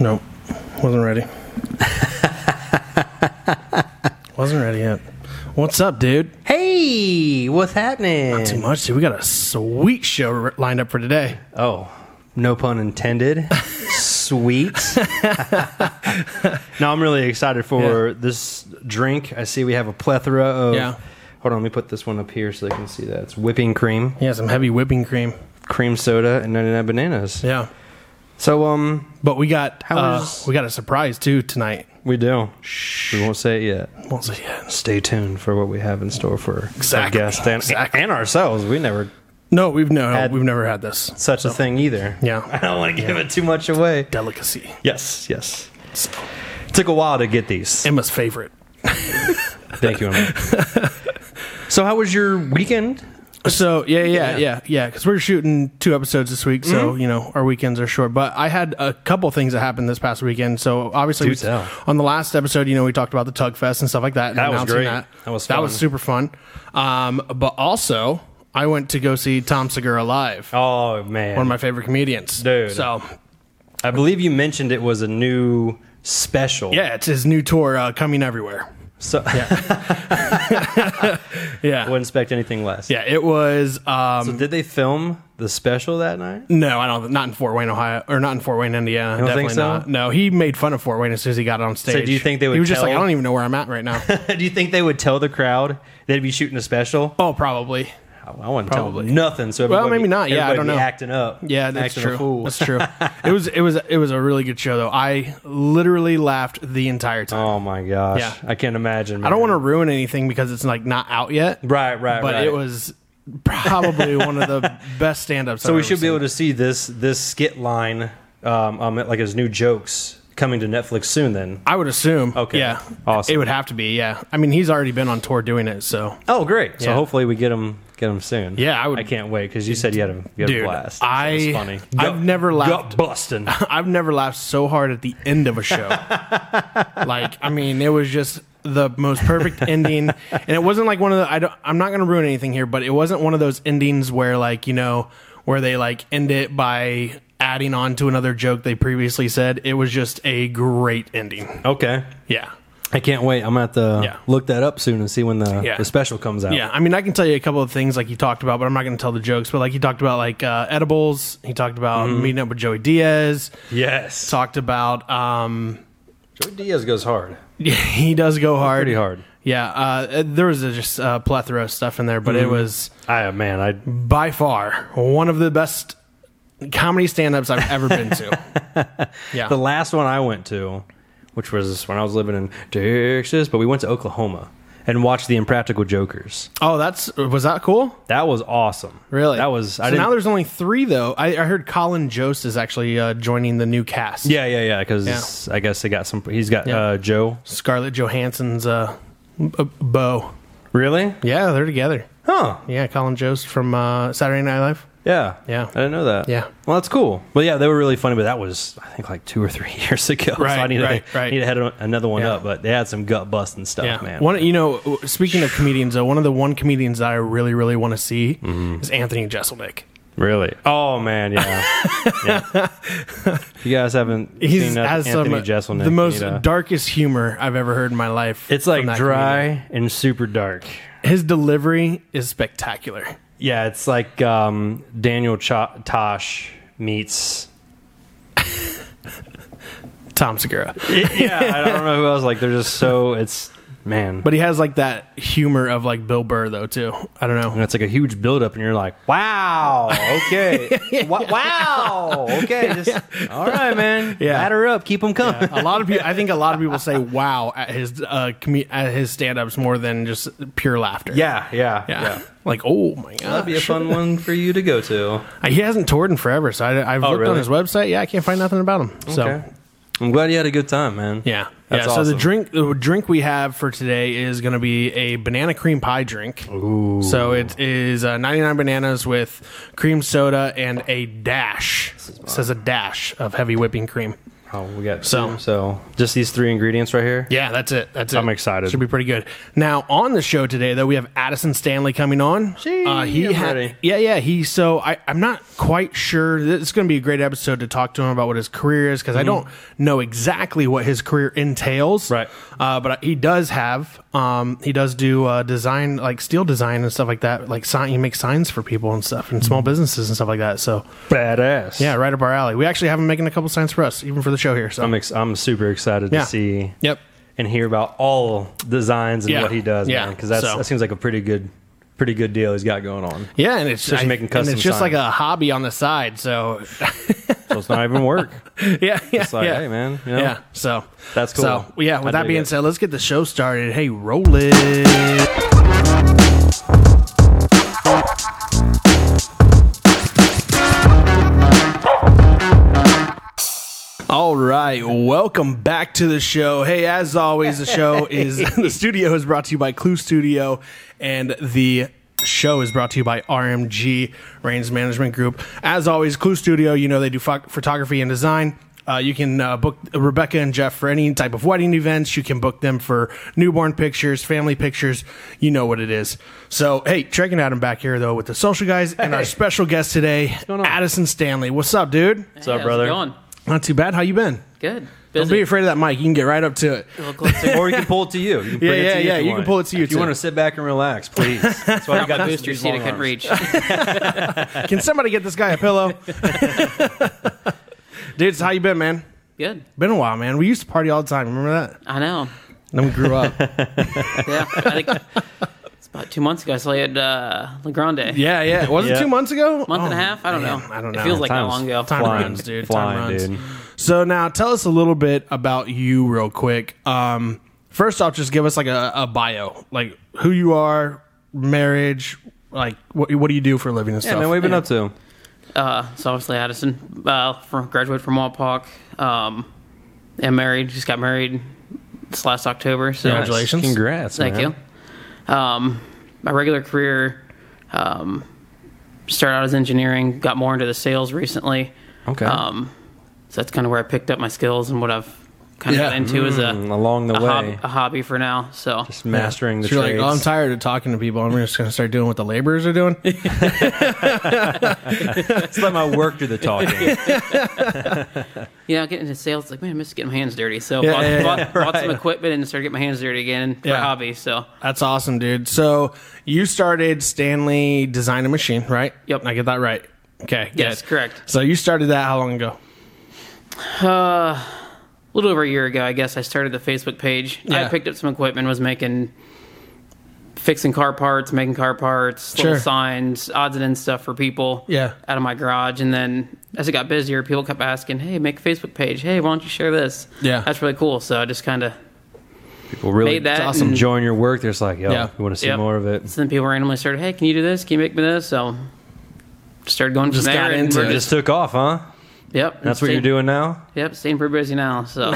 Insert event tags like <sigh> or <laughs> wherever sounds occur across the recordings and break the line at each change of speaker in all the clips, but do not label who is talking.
Nope. Wasn't ready. Wasn't ready yet. What's up, dude?
Hey, what's happening?
Too much, dude. We got a sweet show r- lined up for today.
Oh, no
<laughs>
pun intended. Sweet. no, I'm really excited for
Yeah.
this drink. I see we have a plethora of.
Yeah.
Hold on, let me put this one up here so they can see that. It's whipping cream,
Yeah, some heavy whipping cream.
cream soda, and 99 bananas.
Yeah,
So, um,
but we got
How
uh,
is-
we got a surprise too tonight.
we do. We won't say it yet.
Won't say yet.
Stay tuned for what we have in store for
Exactly.
our guests and,
Exactly.
and ourselves. We never
No, we've no,
Had-
we've never had this
such a thing either.
Yeah.
<laughs> I don't want to give it too much away.
delicacy.
Yes, yes.
So,
Took a while to get these.
Emma's favorite.
Thank you, Emily.
<laughs>
so, how was your weekend?
So yeah, yeah,
Yeah. Mm-hmm.
yeah, yeah. Because we're shooting two episodes this week, so you know our weekends are short. But I had a couple things that happened this past weekend. So obviously,
Do
we-
tell.
on the last episode, you know, we talked about the Tug Fest and stuff like that. And
That was
announcing
great.
That.
That was
that
fun.
was super fun. Um, but also, I went to go see Tom Segura live.
Oh man,
One of my favorite comedians,
Dude.
So
I believe you mentioned it was a new special.
yeah, it's his new tour uh, coming everywhere.
So
Yeah,
I wouldn't expect anything less.
yeah. It was. Um,
So did they film the special that night? <laughs>
No, I don't. Not in Fort Wayne, Ohio, or not in Fort Wayne, Indiana.
don't
Definitely
think so?
not. No, he made fun of Fort Wayne as soon as he got on stage.
do you think they would
He was just like, I
tell-
don't even know where I'm at right
<laughs>
now.
Do you think they would tell the crowd they'd be shooting a special?
oh, probably.
I, I wouldn't tell
Probably.
them nothing. So
Well,
everybody-
maybe not. Yeah, I
everybody
don't
be
know.
Acting up.
Yeah, that's
acting
true.
A fool.
That's
<laughs>
true. it was. It was. It was a really good show, though. I literally laughed the entire time.
Oh my gosh.
Yeah.
I can't imagine.
I don't want to ruin anything because it's like not out yet.
Right, right,
But
right.
it was probably one of
<laughs>
the best stand-ups.
So we should be able to see this this skit line, um, um, like his new jokes coming to Netflix soon. Then.
I would assume.
Okay.
Yeah.
Awesome.
It would have to be. Yeah. I mean, he's already been on tour doing it, so
Oh, great! So
Yeah.
hopefully we get him get him soon.
Yeah, I would-
I can't wait because you said you had a, you had a
Dude,
blast.
I-
It's funny.
I've never laughed- <laughs>
Gut busting.
I've never laughed so hard at the end of a show. like, I mean, it was just the most perfect ending, and it wasn't like one of the. I don't, I'm not going to ruin anything here, but it wasn't one of those endings where, like, you know, where they like end it by adding on to another joke they previously said. It was just a great ending.
okay.
Yeah.
I can't wait. I'm gonna have to
Yeah.
look that up soon and see when the,
Yeah.
the special comes out.
Yeah, I mean, I can tell you a couple of things like you talked about, but I'm not going to tell the jokes. But like you talked about, like uh, edibles. He talked about meeting up with Joey Diaz.
Yes.
Talked about, um,
Joey Diaz goes hard.
<laughs> he does go hard.
Pretty hard.
Yeah, uh, there was a just uh, plethora of stuff in there, but it
Mm-hmm.
was
I man. I
by far one of the best comedy stand-ups I've ever been to.
<laughs>
yeah,
the last one I went to, which was when I was living in Texas, but we went to Oklahoma and watched the Impractical Jokers.
oh, that's was that cool?
That was awesome.
Really?
That was.
So
I didn't,
now there's only three though. I, I heard Colin Jost is actually uh, joining the new cast.
Yeah, yeah, yeah. Because I guess they got some. He's got
Yeah.
uh, Joe.
Scarlett Johansson's uh, b- beau.
Really?
Yeah, they're together.
Huh.
Yeah, Colin Jost from uh, Saturday Night Live.
Yeah.
Yeah.
I didn't know that.
Yeah.
Well, that's cool. Well, yeah, they were really funny, but that was I think like two or three <laughs> years ago.
Right,
So I need
right,
to,
right.
Need to head on- another one
Yeah.
up, but they had some gut busting stuff,
Yeah,
man.
One, you know, w- speaking of comedians, though, one of the one comedians that I really, really want to see
Mm-hmm.
is Anthony Jeselnik.
really? Oh
<laughs>
man, yeah. yeah. If you guys haven't
He
seen that
has
Anthony
some
Jeselnik,
the
you
most
need to-
darkest humor I've ever heard in my life.
It's
from
like
that
dry
comedian.
and super dark.
His delivery is spectacular.
Yeah, it's like um, Daniel Cho- Tosh meets.
Tom Segura,
yeah, I don't know who else. Like they're just so it's man.
but he has like that humor of like Bill Burr though too. I don't know.
And <laughs> it's like a huge buildup, and you're like, wow, <laughs> okay. Wa- wow, okay. Just, All right, man.
Yeah.
Batter up. Keep them coming.
A lot of people, I think, a lot of people say "wow" at his uh, comi- at his stand-ups more than just pure laughter.
<laughs> Yeah, yeah,
yeah.
yeah.
Like, oh my
That'd be a
god,
fun one for you to go to.
Uh, he hasn't toured in forever, so I, I've looked on
Oh, really?
his website. Yeah, I can't find nothing about him. So
I'm glad you had a good time, man.
Yeah.
That's
yeah. So the
awesome.
drink the drink we have for today is going to be a banana cream pie drink. Ooh. So it is uh, 99 bananas with cream soda and a dash. It says a dash of heavy whipping cream.
Oh, we got
So-
so so just these three ingredients right here.
Yeah, that's it. That's it.
I'm excited.
Should be pretty good. Now on the show today, though, we have Addison Stanley coming on. Uh,
Gee, I'm ready.
yeah, yeah. He so I I'm not quite sure. It's going to be a great episode to talk to him about what his career is because
Mm-hmm.
I don't know exactly what his career entails.
Right.
Uh, but he does have um he does do uh, design like steel design and stuff like that. Like sign, he makes signs for people and stuff and
Mm-hmm.
small businesses and stuff like that. So
Badass.
yeah, right up our alley. We actually have him making a couple signs for us, even for the show here. So
I'm ex- I'm super excited
Yeah.
to see
yep.
and hear about all designs and
Yeah.
what he does.
Yeah.
because that's
So-
that seems like a pretty good pretty good deal he's got going on.
Yeah, and it's
Especially
I-
making
and
custom
it's just like
signs.
a hobby on the side. So <laughs>
So it's not even <laughs> work.
yeah, yeah,
It's like,
yeah.
hey man, you know,
yeah. So
That's cool.
So yeah,
I
with that
dig
being
it.
said, let's get the show started. Hey, roll it. All right, welcome back to the show. Hey, as always, the show is <laughs> the studio is brought to you by Clue Studio, and the show is brought to you by RMG Rains Management Group. As always, Clue Studio, you know they do pho- photography and design. Uh, you can uh, book Rebecca and Jeff for any type of wedding events. You can book them for newborn pictures, family pictures. You know what it is. So, hey, checking out him back here though with the social guys and our special guest today,
on?
Addison Stanley. What's up, dude?
What's
up, brother?
Going
Not too bad. How you been?
good.
Don't be
Busy.
afraid of that mic. You can get right up to it.
Well, close to-
or you can pull it to you. You can
Yeah, yeah,
bring it to you
yeah,
if
you can
want.
pull it to you,
If you
too.
want to sit back and
<laughs>
relax, please. That's why we got
my
this-
booster
these
seat I
long
couldn't
arms.
reach.
Can somebody get this guy a <laughs> pillow? Dude, how you been, man?
Good.
Been a while, man. We used to party all the time. Remember that?
I know.
Then we grew up.
Yeah. I think it's about two months ago. I saw you at uh, La Grande.
<laughs> yeah, yeah. Was it
Yeah.
two months ago?
Month and a
Oh,
half? I don't
man.
know.
I don't
It
know.
feels like that
Time's
long ago.
time
Flying,
runs, dude. time
flying,
runs.
dude.
So now, tell us a little bit about you, real quick. Um, first off, just give us like a, a bio, like who you are, marriage, like what what do you do for a living and
Yeah,
stuff.
man, what have you been up to?
Uh, so obviously Addison, uh, from, graduated from Walpock. Um, am married. Just got married this last October. So
Congratulations.
Congrats.
Thank
man.
you. Um, my regular career um, started out as engineering. Got more into the sales recently.
Okay.
Um, so that's kind of where I picked up my skills and what I've kind of
Yeah.
got into is a,
Mm, along the
a,
way,
hobby, a hobby for now. So
just mastering the
So you're
trades.
like, oh, I'm tired of talking to people. I'm just gonna start doing what the laborers are doing.
Just let my work do the talking.
you know, getting into sales, it's like man, I miss getting my hands dirty. So
Yeah,
bought,
yeah, yeah. <laughs>
bought, bought some equipment and started getting my hands dirty again for
Yeah.
hobby. So
That's awesome, dude. So you started Stanley Design a Machine, right?
Yep.
I get that right. Okay.
Yes,
good.
correct.
So you started that how long ago?
a little over a year ago, I guess I started the Facebook page.
Yeah.
I picked up some equipment, was making fixing car parts, making car parts,
Sure.
little signs, odds and ends stuff for people.
Yeah.
Out of my garage, and then as it got busier, people kept asking, "Hey, make a Facebook page. Hey, why don't you share this?"
Yeah.
that's really cool. So I just kind of
People really
Made that
awesome.
and-
enjoying your work. They're just like, yo,
Yeah.
we want to see
Yep.
more of it.
So then people randomly started, "Hey, can you do this? Can you make me this?" So started going
Just
from there.
got
and
into
we're
it.
It just took off, huh?
yep.
That's what you're
staying-
doing now.
Yep, staying pretty busy
<laughs>
now. So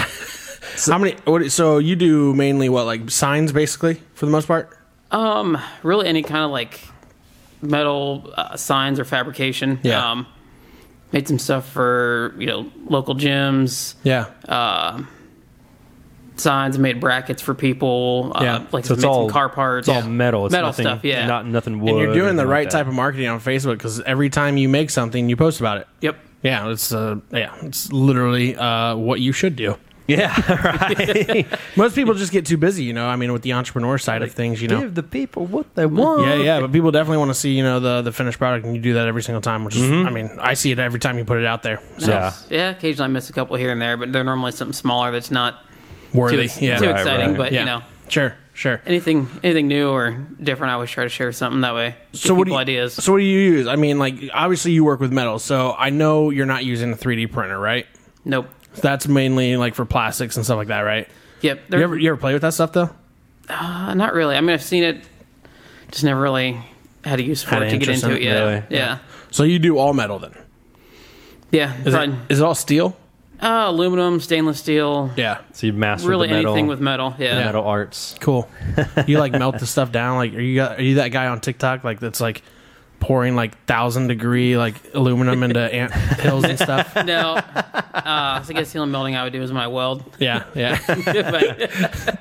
how many? What, so you do mainly what, like signs, basically, for the most part?
um, really any kind of like metal uh, signs or fabrication.
Yeah.
Um, made some stuff for you know local gyms,
Yeah.
signs, made brackets for people. Uh,
Yeah.
Like
So
made
it's
some
all
car parts.
It's all metal. It's
metal
nothing,
stuff. Yeah.
not nothing wood.
and you're doing
or
the
anything
right
like
type
that.
of marketing on Facebook because every time you make something, you post about it.
yep.
Yeah, it's uh, yeah, it's literally uh, what you should do.
Yeah, <laughs>
<laughs>
right.
Most people just get too busy, you know. I mean, with the entrepreneur side of things, you know.
Give the people what they want.
Yeah, yeah, but people definitely want to see you know the the finished product, and you do that every single time. Which is,
Mm-hmm.
I mean, I see it every time you put it out there. So
Yeah.
Yeah. Occasionally I miss a couple here and there, but they're normally something smaller that's not too,
worthy,
ex-
yeah,
too
Right,
exciting.
right.
But
yeah,
you know.
sure, sure.
anything anything new or different, I always try to share something that way.
So
So
what
what
do you,
ideas?
So what do you use? I mean, like obviously you work with metal, so I know you're not using a 3D printer, right?
nope.
So that's mainly like for plastics and stuff like that, right?
Yep.
You
They're,
ever you ever play with that stuff though?
uh, not really. I mean, I've seen it, just never really had a use for
Had
it
an
to get
interest
into
in
it.
it,
Yeah.
really.
Yeah.
So you do all metal then?
Yeah.
Is it,
probably-
is it all steel?
uh, aluminum, stainless steel,
Yeah,
So you mastered
really
the metal,
anything with metal. Yeah.
metal arts.
cool. You like melt the stuff down? Like are you got, are you that guy on TikTok like that's like pouring like thousand degree like aluminum into ant pills and stuff.
No, uh, so I guess the only melting I would do is my weld. <laughs>
Yeah, yeah.
But-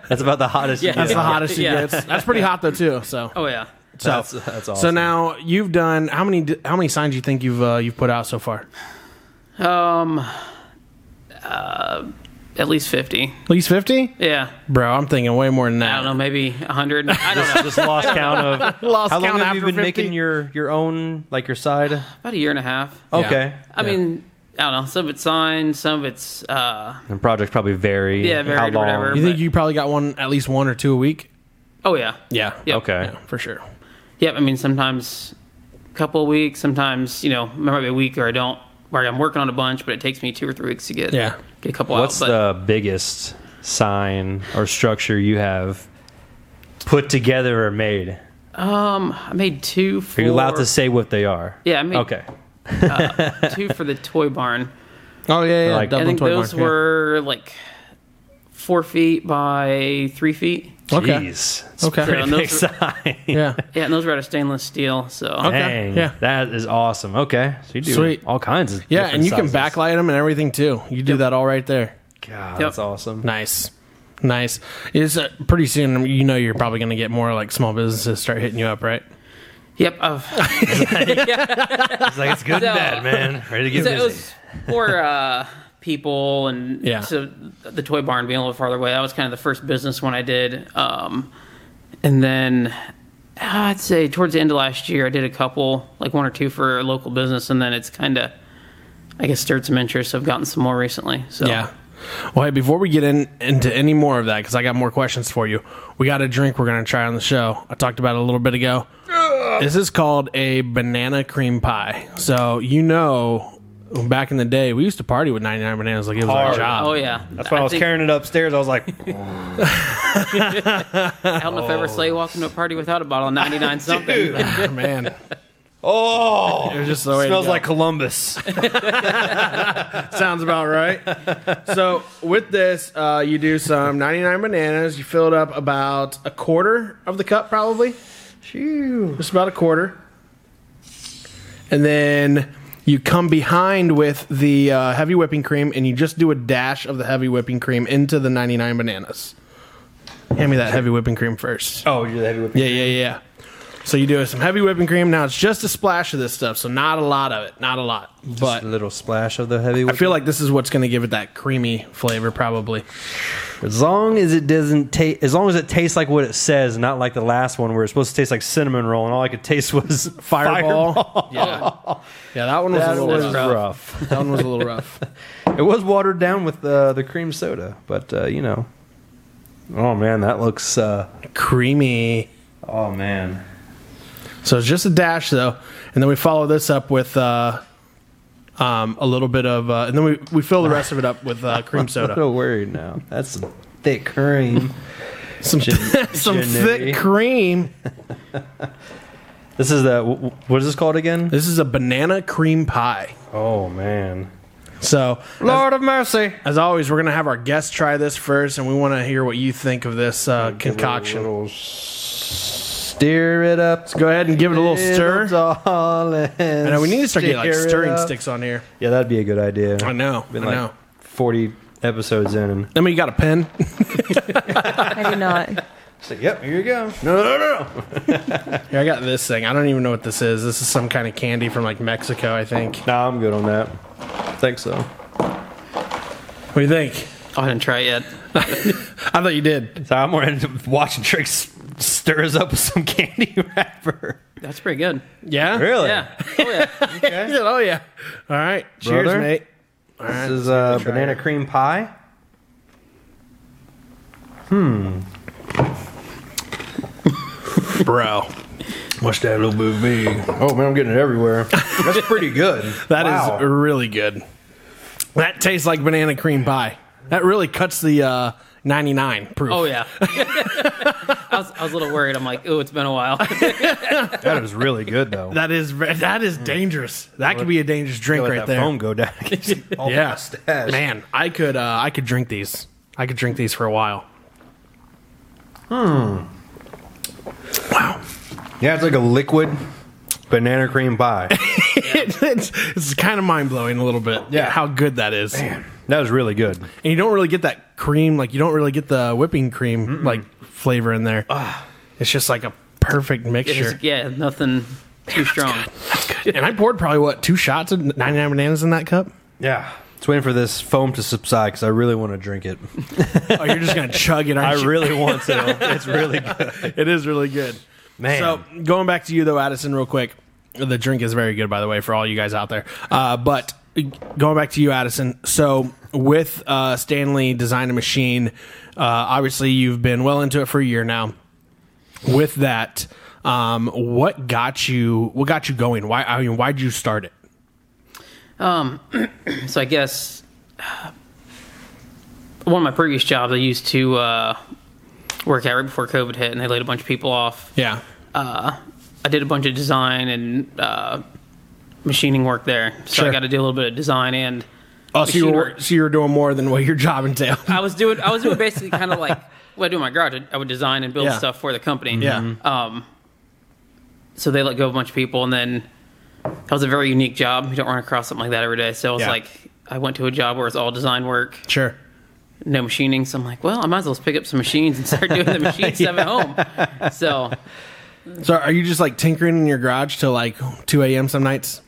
That's about the hottest.
Yeah.
That's the hottest she
Yeah.
gets. That's pretty hot though too. So
oh yeah,
so
That's, that's awesome.
so now you've done how many di- how many signs do you think you've uh, you've put out so far?
um, uh, at least fifty.
At least fifty,
Yeah,
bro. I'm thinking way more than that.
I don't know, maybe hundred. I don't
<laughs>
know. <laughs>
just lost count
<laughs>
of
Lost
how long
count
have you
after
been
50?
making your your own like your side?
About a year and a half.
Oh,
Okay,
I mean, I don't know. Some of it's signed, some of it's uh,
and projects probably vary. how
Yeah, varied,
long.
whatever.
You think you probably got one at least one or two a week?
oh yeah,
Yeah.
Yep.
Okay,
Yeah, for sure.
Yep. I mean, sometimes a couple of weeks, sometimes you know, maybe a week or I don't. Where I'm working on a bunch, but it takes me two or three weeks to get
Yeah.
get a couple
what's
out. But
the biggest sign or structure you have put together or made? Are
um, I made two. For,
you allowed to say what they are?
Yeah, I made
Okay.
two for the toy barn.
<laughs>
Oh yeah, yeah.
Like-
Dublin
I think
Toy
those
Barn, yeah.
were like four feet by three feet.
Okay.
Jeez. It's
Okay.
a Pretty
Yeah, and those
big
are-
sign.
Yeah.
Yeah, and those were out of stainless steel. So
Dang.
yeah.
That is awesome. Okay. So you do
Sweet.
all kinds of
Yeah, and you
different
can
sizes.
backlight them and everything too. You do that all right there.
God,
Yep.
that's awesome.
Nice, nice. It's uh, pretty soon. I mean, You know, you're probably going to get more like small businesses start hitting you up, right?
yep, I've,
It's like it's good
So-
and bad, man. Ready to get
So
busy.
it was for uh, people and
Yeah.
so the toy barn being a little farther away. That was kind of the first business one I did. Um, and then uh, I'd say towards the end of last year, I did a couple, like one or two for a local business. And then it's kind of, I guess, stirred some interest. I've gotten some more recently. So
Well, hey, before we get in into any more of that, because I got more questions for you, we got a drink we're going to try on the show. I talked about it a little bit ago. This is called a banana cream pie. So you know, back in the day, we used to party with 99 bananas like it was our
Hard.
job.
Oh yeah,
That's why I, was
think-
carrying it upstairs. I was like,
I don't know if I ever saw you walk into a party without a bottle of ninety
<laughs>
nine something.
yeah, <laughs> man.
<laughs> oh,
It was just the way to
smells
go.
like Columbus.
Sounds about right. so with this, uh, you do some 99 bananas. You fill it up about a quarter of the cup, probably. Just about a quarter. And then you come behind with the uh, heavy whipping cream, and you just do a dash of the heavy whipping cream into the 99 bananas. Hand me that heavy whipping cream first.
<laughs> oh, you're the heavy whip.
Yeah, yeah, yeah. So you do some heavy whipping cream. Now it's just a splash of this stuff, so not a lot of it. Not a lot. but
Just a little splash of the heavy
I feel like this is what's going to give it that creamy flavor, probably.
As long as it doesn't taste, as long as it tastes like what it says, not like the last one where it's supposed to taste like cinnamon roll, and all I could taste <laughs> was
Fireball.
fireball. <laughs>
Yeah, yeah, that one was
That
a
was
little rough.
rough.
That one was a little rough.
it was watered down with uh, the cream soda, but uh, you know. Oh man, that looks. Uh,
<laughs> creamy.
oh man,
So it's just a dash though, and then we follow this up with uh, um, a little bit of, uh, and then we we fill the rest of it up with uh, cream
I'm
<laughs>
a
soda,
little worried now. That's some thick cream.
<laughs> some <laughs> some thick cream.
This is the wh- wh- what is this called again?
This is a banana cream pie.
Oh man,
So
Lord of Mercy.
as always, we're gonna have our guests try this first, and we want to hear what you think of this uh,
Give it a
concoction.
little Stir it up.
Go ahead and give it a little stir.
Darling,
I know we need to start getting like
stir it
stirring
up.
sticks on here.
Yeah, that'd be a good idea.
I know.
Been
I
like
know.
Forty episodes in, and
I mean, you got a pen.
I did not.
it's like, yep, here you go. No, no, no, no.
<laughs> Here, I got this thing. I don't even know what this is. This is some kind of candy from like Mexico, I think.
Nah, I'm good on that. think so.
What do you think?
I didn't try it yet.
I thought you did.
So I'm more into <laughs> watching tricks stir us up with some candy <laughs> wrapper.
That's pretty good.
Yeah. <laughs>
Really?
Yeah. Oh yeah.
He said, oh yeah. All right. Cheers,
Brother?
mate.
This is uh, banana cream pie.
Bro,
What's that little bit Oh man, I'm getting it everywhere. <laughs> That's pretty good.
that is
Wow.
really good. That tastes like banana cream pie. That really cuts the uh, 99 proof.
Oh yeah. <laughs> I was, I was a little worried. I'm like, oh, it's been a
<laughs>
while. <laughs>
that is really good though.
That is ve- that is dangerous. That could be a dangerous drink
Let
right
that
there.
foam <laughs> go down. All
Yeah.
mustache.
Man, I could uh, I could drink these. I could drink these for a while.
Yeah, it's like a liquid banana cream <laughs> pie.
<laughs> it's, it's kind of mind blowing a little bit.
Yeah.
how good that is.
that was really good.
And you don't really get that cream, like you don't really get the whipping cream like flavor in there. It's just like a perfect
It
mixture.
is- yeah, nothing too strong.
and I poured probably what two shots of 99 bananas in that
<laughs>
cup.
Yeah. It's waiting for this foam to subside because I really want to drink it.
Oh, you're just gonna chug it.
<laughs> I
Aren't you?
really want to. It's <laughs> really good.
<laughs> it is really good.
Man.
So going back to you though, Addison, real quick. The drink is very good, by the way, for all you guys out there. Uh, but going back to you, Addison. So with uh, Stanley Design a Machine, uh, obviously you've been well into it for a year now. With that, um, what got you? What got you going? Why? I mean, why'd you start it?
Um, <clears throat> so I guess uh, one of my previous jobs I used to uh, work out right before COVID hit, and they laid a bunch of people off.
Yeah.
Uh, I did a bunch of design and uh, machining work there, so
Sure.
I got to do a little bit of design and.
Oh, so you
Machine
were
work.
so you were doing more than what your job entailed.
I was doing I was doing basically kind
<laughs>
of like what I do in my garage. I would design and build
Yeah.
stuff for the company.
<laughs> Yeah.
Um, so they let go of a bunch of people, and then that was a very unique job. You don't run across something like that every day. So I was
Yeah.
like, I went to a job where it's all design work,
Sure.
no machining. So I'm like, well, I might as well just pick up some machines and
<laughs>
start doing the machine stuff at home. So
So are you just like tinkering in your garage till like 2 a.m. some nights?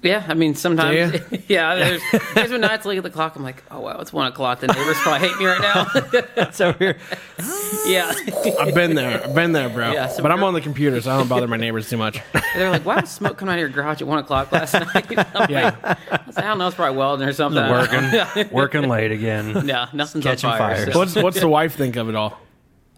yeah, I mean, sometimes
Do
<laughs> yeah, there's there's when nights I look at the clock. I'm like, oh wow, it's one o'clock. The neighbors probably hate me
<laughs>
right now.
It's over here.
<laughs> yeah.
I've been there. I've been there, bro.
Yeah, so
but I'm
we're-
on the computer, so I don't bother my neighbors too
<laughs>
much.
They're like, why was smoke coming out of your garage at one o'clock last <laughs> night? I'm
Yeah.
like, I was like, I don't know, it's probably welding or something.
Working, working late again.
Yeah, nothing's
Catching
on fire.
fires.
so-
What's what's the wife think of it all?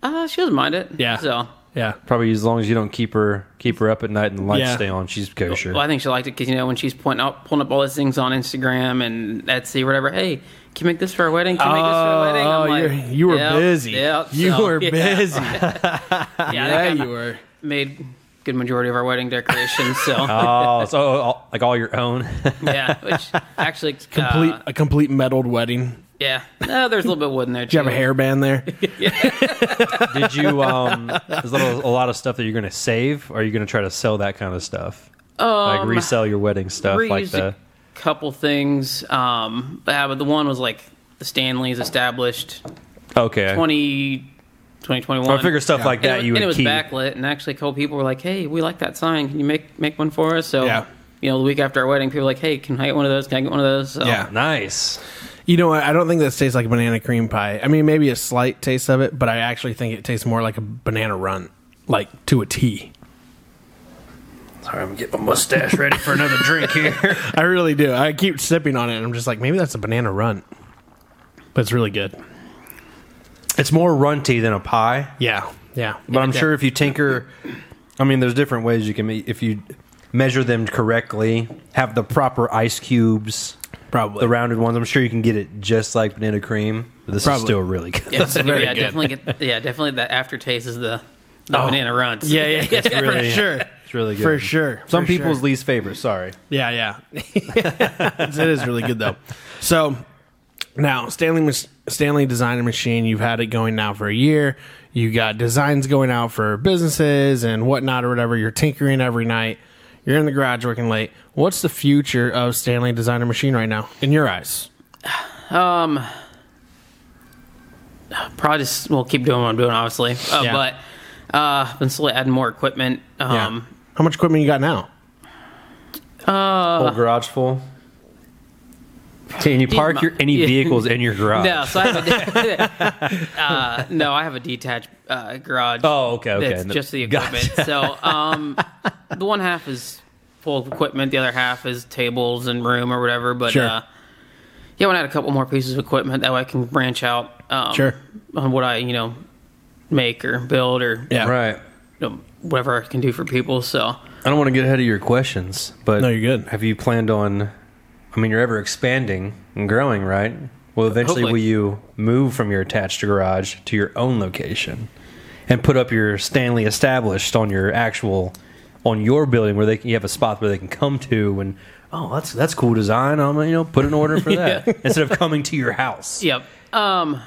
Uh, she doesn't mind it.
Yeah.
So,
Yeah.
Probably as long as you don't keep her keep her up at night and the lights
Yeah.
stay on, she's kosher.
well, I think she liked it because you know when she's pointing out, pulling up all these things on Instagram and Etsy, whatever. Hey, can you make this for our wedding? Can you make this for our wedding?
Oh,
I'm
you're-
like,
you were
"Yep,
busy.
Yep.
you
So,
were
<laughs> yeah,
busy.
Yeah,
Yeah,
I think I
you were.
made good majority of our wedding decorations.
<laughs>
So
oh, so all, like all your own.
yeah, which actually
Complete
Uh,
a complete metaled wedding.
yeah, no, there's a little bit of wood in there.
Did you have a hairband
<laughs>
there?
<laughs> Did you? Um, there's a, little, a lot of stuff that you're going to save. Or are you going to try to sell that kind of stuff? like
Um,
resell your wedding
uh,
stuff, like
reused
the
a Uh, couple things. Um, yeah, but the one was like the Stanley's established
okay.
20, 2021.
Well, I figure stuff
Yeah.
like
And it
that
was-
you would
and it was
keep.
backlit, and actually, a couple people were like, "Hey, we like that sign. Can you make make one for us?" So,
Yeah.
you know, the week after our wedding, people were like, "Hey, can I get one of those? Can I get one of those?" So,
Yeah.
Nice.
You know what? I don't think this tastes like a banana cream pie. I mean, maybe a slight taste of it, but I actually think it tastes more like a banana run, like to a T.
Sorry, I'm getting my mustache ready for another drink here.
I really do. I keep sipping on it, and I'm just like, maybe that's a banana run, but it's really good.
<laughs> It's more runty than a pie,
Yeah. Yeah.
but I'm sure if you tinker, I mean, there's different ways you can me- if you measure them correctly, have the proper ice cubes,
Probably.
the rounded ones. I'm sure you can get it just like banana cream. But this
Probably.
is still really good.
<laughs> yeah, so,
very
yeah,
good.
definitely get. Yeah, definitely the aftertaste is the, the
Oh.
banana runs.
Yeah, <laughs>
<laughs>
yeah, yeah.
It's really,
For sure.
It's really good
For sure.
Some
For
people's
sure.
least favorite. Sorry.
Yeah, yeah. <laughs> it is really good though. So now Stanley Mas- Stanley Designer Machine, you've had it going now for a year. You got designs going out for businesses and whatnot or whatever. You're tinkering every night. You're in the garage working late. What's the future of Stanley Designer Machine right now in your eyes?
probably just will keep doing what I'm doing, obviously. Uh,
Yeah.
But uh, been slowly adding more equipment.
Yeah.
Um,
How much equipment you got now?
Whole garage full. Uh, Can you park
my-
your any
<laughs> Yeah.
vehicles in your garage?
No, so I have
<laughs>
a <laughs> uh, no, I have a detached uh, garage.
Oh, okay, okay.
That's just
<laughs>
the equipment. So, um, the one half is full of equipment. The other half is tables and room or whatever. But
Sure.
uh, yeah, I want to add a couple more pieces of equipment that way I can branch out. Um,
Sure.
On what I you know make or build or
Yeah.
<laughs> Right.
you know, whatever I can do for people. So.
I don't want to get ahead of your questions, but
No, you're good.
Have you planned on? I mean, you're ever expanding and growing, right? Well, eventually,
Hopefully.
will you move from your attached garage to your own location and put up your Stanley established on your actual on your building where they can, you have a spot where they can come to and oh, that's that's cool design. I'm gonna, you know put an order
<laughs>
for that instead of coming to your house.
Yep. Um,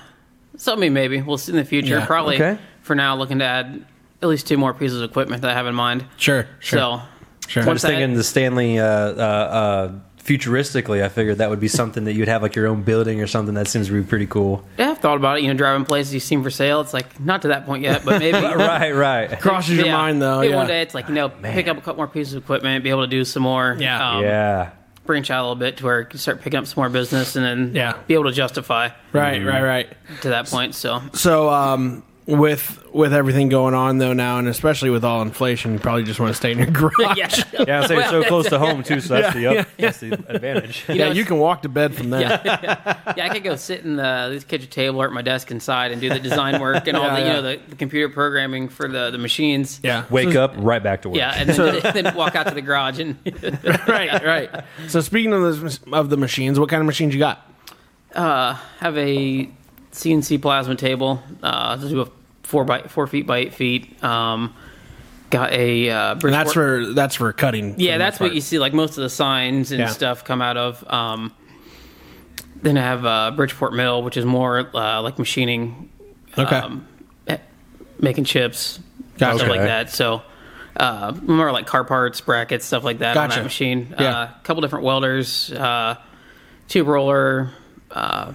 so I mean, maybe we'll see in the future.
Yeah,
Probably
okay.
for now, looking to add at least two more pieces of equipment that I have in mind.
Sure.
So
Sure.
I was
What's that?
thinking the Stanley. Uh, uh, uh, futuristically, I figured that would be something that you'd have like your own building or something. That seems to be pretty cool.
Yeah, I've thought about it. You know, driving places you've seen for sale. It's like not to that point yet,
<laughs>
but
<laughs>
maybe.
right, right.
Crosses your
Yeah.
mind though.
Maybe
Yeah.
One day it's like you know, pick up a couple more pieces of equipment, be able to do some more. um,
Yeah.
yeah.
Branch out a little bit to where you can start picking up some more business, and then
Yeah.
be able to justify
Right, right, right.
to that point.
<laughs>
So
So um, with with everything going on though now, and especially with all inflation, you probably just want to stay in your <laughs> garage.
<laughs> yeah,
Yeah, I say it's so
<laughs>
close to home too, so that's the up, that's the advantage.
Yeah,
know,
you can walk to bed from there.
yeah, I could go sit in the, the kitchen table or at my desk inside and do the
<laughs>
design work and all
Yeah,
the
yeah.
you know the, the computer programming for the the machines. <laughs>
Yeah.
Wake up, right back to work.
Yeah, and then, then walk out to the garage and
<laughs>
<laughs>
right, right. So speaking of those of the machines, what kind of machines you got?
uh, have a CNC plasma table. Uh, to do a four by four feet by eight feet. Um, got a uh,
And that's for that's for cutting. for
yeah,
the
that's
most
what
part.
you see like most of the signs and
Yeah.
stuff come out of. Um, then I have uh, Bridgeport Mill, which is more uh, like machining,
Okay.
um, eh, making chips,
Gotcha.
stuff like
Okay.
that. So uh, more like car parts, brackets, stuff like that on
Gotcha.
that machine.
Yeah.
Uh, a couple different welders, uh, tube roller, uh,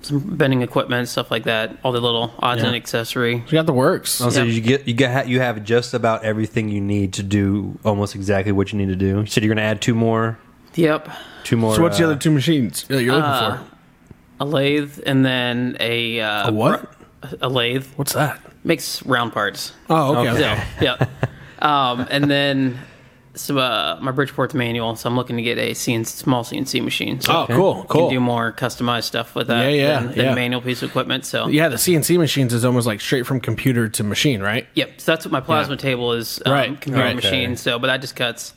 some bending equipment, stuff like that. All the little odds and accessory.
you got the works.
Also,
Yeah.
you get you get you have just about everything you need to do almost exactly what you need to do. You said you're going to add two more,
Yep,
two more.
So what's the
uh,
other two machines that you're looking for?
a lathe and then a uh,
A what?
a lathe.
What's that?
makes round parts.
Oh, okay. okay.
Yeah, yeah. Um, and then some uh, my Bridgeport's manual, so I'm looking to get a CNC, small CNC machine. So
Oh, cool,
Can
cool.
do more customized stuff with that.
Yeah, yeah,
than, than
yeah.
manual piece of equipment. So
Yeah, the CNC machines is almost like straight from computer to machine, right?
Yep. So that's what my plasma table is. Um,
Right,
Computer
right.
machine. So, but that just cuts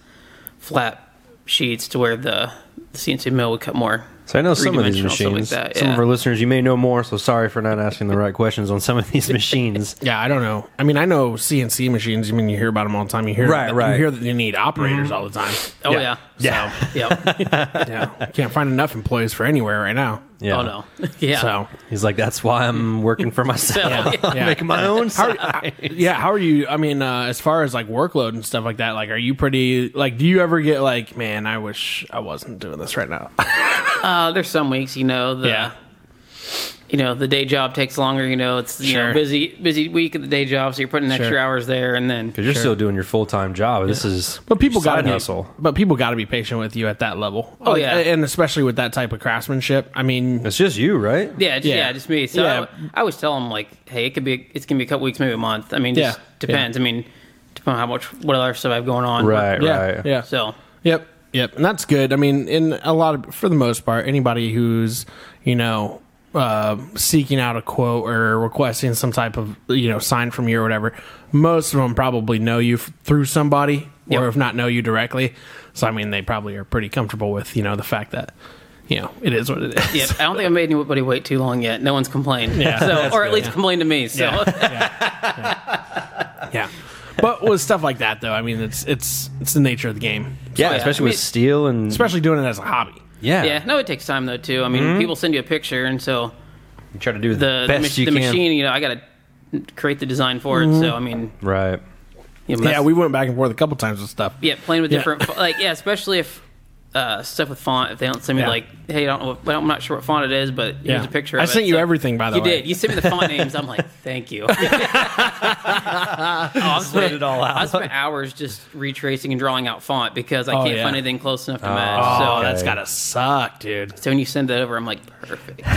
flat sheets to where the, the CNC mill would cut more.
So I know some of these
three-dimensional, stuff like
machines.
that,
Some of
yeah.
our listeners, you may know more. So sorry for not asking the right questions on some of
<laughs>
these machines.
Yeah, I don't know. I mean, I know CNC machines. I mean, you hear about them all the time. You hear
Right,
that,
right.
You hear that you need operators all the time.
Oh yeah.
Yeah.
So, yep.
yeah. Can't find enough employees for anywhere right now.
<laughs> Yeah.
Oh no. <laughs> Yeah.
So
He's like, that's why I'm working for
<laughs>
myself. I'm <laughs>
Yeah.
making my own.
How are, uh, yeah, how are you? I mean, uh, as far as like workload and stuff like that, like, are you pretty? Like, do you ever get like, man, I wish I wasn't doing this right
<laughs>
now?
Uh, there's some weeks, you know, the
Yeah.
you know the day job takes longer. You know, it's you
Sure.
know busy busy week at the day job, so you're putting extra
Sure.
hours there, and then
Because you're still doing your full time job. This is
But people got to
side
be,
hustle.
But people got to be patient with you at that level.
Oh, yeah.
and especially with that type of craftsmanship. I mean,
It's just you, right?
yeah, just,
Yeah.
yeah, just me. So
Yeah.
I, I always tell them like, hey, it could be it's gonna be a couple weeks, maybe a month. I mean, just
Yeah.
depends. I mean, depending on how much what other stuff I have going on.
Right,
yeah,
right.
yeah.
So
Yep, yep, and that's good. I mean, in a lot of, for the most part, anybody who's you know uh, seeking out a quote or requesting some type of you know sign from you or whatever, most of them probably know you f- through somebody,
Yep.
or if not know you directly. So I mean, they probably are pretty comfortable with you know the fact that you know it is what it is.
yeah, I don't think I made anybody wait too long yet. No one's complained. Yeah, so or at least complained to me. So
<laughs>
<laughs>
yeah. But with stuff like that, though, I mean, it's it's it's the nature of the game,
Yeah,
yeah.
especially
I mean-
with steel and
especially doing it as a hobby.
yeah.
yeah, no, it takes time though too. I mean,
Mm-hmm.
people send you a picture, and so
You try to do
the
the,
the,
best
mach-
you
the
can.
machine, you know, I gotta create the design for it. So I mean,
Right.
you know,
Yeah,
that's-
we went back and forth a couple times with stuff.
Yeah, playing with
Yeah.
different fo- like yeah, especially if uh, stuff with font. If they don't send me
Yeah.
like, hey, I don't, know, what- I'm not sure what font it is, but
Yeah.
here's a picture.
I
of it.
sent you
So-
everything, by the
you
way.
did. You sent me the font names. I'm like, thank you. <laughs> oh, I spent
it all out.
I spent hours just retracing and drawing out font because I
Oh,
can't
yeah.
find anything close enough to match. so
Oh,
okay.
that's gotta suck, dude.
So when you send that over, I'm like, perfect. <laughs> I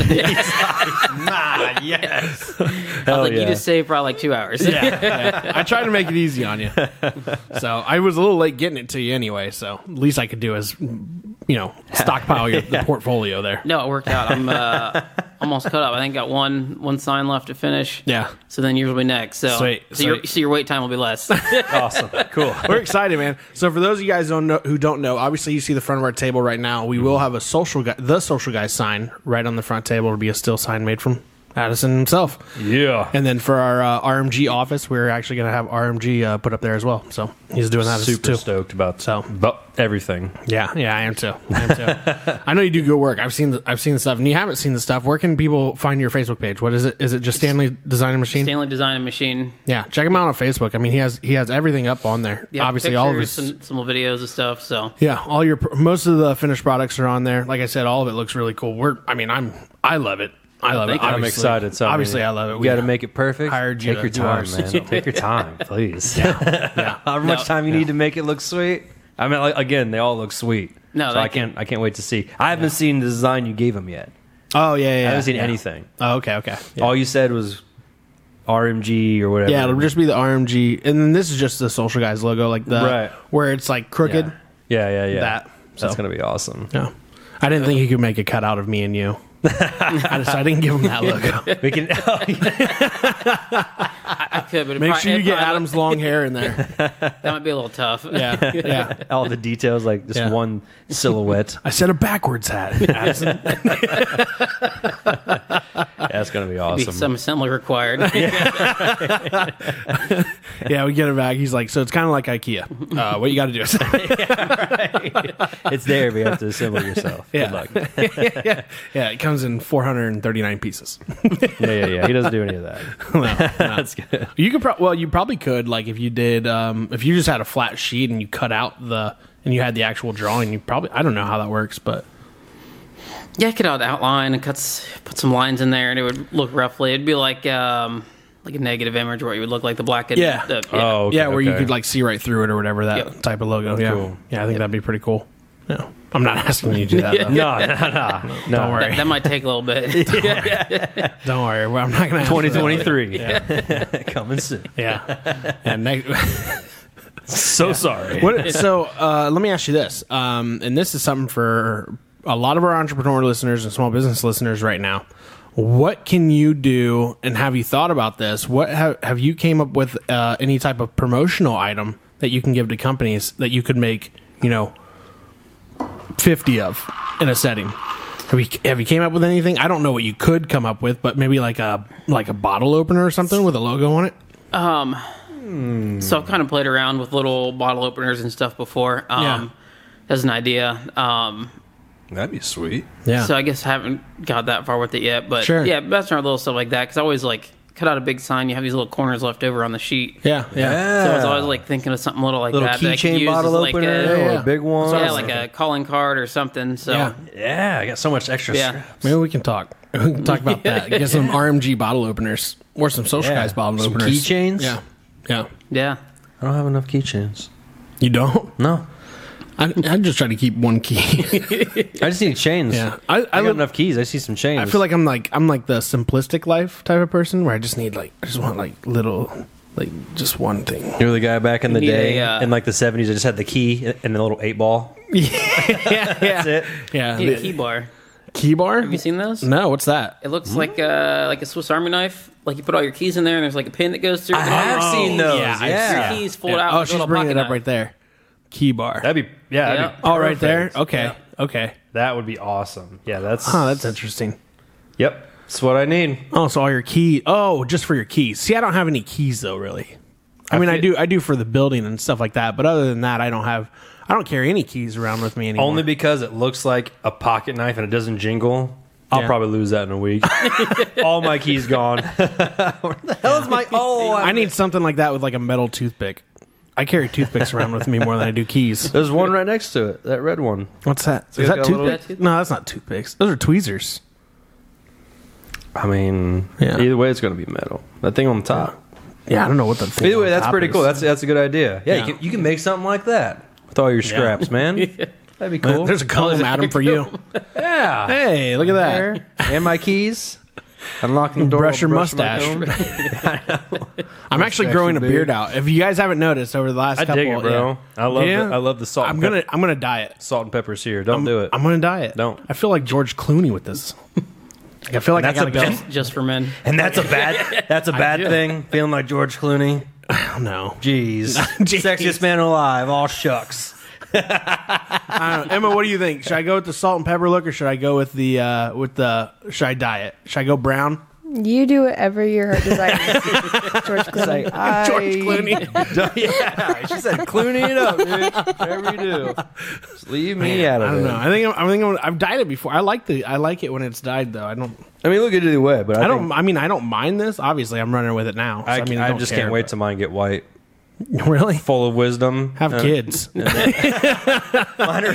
<laughs> Ah, yes.
Hell
was like,
yeah.
you just saved probably like two
<laughs>
hours.
yeah, yeah. I tried to make it easy on
<laughs>
you. So I was a little late getting it to you anyway. So at least I could do is, you
<laughs>
know, stockpile your, the portfolio there.
No, it worked out.
<laughs>
I'm uh, almost cut up. I think got one one sign left to finish.
Yeah.
So then yours will be next. So
Sweet,
so, Your,
sweet.
so your wait time will
<laughs>
be less.
awesome. Cool.
We're excited, man. So for those of you guys don't know, who don't know, obviously you see the front of our table right now. We will have a social guy, the social guy sign right on the front table. It'll be a still sign made from Addison himself.
Yeah.
And then for our uh, RMG office, we're actually going to have RMG uh, put up there as well. So he's doing that
Super
too.
stoked about
So.
about everything.
Yeah, yeah, I am too. I am
<laughs>
too. I know you do good work. I've seen the, I've seen the stuff, and you haven't seen the stuff. Where can people find your Facebook page? What is it? Is it just Stanley Designer Machine?
Stanley Design and Machine.
Yeah, check him out on Facebook. I mean, he has he has everything up on there.
Yeah,
Obviously, all of
pictures,
his
some, some little videos and stuff. So
yeah, all your pr- most of the finished products are on there. Like I said, all of it looks really cool. We're I mean, I'm I love it. I love it.
thank you. I'm
I'm
obviously.
excited. So mean,
obviously, I love it.
You got to make it perfect.
hired you
Take
to
your
do
time,
ours.
man.
<laughs>
Take your time, please. <laughs> However much
No.
time you need to make it look sweet. I mean, like, again, they all look sweet.
No,
so
they-
I can't. I can't wait to see. I haven't seen the design you gave them yet.
Oh yeah, yeah.
I haven't seen
yeah.
anything.
Oh, okay, okay. Yeah.
All you said was RMG or whatever.
Yeah, it'll just be the RMG, and then this is just the social guys logo, like the
Right.
where it's like crooked.
Yeah, yeah, yeah. yeah.
That,
That's
so.
gonna be awesome.
No, I didn't think he could make a cut out of me and
<laughs>
you. I, just, I didn't give him that logo.
We can.
I could, but
<laughs>
it
Make
probably-
sure
it
you get
probably-
Adam's long hair in
<laughs>
there.
That might <laughs> be a little tough.
Yeah, yeah.
all the details, like just
Yeah. <laughs>
one silhouette.
I said a backwards
<laughs>
hat. Addison.
That's gonna be
Be
awesome.
some
<laughs>
assembly required.
yeah, we get it back. He's like, so it's kind of like IKEA.
<laughs>
Uh, what you got to do is
it's there, but you have to
<laughs>
assemble yourself.
Yeah.
Good luck.
yeah, it comes in 439 pieces. <laughs>
Yeah, yeah, yeah. He doesn't do any of that. <laughs> That's good.
You could, pro- well, you probably could, like, if you did, um, if you just had a flat sheet and you cut out the, and you had the actual drawing, you probably, I don't know how that works, but
Yeah, I could out outline and cuts, put some lines in there, and it would look roughly. It'd be like um, like a negative image where it would look like the black. and-
Yeah.
The,
Oh, okay,
yeah, where you
okay.
could like see right through it or whatever that
Yep.
type of logo. Yeah,
Cool.
yeah, I think that'd be pretty cool. No, I'm not <laughs> asking you to do that. though.
No, no, no, no.
Don't worry.
That, <laughs> that might take a little
<laughs>
bit.
Don't worry, well, I'm not gonna. ask you that.
2023 <laughs> coming soon.
Yeah, and next. <laughs>
So sorry.
<laughs>
what, so uh, let me ask you this, um, and this is something for a lot of our entrepreneur listeners and small business listeners right now. What can you do, and have you thought about this? What have, have you came up with uh, any type of promotional item that you can give to companies that you could make, you know, fifty of in a setting? Have you, have you came up with anything? I don't know what you could come up with, but maybe like a like a bottle opener or something with a logo on it.
so I've kind of played around with little bottle openers and stuff before. Um,
Yeah.
As an idea. Um,
That'd be sweet.
Yeah.
So I guess I haven't got that far with it yet. But
Sure.
yeah, best around little stuff like that. Because I always like cut out a big sign. You have these little corners left over on the sheet.
yeah, yeah,
So I was always like thinking of something little like
little
that. that I could
keychain
use as,
bottle
like,
opener
A,
Yeah,
or
yeah.
Oh, a big one.
yeah, like a calling card or something. So
yeah.
yeah, I got so much extra.
Yeah.
scrap.
Maybe we can talk. We can talk about that. Get some RMG bottle openers or some social
Yeah.
guys bottle
Some
openers.
keychains?
Yeah. Yeah.
yeah.
I don't have enough keychains.
You don't?
No,
I, I'm just trying to keep one key.
I just need chains.
Yeah.
I,
I-
I,
I
got
look-
enough keys. I see some chains.
I feel like I'm like I'm like the simplistic life type of person where I just need like I just want like little like just one thing.
<laughs> you were the guy back in the
need
day
a, uh,
in like the seventies. I just had the key and the little eight ball.
Yeah. That's
it.
Yeah.
Need a
the-
key bar.
key bar?
Have you seen those?
No, what's that?
It looks like uh like a Swiss Army knife. Like you put all your keys in there, and there's like a pin that goes through. I
have seen those, yeah.
Your keys fold
Yeah.
out.
Oh,
like a
she's
little
bringing
pocket
it up
knife.
right there. Key bar.
That'd be yeah. That'd
Yeah.
be
oh, right there.
perfect.
Okay. Okay.
That would be awesome. Yeah, that's
Oh, that's interesting.
yep. That's what I need.
Oh, so all your key. Oh, just for your keys. See, I don't have any keys though, really. I, mean, I
feel-
do. I do for the building and stuff like that. But other than that, I don't have. I don't carry any keys around with me anymore.
Only because it looks like a pocket knife and it doesn't jingle. I'll
Yeah.
probably lose that in a <laughs> week. All my keys gone. <laughs> Where the hell is my <laughs> oh?
I need something like that with like a metal toothpick. I carry toothpicks around with me more than I do
<laughs>
keys.
There's one right next to it. That red one.
What's that? Is
you
that
got a little-
toothpicks? No, that's not toothpicks. Those are tweezers.
I mean,
Yeah.
either way, it's going to be metal. That thing on the top.
Yeah, I don't know what the. thing
Either way,
on
that's
top
pretty
is.
cool. That's that's a good idea. Yeah,
Yeah.
You, can, you can make something like that with all your scraps, man. <laughs> That'd be cool.
There's a column, Adam, for you.
<laughs> yeah.
Hey, look at that.
and my keys. Unlocking the door.
Brush your
my
mustache.
comb.
I'm actually
Mustache
growing a
and beard.
beard out. If you guys haven't noticed over the last
I
couple,
dig it, bro. I love. The, I love the salt.
I'm
and
gonna.
pep-
I'm gonna diet.
salt and peppers here. Don't do it.
I'm gonna diet.
Don't.
I feel like George Clooney with this. Like, I feel like
That's
I
a
gotta
bit-
go.
Just for men.
And that's
<laughs>
a bad that's a bad thing. Feeling like George Clooney.
Oh, no, <laughs>
Jeez.
Jeez.
Sexiest man alive, all shucks.
I don't know. Emma, what do you think? Should I go with the salt and pepper look, or should I go with the uh, with the? Should I diet? Should I go brown? <laughs>
You do whatever your heart <laughs> desires. George Clooney.
<laughs> like,
George
<laughs>
Clooney.
yeah, she said Clooney it up, dude. Whatever you do, just leave me out of
I don't
it.
know. I think I'm, I think I'm, I've dyed it before. I like the I like it when it's dyed though. I don't.
I mean, look at it either way, but I,
I don't.
think-
I mean, I don't mind this. Obviously, I'm running with it now. So,
I,
I, mean,
I
don't
just
care,
can't wait till mine get white,
but- <laughs> really
full of wisdom.
have
Uh,
kids.
<laughs> Mine are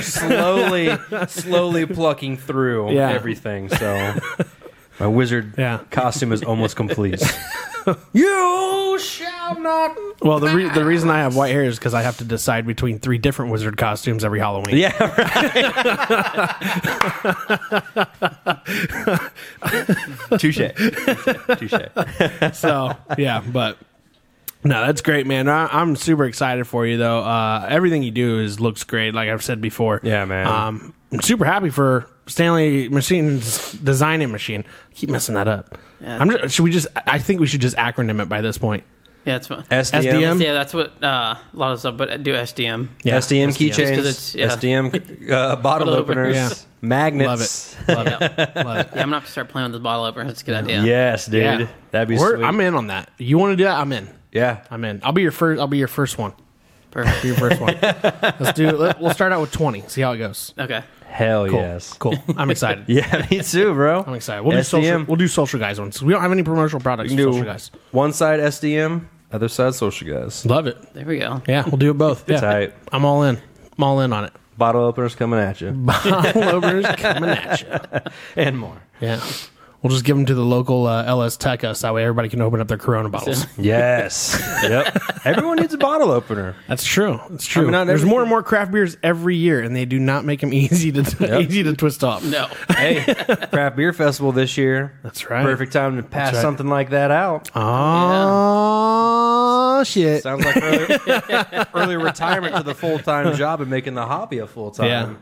<laughs>
slowly, slowly plucking through
Yeah.
everything.
<laughs>
So my wizard
Yeah.
costume is
<laughs>
almost complete. you shall not.
Well, the re- the reason I have white hair is because I have to decide between three different wizard costumes every Halloween.
Yeah, <laughs> right. touche, touche.
So yeah, but no, that's great, man. I, I'm super excited for you though. Uh, everything you do is looks great, like I've said before.
Yeah, man.
Um, I'm super happy for Stanley Machine's designing machine. I keep messing that up.
Yeah.
I'm just, should we just? I think we should just acronym it by this point.
<laughs>
Yeah, it's fun.
SDM?
SDM,
Yeah, that's what uh, a lot of stuff. But do SDM.
Yeah.
SDM
SDM.
keychains,
Just 'cause it's- yeah.
SDM uh, bottle
Bottle
openers,
openers.
Yeah. Love
magnets.
it. Love it.
Yeah.
Love it.
yeah, I'm gonna have to start playing with the bottle opener. That's a good idea.
Yes, dude,
Yeah.
that'd be
We're-
sweet.
I'm in on that. You want to do that? I'm in.
yeah,
I'm in. I'll be your first. I'll be your first one.
Perfect.
Be your first
<laughs>
one. Let's do. Let, we'll start out with 20. See how it goes.
Okay.
hell
Cool.
yes.
Cool. I'm excited.
<laughs> Yeah, me too, bro.
I'm excited. We'll do social. We'll do social guys ones. We don't have any promotional products.
You
For
can E do
social guys.
one side SDM, other side social guys.
Love it.
There we go.
Yeah, we'll do it both. Yeah.
Tight.
I'm all in. I'm all in on it.
Bottle openers coming
<laughs>
at you.
Bottle openers coming at you.
and more.
Yeah. We'll just give them to the local uh, LS Techus. That way everybody can open up their Corona bottles.
<laughs> Yes. yep. Everyone needs a bottle opener.
That's true. That's true.
mean, not
There's
everything-
more and more craft beers every year, and they do not make them easy to <laughs> easy to twist off.
No.
Hey, craft beer festival this year.
That's right.
Perfect time to pass
right. Uh,
something like that out.
Oh shit!
Sounds like
<laughs>
early, early retirement to the full time job and making the hobby a full time.
Yeah.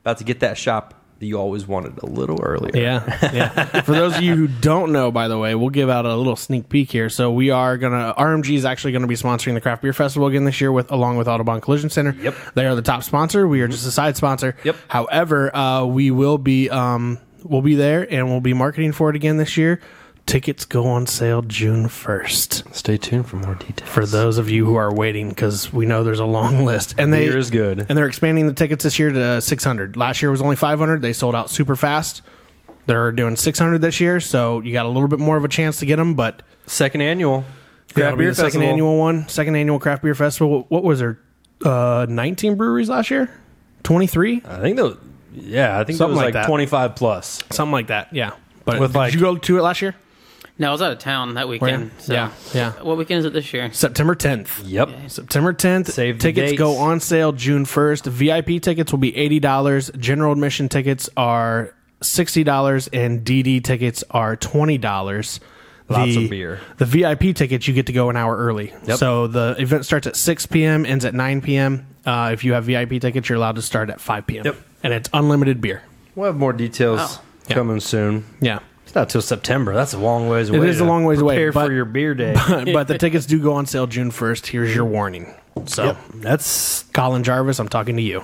About to get that shop that you always wanted a little earlier.
Yeah, yeah. For those of you who don't know, by the way, we'll give out a little sneak peek here. So we are gonna RMG is actually gonna be sponsoring the craft beer festival again this year with along with Audubon Collision Center.
Yep.
they are the top sponsor. We are just a side sponsor.
Yep.
However, uh, we will be um, we'll be there and we'll be marketing for it again this year. Tickets go on sale June first.
Stay tuned for more details.
For those of you who are waiting, because we know there's a long list, and they
Beer is good.
and they're expanding the tickets this year to 600. Last year was only 500. They sold out super fast. They're doing 600 this year, so you got a little bit more of a chance to get them. But
Second annual.
that'll be the second
Festival.
annual one, second annual craft beer festival. What was there? Uh, 19 breweries last year, 23,
I think those. Yeah, I think
Something
something
like
like,
that.
25 plus.
something like that. Yeah, but
With
did
like-
you go to it last year?
No, I was out of town that weekend. So.
Yeah, yeah.
What weekend is it this year?
September 10th.
Yep.
September 10th.
Save the
tickets
dates.
go on sale June 1st. VIP tickets will be $80. General admission tickets are $60 and DD tickets are $20.
Lots of beer.
The VIP tickets you get to go an hour early.
Yep.
So the event starts at 6 p.m., ends at 9 p.m. Uh, if you have VIP tickets, you're allowed to start at 5 p.m.
Yep.
And it's unlimited beer.
We'll have more details
Oh.
Yeah.
coming soon. <laughs>
Yeah.
It's not till September. That's a long ways away.
is a
to
long ways away,
Prepare
but-
for your beer day.
but the tickets do go on sale June 1st. Here's your warning. So,
That's
Colin Jarvis, I'm talking to you.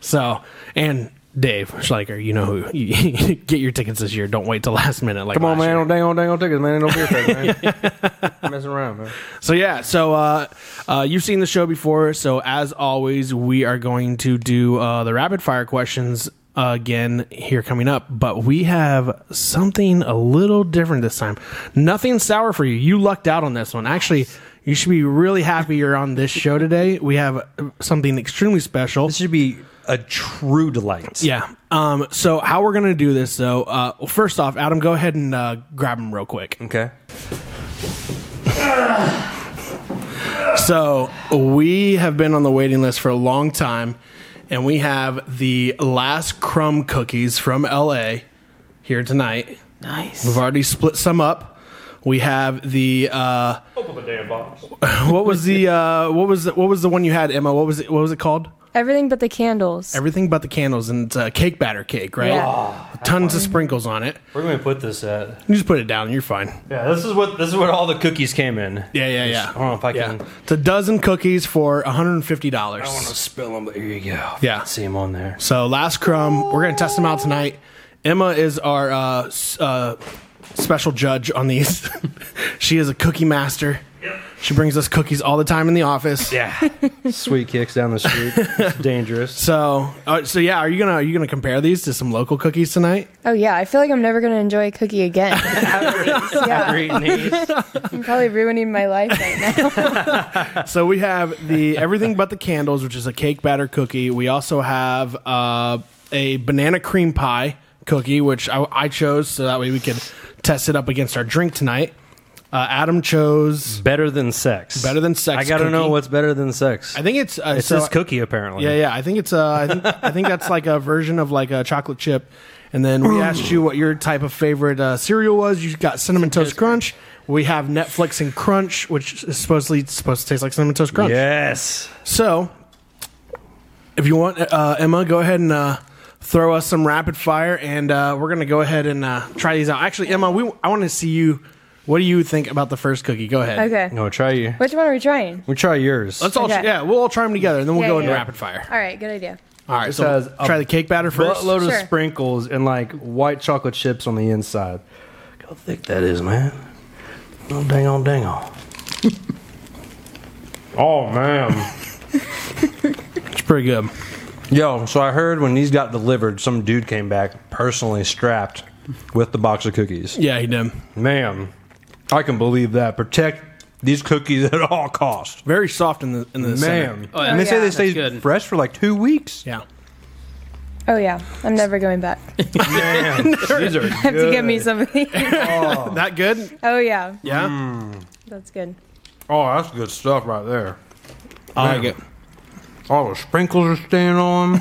so, and Dave Schleicher, you know who. <laughs> get your tickets this year. Don't wait till last minute. Like
come on,
last
man.
year.
Don't dang on dang on tickets, man. Don't beer fest, man.
<laughs>
messing around, man.
So yeah, so uh, uh, you've seen the show before. So as always, we are going to do uh, the rapid fire questions again here coming up. But we have something a little different this time. Nothing sour for you. You lucked out on this one. Actually, you should be really happy you're on this show today. We have uh, something extremely special.
This should be a true delight.
Yeah. Um. So how we're gonna do this though? Uh. well, First off, Adam, go ahead and uh, grab him real quick.
Okay.
So we have been on the waiting list for a long time, and we have the last crumb cookies from LA here tonight.
Nice.
We've already split some up. We have the uh, <laughs> open the damn box. what was the uh, what was the, what was the one you had, Emma? What was it? What was it called?
Everything but the candles.
Everything but the candles, and it's a cake batter cake, right?
Yeah.
Oh,
Tons of sprinkles on it.
We're gonna put this at.
You just put it down, and you're fine.
Yeah, this is what this is what all the cookies came in.
Yeah, yeah, yeah.
I don't know if I
Yeah.
can.
It's a dozen cookies for 150 dollars.
I want to spill them, but here you go.
Yeah.
see them on there.
So last crumb, we're gonna test them out tonight. Emma is our uh, s- uh, special judge on these. <laughs> she is a cookie master. She brings us cookies all the time in the office.
Yeah, <laughs> sweet kicks down the street. It's dangerous.
So, uh, so yeah, are you gonna are you gonna compare these to some local cookies tonight?
oh yeah, I feel like I'm never gonna enjoy a cookie again. <laughs> yeah,
Great knees.
I'm probably ruining my life right now.
So we have the <laughs> everything but the candles, which is a cake batter cookie. We also have uh, a banana cream pie cookie, which I, I chose so that way we could test it up against our drink tonight. Uh, Adam chose.
Better than sex.
Better than sex
I gotta know
cookie.
what's better than sex.
I think it's uh,
it's
so-
this cookie apparently.
Yeah, yeah. I think it's uh, I think I think that's like a version of like a chocolate chip. And then we asked you what your type of favorite uh, cereal was. You got cinnamon toast crunch. We have Netflix and Crunch, which is supposedly it's supposed to taste like cinnamon toast crunch.
Yes.
So, if you want, uh, Emma, go ahead and uh, throw us some rapid fire, and uh, we're gonna go ahead and uh, try these out. Actually, Emma, we I want to see you. What do you think about the first cookie? Go ahead.
Okay,
No, try you.
which one are we trying?
We try yours.
Let's all
Okay.
yeah, we'll all try them together, and then we'll
Yeah,
go
yeah,
into
yeah.
rapid fire.
All right, good idea.
All right,
says
so
a
try the cake batter first.
buttload
Sure.
of sprinkles and like white chocolate chips on the inside. Look how thick that is, man. Oh dang on dang on. <laughs> oh man.
It's pretty good.
Yo, so I heard when these got delivered, some dude came back personally strapped with the box of cookies.
Yeah, he did.
Man, I can believe that. Protect these cookies <laughs> at all costs.
Very soft in the in the center.
Man.
Oh, yeah.
and they say they
That's
stay
good.
fresh for like two weeks.
Yeah.
Oh yeah, I'm never going back.
Man, <laughs> these are
Have to get me something.
That good?
<laughs> oh yeah,
Yeah.
that's good.
Oh, that's good stuff right there.
I like it.
All the sprinkles are staying <laughs> on.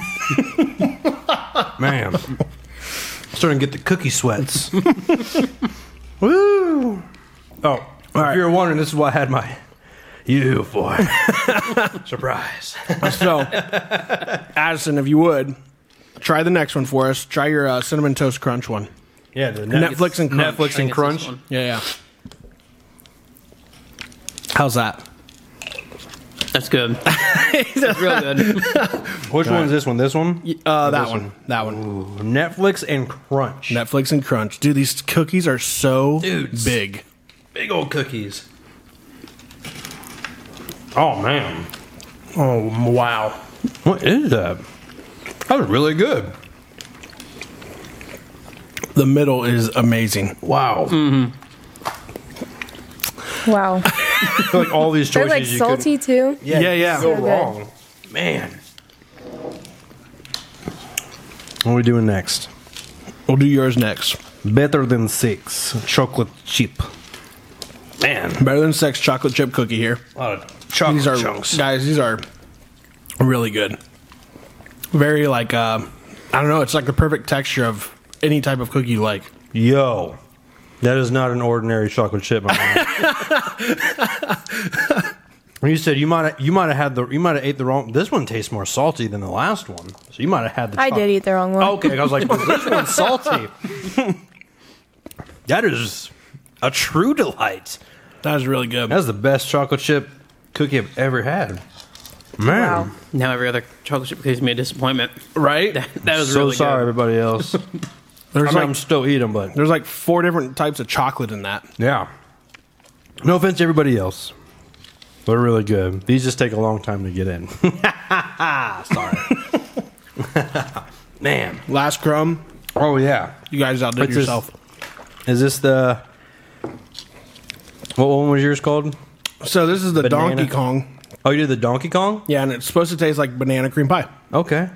Man. Starting to get the cookie sweats. <laughs> Woo! Oh,
right.
if you're wondering, this is why I had my you for <laughs> surprise.
So, Addison, if you would, try the next one for us. Try your uh, cinnamon toast crunch one.
Yeah, the
Netflix and Crunch.
Netflix and
I guess this
Crunch.
one.
Yeah, yeah. How's that? <laughs>
That's good. That's real good.
Which one's this one? This one?
Uh, that
this
one. That one.
Ooh, Netflix and Crunch.
Netflix and Crunch. Dude, these cookies are so
Dudes.
big.
Big old cookies. Oh man,
Oh wow.
what is that? That was really good.
The middle is amazing.
Wow.
Wow,
like all these
they're
choices
like
you could-
salty too.
Yeah, yeah.
So good.
Man. What are we doing next?
We'll do yours next.
Better than six. Chocolate chip. Man.
Better than sex chocolate chip cookie here.
A lot of chocolate
These are
chunks.
guys. These are really good. Very like uh, I don't know. It's like the perfect texture of any type of cookie you like.
Yo. That is not an ordinary chocolate chip, my <laughs> man. When you said you might have- you might have had the you might have ate the wrong this one tastes more salty than the last one. So you might have had the
I
chocolate.
did eat the wrong one.
Oh. Okay, I was like, "Is this one's salty. that is a true delight.
That is really good.
That's the best chocolate chip cookie I've ever had. Man,
Wow.
Now every other chocolate chip gives me a disappointment.
right?
<laughs>
That was
so
really
sorry,
good.
everybody <laughs> else. I mean,
There's
I'm
like
still eating, but
there's like four different types of chocolate in that.
yeah. No offense to everybody else. They're really good. These just take a long time to get in. <laughs> sorry. <laughs> Man.
Last crumb,
Oh yeah.
you guys outdid
It's just-
yourself.
Is this the what one was yours called?
so this is the
Banana.
Donkey Kong.
Oh, you did the Donkey Kong?
Yeah, and it's supposed to taste like banana cream pie.
Okay.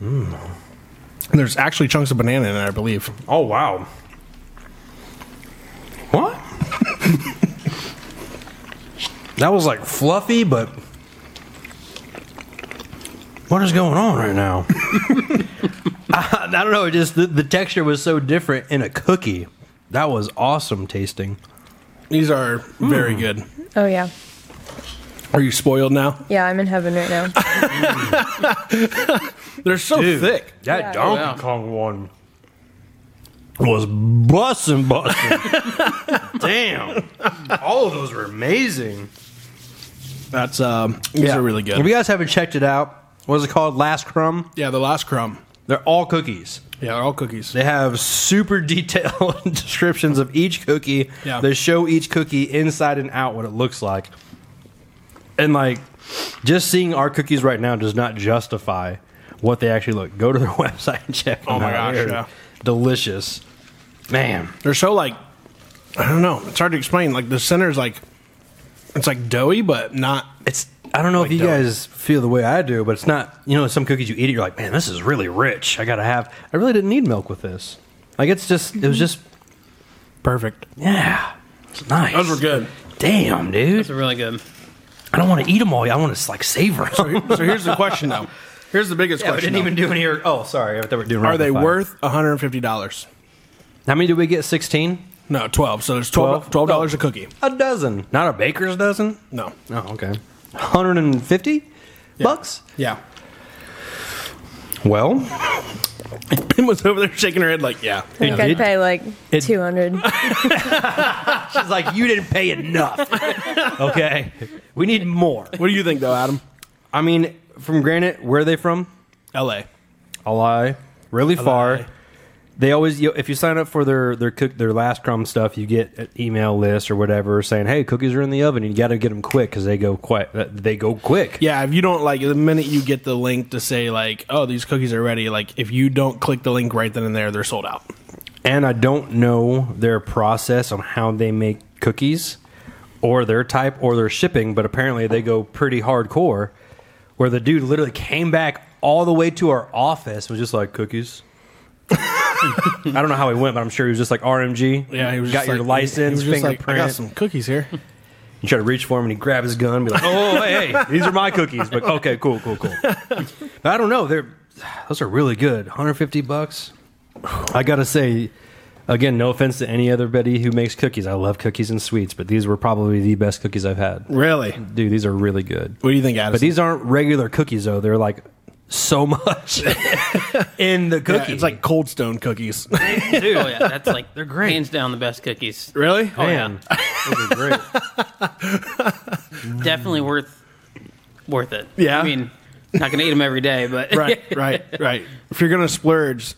And there's actually chunks of banana in it, I believe.
Oh wow. What? <laughs> that was like fluffy, but what is going on right now? <laughs> I, I don't know. It just the, the texture was so different in a cookie. That was awesome tasting. Hmm.
These are very good.
Oh yeah.
Are you spoiled now?
Yeah, I'm in heaven right now.
They're
Oh,
so thick.
That
Yeah.
Donkey
Yeah.
Kong one was bussin' bussin'. <laughs> Damn. All of those were amazing.
That's um, these are really
If
good.
you guys haven't checked it out, what is it called? Last Crumb?
Yeah, the last crumb.
They're all cookies.
Yeah, they're all cookies.
They have super <laughs> detailed descriptions of each cookie.
Yeah.
They show each cookie inside and out what it looks like. And like just seeing our cookies right now does not justify what they actually look. Go to their <laughs> website and check.
Oh
them
my gosh,
out. They're
yeah.
Delicious. Man.
They're so like I don't know. It's hard to explain. Like the center's like it's like doughy, but not.
It's I don't know if you
dough.
guys feel the way I do, but it's not you know, some cookies you eat it, you're like, Man, this is really rich. I gotta have I really didn't need milk with this. Like it's just
Mm-hmm.
it was just
Perfect.
yeah. It's nice.
Those were good.
Damn, dude.
It's really good.
I don't want to eat them all. I want to like savor them.
So here's the question
<laughs>
though. Here's the biggest question. though.
do any. Oh, sorry. I thought we were doing
Are they
rapid fire.
worth $150?
How many did we get? Sixteen.
No, 12. So there's 12
Twelve?
dollars a cookie.
A dozen, not a baker's dozen.
No.
Oh, okay. Hundred and fifty bucks.
Yeah. <laughs>
Well,
Pim was over there shaking her head like, yeah.
I think
did-
I'd pay like
it-
200.
she's like, you didn't
<laughs>
pay enough. okay, we need more.
What do you think though, Adam?
I mean, from granted, where are they from?
LA.
A lie. Really
lie.
far. They always, you if you sign up for their their cook their last crumb stuff, you get an email list or whatever saying, "Hey, cookies are in the oven. and You got to get them quick because they go quite they go quick."
Yeah, if you don't like the minute you get the link to say like, oh, these cookies are ready, like if you don't click the link right then and there, they're sold out.
and I don't know their process on how they make cookies or their type or their shipping, but apparently they go pretty hardcore. Where the dude literally came back all the way to our office and was just like cookies. <laughs> I don't know how he went, but I'm sure he was just like RMG.
Yeah, he was
got
just
your
like-
license,
he was just like,
fingerprint.
I got some cookies here.
You try to reach for him, and he grab his gun, and be like, "Oh, hey, hey, these are my cookies." But okay, cool, cool, <laughs> cool. But I don't know. They're those are really good. 150 bucks. I gotta say, again, no offense to any other Betty who makes cookies. I love cookies and sweets, but these were probably the best cookies I've had.
Really?
<laughs> Dude, these are really good.
What do you think, Addison?
But these aren't regular cookies though. They're like so <laughs> much in the
Yeah,
cookie.
Uh, it's like Cold Stone
<laughs>
cookies.
Dude. Oh yeah,
<laughs>
that's like they're
great.
Hands down the best cookies.
really?
Oh, yeah.
man, <laughs> those are great.
Definitely worth worth it.
Mm. Yeah.
I mean, not gonna eat them every day, but
<laughs> <laughs>
<laughs>
<laughs>
Right, right, right. If you're gonna splurge,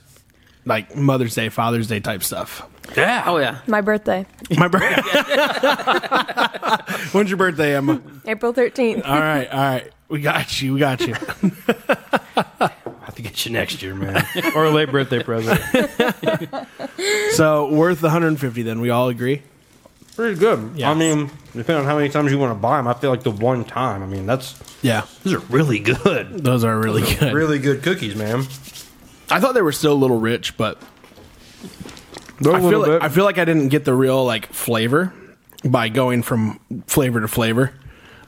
like Mother's Day, Father's Day type stuff.
Yeah.
Oh yeah.
My birthday,
My birthday. <laughs> When's your birthday, Emma?
April 13th.
All right, all right. We got you. We got you.
I have to get you next year, man, <laughs> or a late birthday present.
So worth 150. Then we all agree.
pretty good.
Yeah.
I mean, depending on how many times you want to buy them, I feel like the one time. I mean, that's
Yeah,
these are really good,
those are really good.
really good cookies, man.
I thought they were still a little rich, but
They're
I feel like, I feel like I didn't get the real like flavor by going from flavor to flavor.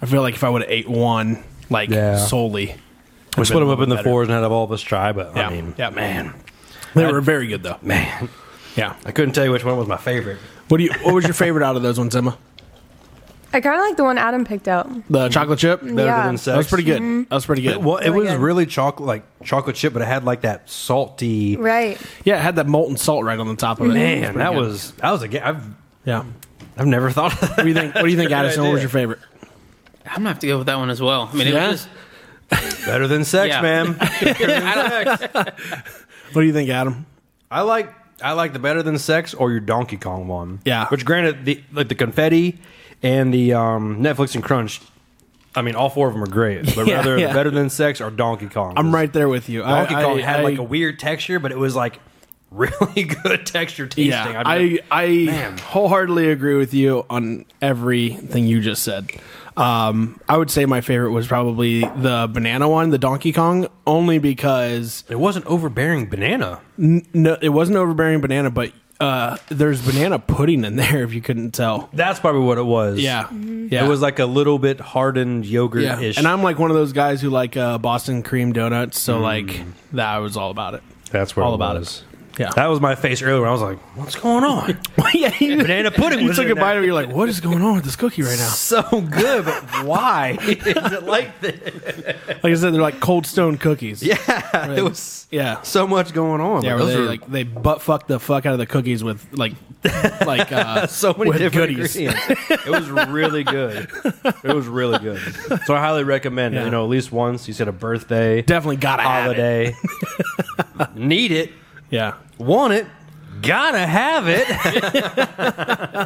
I feel like if I would have ate one like
Yeah.
solely,
we split them up in the
better.
fours and had all of us try, but
Yeah,
I mean,
yeah.
man,
they were very good
<laughs>
though.
man,
Yeah.
I couldn't tell you which one was my favorite.
What do you? What was your favorite out of those ones, Emma?
I kind of like the one Adam picked out.
Mm.
The chocolate chip.
Mm-hmm.
Better Yeah. than
That was pretty good. That was pretty good.
Well, it
Really
was
good.
really chocolate, like chocolate chip, but it had like that salty.
Right.
Yeah, it had that molten salt right on the top of it. It
Man,
pretty
that
good.
was that was a ga- I've
yeah.
I've never thought of that.
What do you think? What do you think,
<laughs> Good
Addison? What was
idea.
your favorite?
I'm gonna have to go with that one as well. I mean, it
Yeah?
was just <laughs>
Better than sex,
<laughs>
Yeah.
man.
What do you think, Adam?
I like I like the better than sex or your Donkey Kong one.
Yeah.
Which granted the like the confetti and the um, Netflix and Crunch I mean all four of them
<laughs>
are great. But
Yeah,
rather
yeah.
better than sex or Donkey Kong.
I'm right there with you.
Donkey
I,
Kong
I-
had
I-
like a weird texture, but it was like <laughs> really good texture tasting.
yeah.
I'd be
I
like,
I
Man.
wholeheartedly agree with you on everything you just said. Um, I would say my favorite was probably the banana one, the Donkey Kong, only because
it wasn't overbearing banana.
no, it wasn't overbearing banana, but uh, there's banana pudding in there if you couldn't tell.
That's probably what it was.
Yeah, yeah.
It was like a little bit hardened yogurt
Yeah.
ish.
And I'm like one of those guys
Mm.
who like uh, Boston cream donuts, so like that was all about it.
That's what
all
it
about
was.
it. Yeah.
That was my face earlier when I was like, what's going on?
<laughs> yeah, you,
Banana pudding
You
was
took
in
a bite
that.
of it. You're like, what is going on with this cookie right now?
<laughs> so good, but why <laughs> is it like this?
Like I said, they're like cold stone cookies. Yeah,
It was
yeah.
so much going on.
Yeah, where
Like, those
they,
are
like they butt fuck the fuck out of the cookies with like like
<laughs>
uh,
so many
with
different
goodies.
<laughs> ingredients. It was really good. It was really good. So I highly recommend it.
Yeah.
You know, at least once. You said a <laughs> birthday,
Definitely gotta have it.
holiday. <laughs> Need it,
Yeah,
want it, gotta have it. <laughs>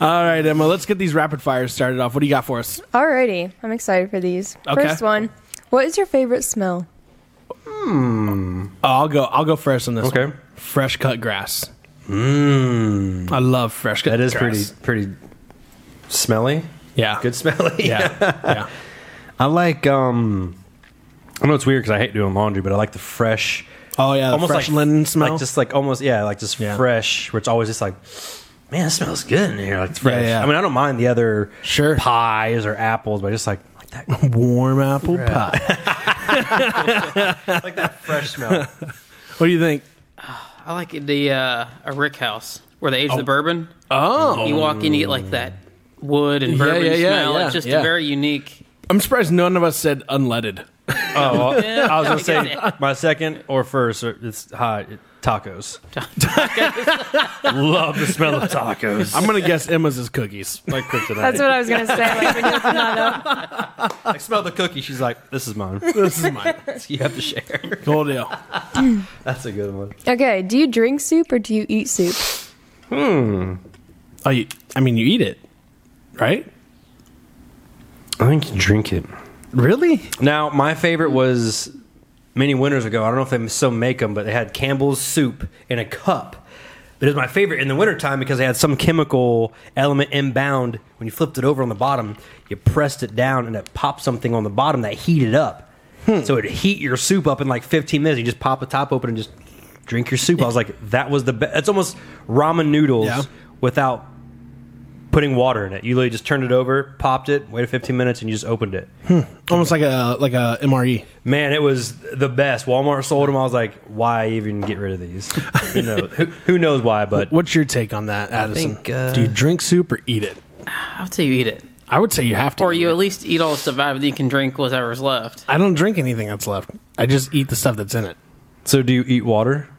All right, Emma, let's get these rapid fires started off. What do you got for us?
Alrighty, I'm excited for these.
Okay.
First one. What is your favorite smell?
Oh, I'll go. I'll go first on this.
Okay.
one. fresh cut grass.
Mm.
Mmm. I love fresh cut.
That is
grass.
pretty pretty smelly.
Yeah.
Good smelly.
Yeah. yeah.
<laughs> I like um I know it's weird because I hate doing laundry, but I like the fresh
Oh yeah. The fresh linen smell.
Like just like almost yeah, like just
Yeah.
fresh, where it's always just like Man, it smells good in here. Like it's fresh.
yeah.
I mean, I don't mind the other
Sure.
pies or apples, but I just like like that
warm apple pie.
<laughs> like that fresh smell.
<laughs> What do you think?
I like the uh, a Rick House where they age the bourbon.
Oh,
You walk in, you get like that wood and bourbon
yeah, yeah,
smell.
yeah,
it's just
yeah.
very unique.
I'm surprised none of us said unleaded.
<laughs> Oh, I was gonna <laughs> say
Yeah.
my second or first. Or it's hot tacos. <laughs> Love the smell of tacos.
I'm gonna guess Emma's is cookies.
like kryptonite.
That's what I was gonna say. Like, when you
I smell the cookie. She's like, "This is mine.
This is mine.
you have to share."
Cool deal.
That's a good one.
<laughs> okay, do you drink soup or do you eat soup?
Oh, you, I mean, you eat it, right?
I think you drink it.
Really?
Now, my favorite was many winters ago. I don't know if they still make them, but they had Campbell's soup in a cup. But it was my favorite in the wintertime because they had some chemical element inbound. When you flipped it over on the bottom, you pressed it down and it popped something on the bottom that heated up. So it'd heat your soup up in like 15 minutes. You just pop the top open and just drink your soup. I was like, that was the best. It's almost ramen noodles
Yeah.
without putting water in it. You literally just turned it over, popped it, waited 15 minutes, and you just opened it.
Almost like a like a E. MRE.
Man, it was the best. Walmart sold them. I was like, why even get rid of these?
<laughs>
who, knows, who, who knows why, but
What's your take on that, Addison?
think, uh,
do you drink soup or eat it?
I would say you eat it,
I would say you have to.
or
eat
you
it.
at least eat all the stuff out of it. You can drink whatever's left.
I don't drink anything that's left. I just eat the stuff that's in it.
so do you eat water?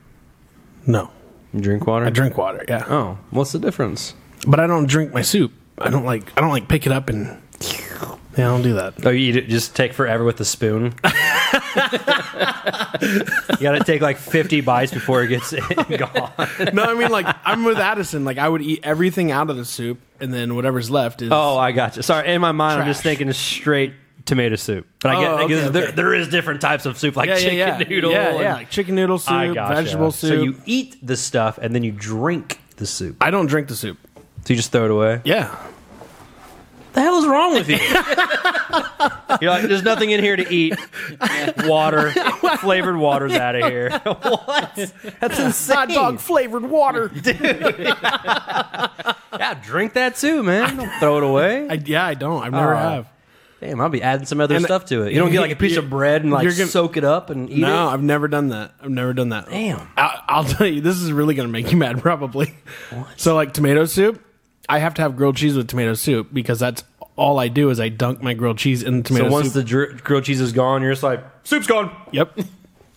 No,
You drink water?
I drink water. Yeah,
Oh, what's the difference?
but I don't drink my soup. I don't like. I don't like pick it up and. Yeah, I don't do <laughs> that.
Oh, you eat it, just take forever with
<laughs>
the spoon. you got to take like 50 bites before it gets <laughs> gone.
No, I mean like I'm with Addison. Like I would eat everything out of the soup, and then whatever's left is.
Oh, I got you. Sorry, in my mind, I'm just
Trash.
thinking straight tomato soup. But I get,
Oh,
I guess
okay,
there,
okay.
there is different types of soup, like
yeah,
chicken
yeah, yeah.
noodle.
Yeah,
and-
yeah, like chicken noodle soup,
I gotcha.
vegetable soup.
So you eat the stuff and then you drink the soup.
I don't drink the soup.
So you just throw it away?
Yeah,
The hell is wrong with you? <laughs> You're like, there's nothing in here to eat. Water, flavored water's out of here. <laughs> what? That's insane.
hot dog flavored water.
Yeah, drink that too, man. Don't throw it away.
<laughs> I, yeah, I don't. I've never
Oh.
have.
Damn, I'll be adding some other
And-
stuff to it. You don't get like a piece of bread and like
You're gonna-
soak it up and eat
No,
it.
I've never done that. I've never done that.
Damn.
I, I'll <laughs> tell you, this is really going to make you mad, <laughs> probably. So, like tomato soup, I have to have grilled cheese with tomato soup because that's all I do is I dunk my grilled cheese in the tomato
So once
soup.
the dr- grilled cheese is gone, you're just like, soup's gone.
yep. <laughs>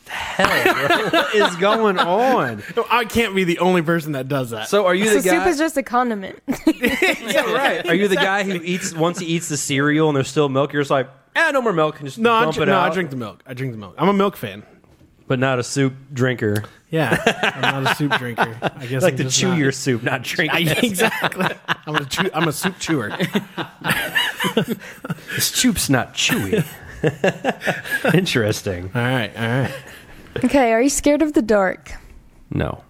Hell, bro, what is going on?
No, I can't be the only person that does that.
<laughs> So are you
So
the guy?
soup is just a condiment.
Yeah, right. Are you the guy who eats once he eats the cereal and there's still milk? You're just like, ah, no more milk. And just
no, I,
dump
dr-
it
no
out.
I drink the milk. I drink the milk. I'm a milk fan.
but not a soup drinker.
Yeah. I'm not a
<laughs>
soup drinker. I guess
like
I'm
to
just
chew
not.
your soup, <laughs> not drink.
I,
it.
exactly. <laughs> I'm a chew, I'm a soup <laughs> chewer.
This soup's not <laughs> chewy. Interesting.
All right, all right.
<laughs> okay, are you scared of the dark?
No,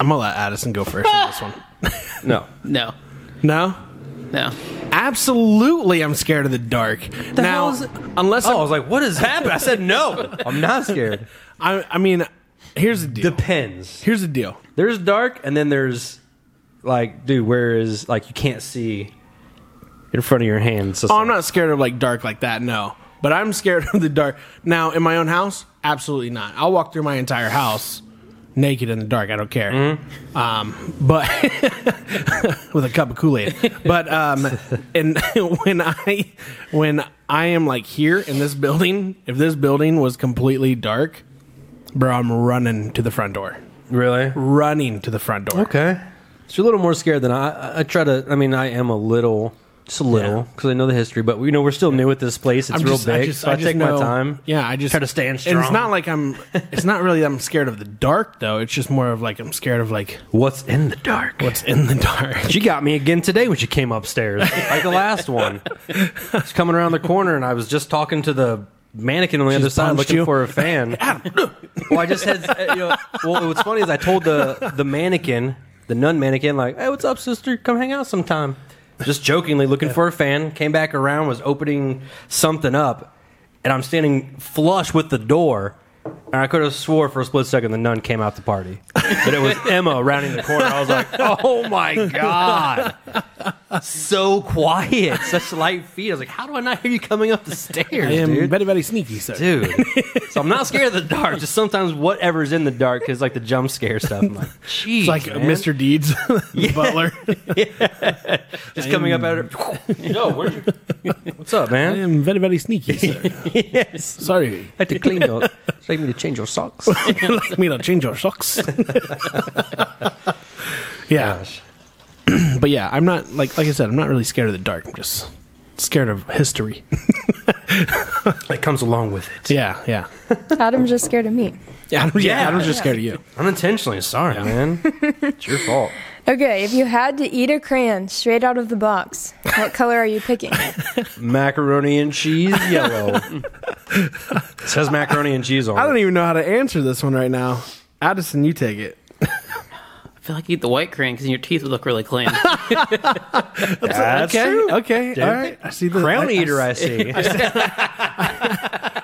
I'm gonna let Addison go first on this one.
no.
No,
No,
no.
Absolutely, I'm scared of the dark. now,
hell is it-
unless
Oh, I was like, what is happening? I said no. I'm not scared.
I, I mean, here's the deal.
Depends.
here's the deal.
There's dark, and then there's like, dude, where is like you can't see in front of your hands.
Oh, I'm not scared of like dark like that. No, but <laughs> I'm scared of the dark. Now, in my own house, absolutely not. I'll walk through my entire house, naked in the dark. I don't care. Um, but <laughs> with a cup of Kool Aid. But um, <laughs> and when I when I am like here in this building, if this building was completely dark, bro, I'm running to the front door.
Really?
Running to the front door.
Okay. So you're a little more scared than I. I- I try to. I mean, I am a little, just a little, because I know the history. But you know, we're still new at this place. It's
I'm
real
just-
big, so I,
just
take my
know-
time.
Yeah, I just
Try to stand
And it's
strong.
not like I'm. It's not really. I'm scared of the dark though. It's just more of like I'm scared of like
What's in the dark?
what's in the
<laughs>
dark.
She got me again today when she came upstairs, like the last one. She's coming around the corner, and I was just talking to the mannequin on the other side
punched
looking
you?
for
<laughs>
a fan. well, I just had, uh, you know, well, what's funny is I told the the mannequin, the nun mannequin, like, "Hey, what's up, sister? Come hang out sometime." Just jokingly looking for a fan, came back around, was opening something up, and I'm standing flush with the door. And I could have swore for a split second the nun came out the party, but <laughs> it was Emma rounding the corner. I was like, "Oh my god!" So quiet, such light feet. I was like, "How do I not hear you coming up the stairs?"
I am
dude?
very very sneaky, sir.
dude. so I'm not scared of the dark. Just sometimes whatever's in the dark is like the jump scare stuff. I'm <laughs> like, jeez,
It's like
man.
Mr. Deeds, <laughs> the
<laughs>
butler.
just coming up at her.
<laughs>
Yo, where'd you- what's up,
I
man?
am very very sneaky, sir.
<laughs> yes,
Sorry, <laughs>
I had to clean <laughs> your. Like me to change your socks.
like me to change your socks. <laughs> yeah, <clears throat> but yeah, I'm not like like I said, I'm not really scared of the dark. I'm just scared of
<laughs>
history.
<laughs> It comes along with it.
yeah, yeah.
Adam's just scared of me.
Yeah, Adam, <laughs> yeah,
Yeah.
Adam's just scared of you.
Unintentionally, sorry, man. <laughs> It's your fault.
Okay, if you had to eat a crayon straight out of the box, what color are
<laughs>
you picking?
Macaroni and cheese, <laughs> yellow. It says macaroni and cheese
I
on
don't
it.
even know how to answer this one right now. Addison, you take it.
I feel like you eat the white crayon because your teeth would look
<laughs>
really clean.
That's
okay,
true.
okay, all right. I see the
Crown
I-
eater, I see.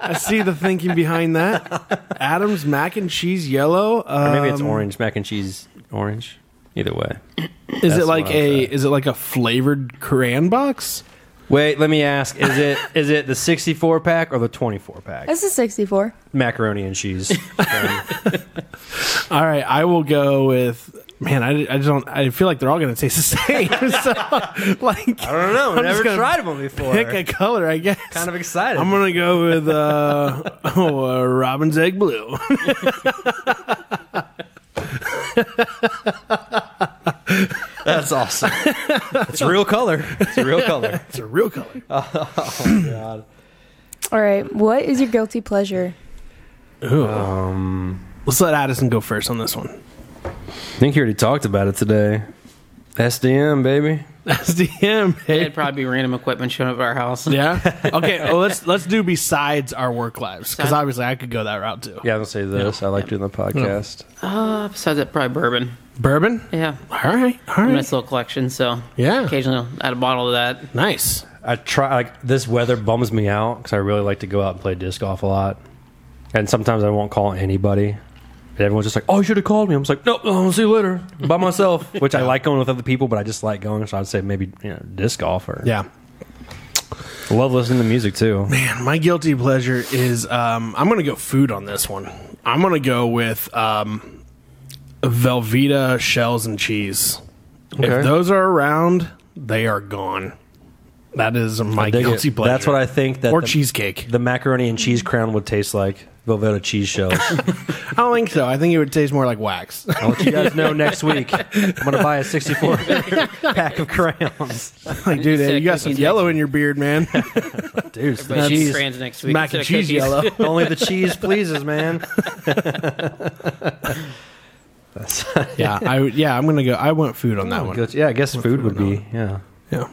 I see the thinking behind
<laughs>
that. Adam's mac and cheese yellow. Um,
Maybe it's orange mac and cheese. Orange. Either way.
Is it
That's
like
what I
a
thought.
is it like a flavored crayon box?
Wait, let me ask: Is it is it the sixty four pack or the twenty four pack?
That's a 64.
Macaroni and <laughs> cheese. Um,
All right, I will go with. Man, I, I just don't. I feel like they're all going to taste the same. <laughs> so, like, I
don't know. Never
gonna
tried them before.
Pick a color, I guess.
kind of excited.
I'm gonna go with uh, <laughs> oh, uh, robin's egg blue. <laughs>
That's awesome. <laughs> it's a real color. It's <laughs> a real color.
It's a real color.
All right, what is your guilty pleasure?
Ooh. Um, Let's let Addison go first on this one.
I think you already talked about it today. SDM baby.
<laughs> SDM, babe.
It'd probably be random equipment showing up at our house.
Yeah. <laughs> Okay. Well, let's let's do besides our work lives because obviously I could go that route too.
Yeah, I'm gonna say this. I like doing the podcast.
Uh, besides that, probably bourbon.
Bourbon.
Yeah.
All right. All right.
Nice little collection. So
Yeah.
occasionally I'll add a bottle of that.
Nice.
I try. Like this weather bums me out because I really like to go out and play disc golf a lot, and sometimes I won't call anybody. And everyone's just like, "Oh, you should have called me." I'm just like, "Nope, I'll see you later by myself." Which I like going with other people, but I just like going. So I'd say maybe you know, disc golf or
Yeah.
Love listening to music too.
Man, my guilty pleasure is um, I'm gonna go food on this one. I'm gonna go with um, Velveeta shells and cheese.
Okay.
If those are around, they are gone. That is my
Dig
guilty
it.
pleasure.
That's what I think that
or
the,
cheesecake.
the macaroni and cheese crown would taste like. Velveta cheese <laughs> shells.
I don't think so. I think it would taste more like wax. <laughs>
I'll let you guys know next week. I'm gonna buy a
<laughs>
64 pack of crayons.
like, dude, you got some yellow in your beard, man.
Dude, it's the
But
cheese.
strands next week.
Mac
instead
and
of
cheese
cookies.
yellow.
Only the cheese pleases, <laughs> man.
<laughs> yeah, I would- yeah, I'm gonna go. I want food on that one.
Guilty- yeah, I guess food would be. Yeah.
Yeah.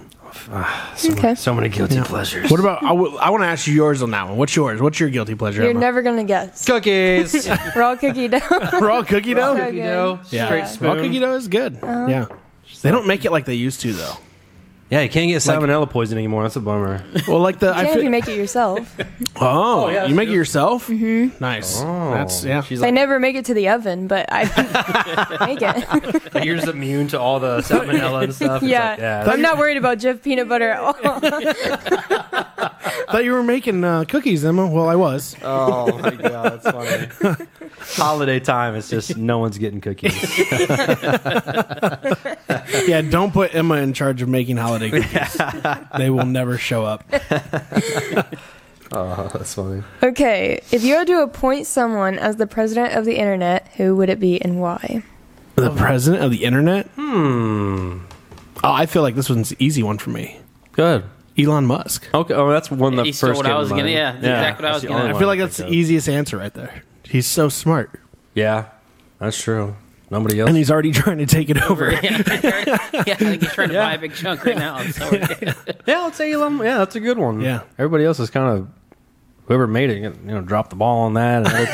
Okay.
So many guilty pleasures.
What about? I, w- I want to ask you yours on that one. What's yours? What's your guilty pleasure?
You're
Emma?
never going
<laughs>
to guess.
cookies?
Raw
<laughs>
cookie dough.
<laughs> raw cookie dough.
<laughs> So good.
dough.
yeah.
Straight
raw
spoon.
Uh-huh.
cookie dough is good. Yeah, they don't make it like they used to though.
Yeah, you can't get salmonella poison anymore. That's a bummer.
<laughs> Well, like the I
Can if
feel,
you make it yourself.
oh,
yeah,
you make it
it's-
yourself. Mm-hmm. Nice. That's yeah.
She's
I
like,
never make it to the oven, but I
<laughs>
make it.
yours immune to all
<laughs>
the salmonella and stuff. It's
yeah.
like, yeah.
I'm not worried about Jeff peanut butter at all. <laughs>
Thought you were making uh, cookies, Emma. Well, I was.
Oh my god, that's funny. <laughs> Holiday time, it's just no one's getting <laughs> cookies.
yeah, don't put Emma in charge of making <laughs> holiday cookies. they will never show <laughs> up.
oh, that's funny.
okay, if you had to appoint someone as the president of the internet, who would it be and why?
The president of the internet? Hmm. Oh, I feel like this one's an easy one for me.
Good.
Elon Musk.
Okay. Oh, that's one of the
He stole
first.
what I
came to
was gonna-
mind.
yeah, that's exactly what
that's
I was
the
gonna-
only
I
I
one
feel like
could
that's
think
the
of.
easiest answer right there. He's so smart.
Yeah, that's true. Nobody else.
And he's already <laughs> trying to take it over.
yeah,
<laughs>
I think he's trying to buy a big chunk right now. So
yeah, let's say Elon. Yeah, that's a good one.
Yeah.
Everybody else is kind of whoever made it. You know, dropped the ball on that, and other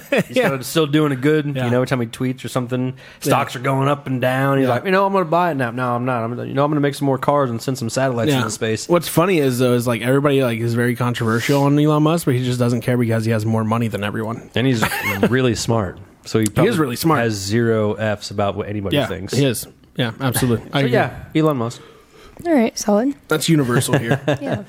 <laughs> people. He's
Yeah.
kinda still doing it good.
Yeah.
You know, every time he tweets or something, stocks are going up and down. He's like, you know, I'm going to buy it now. No, I'm not. I'm gonna, you know, I'm going to make some more cars and send some satellites into space.
What's funny is though is like everybody like is very controversial on Elon Musk, but he just doesn't care because he has more money than everyone.
And he's really smart. So he, probably
really smart.
Has zero f's about what anybody
Yeah,
thinks.
he is. Yeah, absolutely. I
So
agree.
yeah, Elon Musk.
All
<laughs>
right, solid.
that's universal here.
Yeah.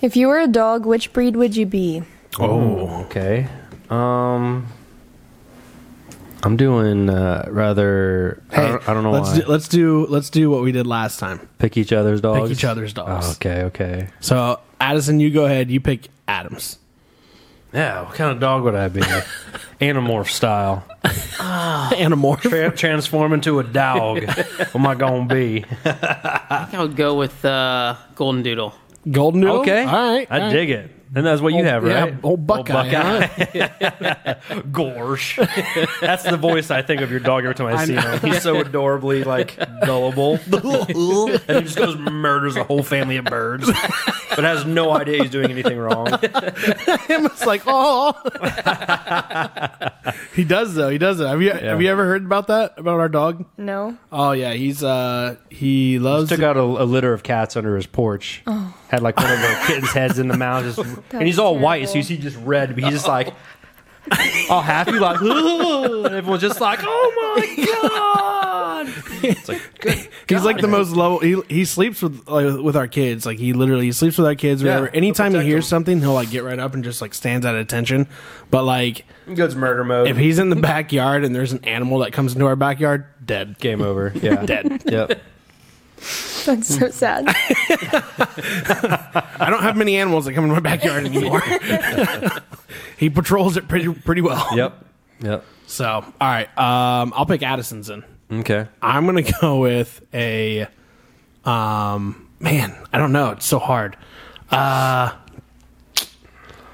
if you were a dog, which breed would you be?
oh,
Okay. Um, I'm doing uh, rather. I, don't, I don't know
let's
why.
Do, let's do let's do what we did last time.
pick each other's dogs.
each other's dogs.
Oh, okay. Okay.
So Addison, you go ahead. You pick Adams.
Yeah. What kind of dog would <laughs> I be? Animorph style.
<laughs> Animorph.
Tra- transform into a <laughs> dog. what am I gonna be?
I think I would go with uh, Golden Doodle.
Golden Doodle.
Okay.
All right.
I dig it. And that's what you have,
yeah,
right?
old Buckeye,
<laughs> Gorsh. That's the voice I think of your dog every time I, see him. He's so adorably like gullible, <laughs> and he just goes murders a whole family of birds, but has no idea he's doing anything wrong.
It's like oh. <laughs> he does though. He does it. Have you have you ever heard about that about our dog?
No.
Oh yeah, he's uh he loves
Took out a, a litter of cats under his porch. Had like one of the kittens' heads in the mouth, just, and he's all white, so you
terrible.
see just red, but he's just like all happy, like and everyone's just like, oh my god. It's like good
He's like the most low. He, he sleeps with like, with our kids. Like he literally he sleeps with our kids.
Yeah,
Whatever. Anytime he
protect
hears
them.
something, he'll like get right up and just like stands at attention. But like
goes murder mode.
if he's in the backyard and there's an animal that comes into our backyard, dead.
Game over. Yeah.
Dead.
Yep.
That's so sad.
I don't have many animals that come in my backyard
<laughs>
anymore. <laughs> he patrols it pretty pretty well.
Yep. Yep.
So all right, um, I'll pick Addison's in.
Okay.
I'm gonna <laughs> go with a, um, man, I don't know. It's so hard.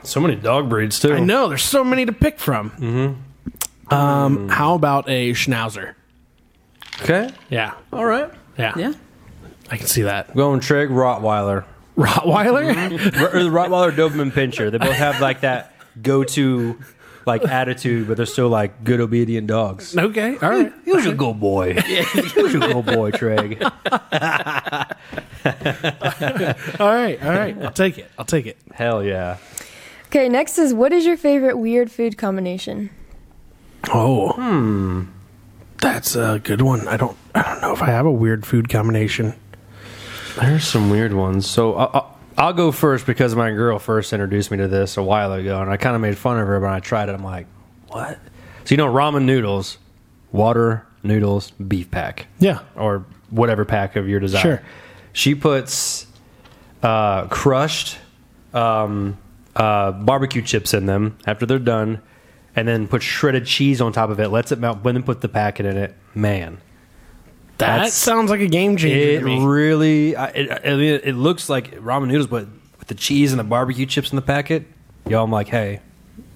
So many dog breeds too.
I know there's so many to pick from. Oh. Mm-hmm. Um, how about a schnauzer?
Okay.
Yeah,
All right.
yeah,
Yeah.
I can see that.
Going Trig Rottweiler.
Rottweiler.
R- or the Rottweiler Doberman Pinscher. They both have like that go-to like attitude, but they're still like good obedient dogs.
<laughs> okay, all right.
He was a good <laughs> boy. He was a good boy, Trig.
All right, all right. I'll take it. I'll take it.
Hell yeah.
okay, next is what is your favorite weird food combination?
Oh, hmm. That's a good one. I don't. I don't know if I have a weird food combination.
There's some weird ones. So I, I, I'll go first because my girl first introduced me to this a while ago, and I kind of made fun of her when I tried it. I'm like, what? So you know, ramen noodles, water noodles, beef pack,
Yeah.
or whatever pack of your desire.
Sure.
She puts uh, crushed um, uh, barbecue chips in them after they're done, and then puts shredded cheese on top of it, lets it melt, but then put the packet in it. Man.
That
That's-
sounds like a game changer
It
to me.
really, I, it, I mean, it looks like ramen noodles, but with the cheese and the barbecue chips in the packet, yo, I'm like, hey,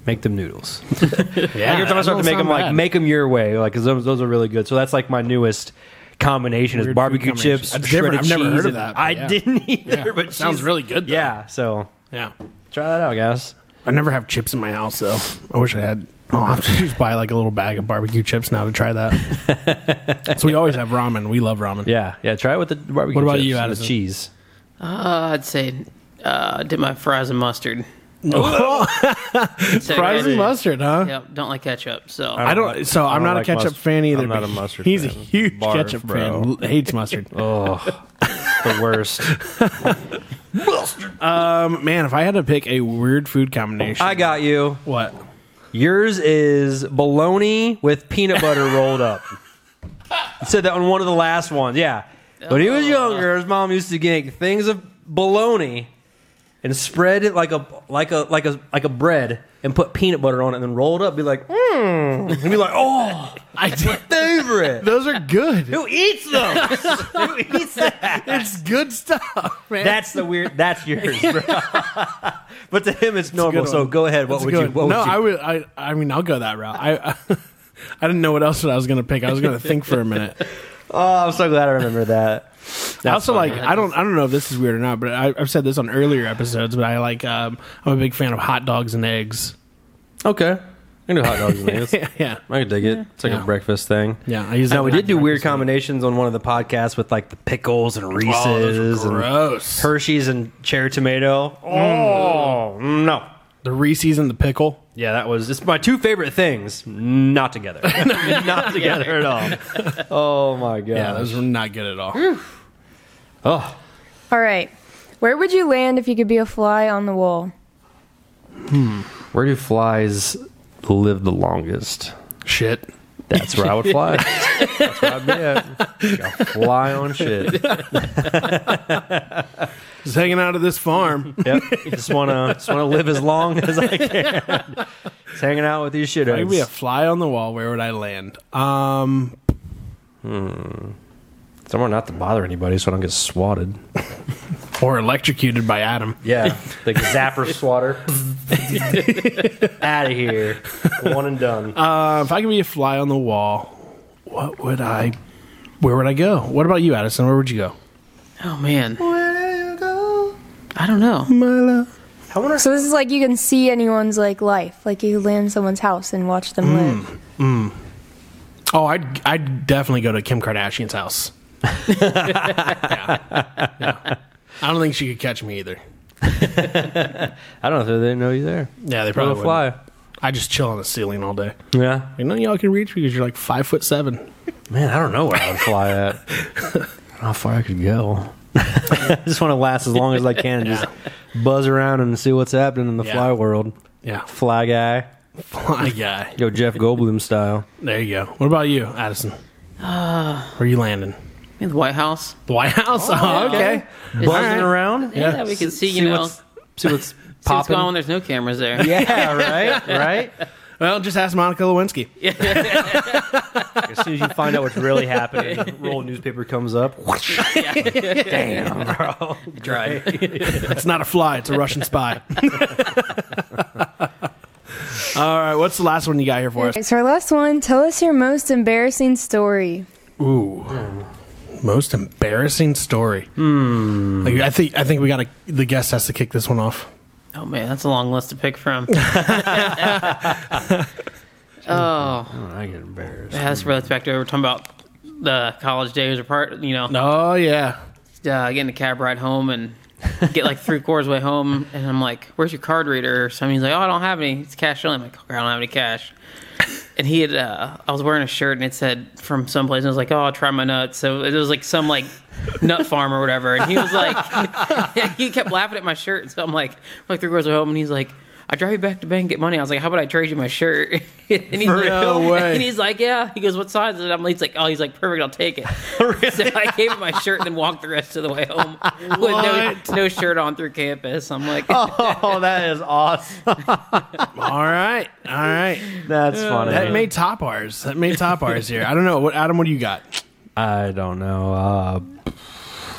make them <laughs> noodles.
yeah,
Every time I
that
start to
don't
make them,
sound
like
bad.
make them your way, like 'cause those, those are really good. So that's like my newest combination
Weird
is
food
barbecue
combination.
chips.
That's different.
shredded
I've never
cheese,
heard of
and-
that, but
I
yeah.
didn't <laughs> either.
Yeah.
But
Sounds
she's-
really good, though.
Yeah. So
yeah.
try that out, guys.
I never have chips in my house though. I wish I had. I'll have to <laughs> just buy like a little bag of barbecue chips now to try that.
<laughs>
so we always have ramen. We love ramen. <laughs>
Yeah, <laughs> yeah. Try it with the barbecue.
What about
chips
you,
and the
Addison?
cheese?
Uh, I'd say uh, dip my fries in mustard. Say
Fries and
ranch.
mustard, huh?
Yep, don't like ketchup. So
I don't. So I'm
I don't
not
like
a ketchup
mustard.
fan either.
I'm not
but
a mustard
He's a
fan.
huge
Barf,
ketchup
bro.
fan. L- Hates mustard.
<laughs> Oh, the
<laughs>
worst.
um, man, if I had to pick a weird food combination,
Oh, I got you.
what?
Yours is bologna with peanut butter
<laughs>
rolled up. I said that on one of the last ones. Yeah. When he
Oh.
was younger, his mom used to get things of bologna and spread it like a like a like a like a bread and put peanut butter on it and then roll it up. Be like, mmm. And be like, oh, <laughs>
I did. <laughs>
favorite.
Those are good.
Who eats those? <laughs> Who eats that?
It's good stuff, <laughs> man.
That's the weird. That's
<laughs>
yours, bro. <laughs> but to him, it's normal.
good
so
one.
go ahead. What
That's
would
good.
you? What
no,
would you?
I would. I. I mean, I'll go that route. I. I, <laughs> I didn't know what else that I was going to pick. I was going to think for a
<laughs>
minute.
oh, I'm so glad I remember that.
I also like I don't I don't know if this is weird or not, but I, I've said this on earlier episodes. But I like um, I'm a big fan of hot dogs and eggs.
Okay. I can do hot dogs and
<laughs>
eggs.
yeah, yeah,
I can dig it. It's like
Yeah.
a breakfast thing.
yeah. I use that.
Now we
for
did do weird
breakfast.
combinations on one of the podcasts with like the pickles and
Oh,
Reese's
those are
and
gross.
Hershey's and cherry tomato. Oh no.
the Reese's and the pickle.
Yeah, that was it's my two favorite things.
<laughs>
Not together. not together at all. Oh my god.
Yeah, those were not good at all.
Mm. oh.
All right. Where would you land if you could be a fly on the wall?
Where do flies live the longest?
Shit.
That's where I would
<laughs>
fly. That's where I'd be at. I'll fly on shit.
Just hanging out at this
<laughs>
farm.
Yep. Just wanna just wanna live as long as I can. Just hanging out with these
I could be a
shitheads.
fly on the wall. Where would I land? Um,
Somewhere not to bother anybody so I don't get swatted.
or electrocuted by Adam.
Yeah. The zapper swatter. Out of here. One and done.
Uh, if I could be a fly on the wall, what would I? Where would I go? What about you, Addison? Where would you go?
Oh man. I don't know.
My love.
So this is like you can see anyone's like life, like you land in someone's house and watch them
Mm.
live.
Oh, I'd I'd definitely go to Kim Kardashian's <laughs> house. yeah. Yeah. I don't think she could catch me either.
I don't know if they didn't know you there.
Yeah, they
Probably
probably
fly.
I just chill on the ceiling all day.
Yeah.
Like, none of y'all can reach me because you're like five foot seven.
Man, I don't know where I would fly <laughs> at. I don't know how far I could go. I <laughs> just want to last as long as I can and just buzz around and see what's happening in the
Yeah.
fly world.
Yeah,
Fly guy.
<laughs> fly guy.
Yo, Jeff Goldblum style.
There you go. What about you, Addison? Where are you landing?
In the White House.
The White House. Oh, okay.
It's-
Buzzing around.
Yeah,
Yeah.
we can see,
See
you know,
what's- See what's
<laughs> see what's
popping.
going on when there's no cameras there.
yeah, right,
<laughs>
right.
Well, just ask Monica Lewinsky.
As soon as you find out what's really
<laughs>
happening, the roll of newspaper comes up. Damn,
<laughs>
bro. Dry.
It's not a fly. It's a Russian <laughs> spy. All right. What's the last one you got here for us?
Okay, so our last one, tell us your most embarrassing story.
Ooh. Most embarrassing story.
Hmm.
Like, I think I think we got to the guest has to kick this one off.
Oh man, that's a long list to pick
<laughs>
from. <laughs> oh,
I get embarrassed.
that's where that's back to we were talking about the college days apart. You know,
Oh yeah.
uh, getting a cab ride home and get like three quarters way home, and I'm like, "Where's your card reader?" Somebody's like, "Oh, I don't have any. It's cash only." I'm like, "Okay, "I don't have any cash." And he had, uh, I was wearing a shirt and it said from someplace. And I was like, "Oh, I'll try my nuts." So it was like some like nut farm or whatever. And he was like, <laughs> he kept laughing at my shirt. So I'm like, I'm like three quarters way home, and he's like. I drive you back to bank and get money. I was like, "How about I trade you my shirt?" <laughs> and he's like,
No way.
<laughs> And he's like, "Yeah." He goes, "What size?" And I'm, he's like, "Oh, he's like perfect. I'll take
<laughs>
it."
Oh,
So I gave him my shirt and then walked the rest of the
<laughs>
way home with no,
What?
no shirt on through campus. I'm like,
<laughs> Oh, that is awesome.
All right. All right.
That's funny.
That may top ours. That may top ours here. I don't know. What Adam? What do you got?
I don't know. Uh,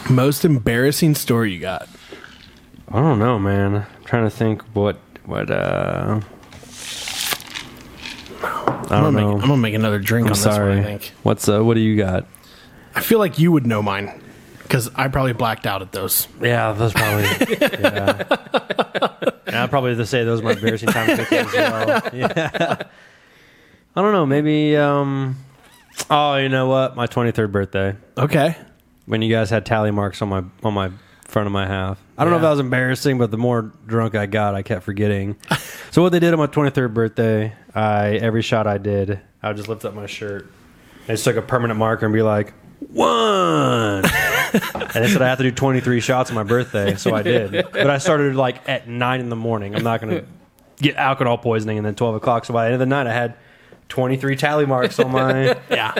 Most embarrassing story you got?
I don't know, man. I'm trying to think what what. uh I
I'm
don't
gonna,
know.
make, I'm gonna make another drink
I'm
on
sorry.
this one. I think.
What's uh? What do you got?
I feel like you would know mine because I probably blacked out at those.
Yeah, those probably. <laughs> yeah. And I'd probably just say those are my embarrassing times. as well. Yeah. I don't know. Maybe. Um, oh, you know what? My 23rd birthday
Okay.
when you guys had tally marks on my on my front of my half. I don't know if
Yeah.
that was embarrassing, but the more drunk I got, I kept forgetting. so what they did on my 23rd birthday, I every shot I did, I would just lift up my shirt. and just took a permanent marker and be like, one. and they said I have to do 23 shots on my birthday, so I did. But I started like at nine in the morning. I'm not going to get alcohol poisoning, and then 12 o'clock. So by the end of the night, I had 23 tally marks on my
Yeah.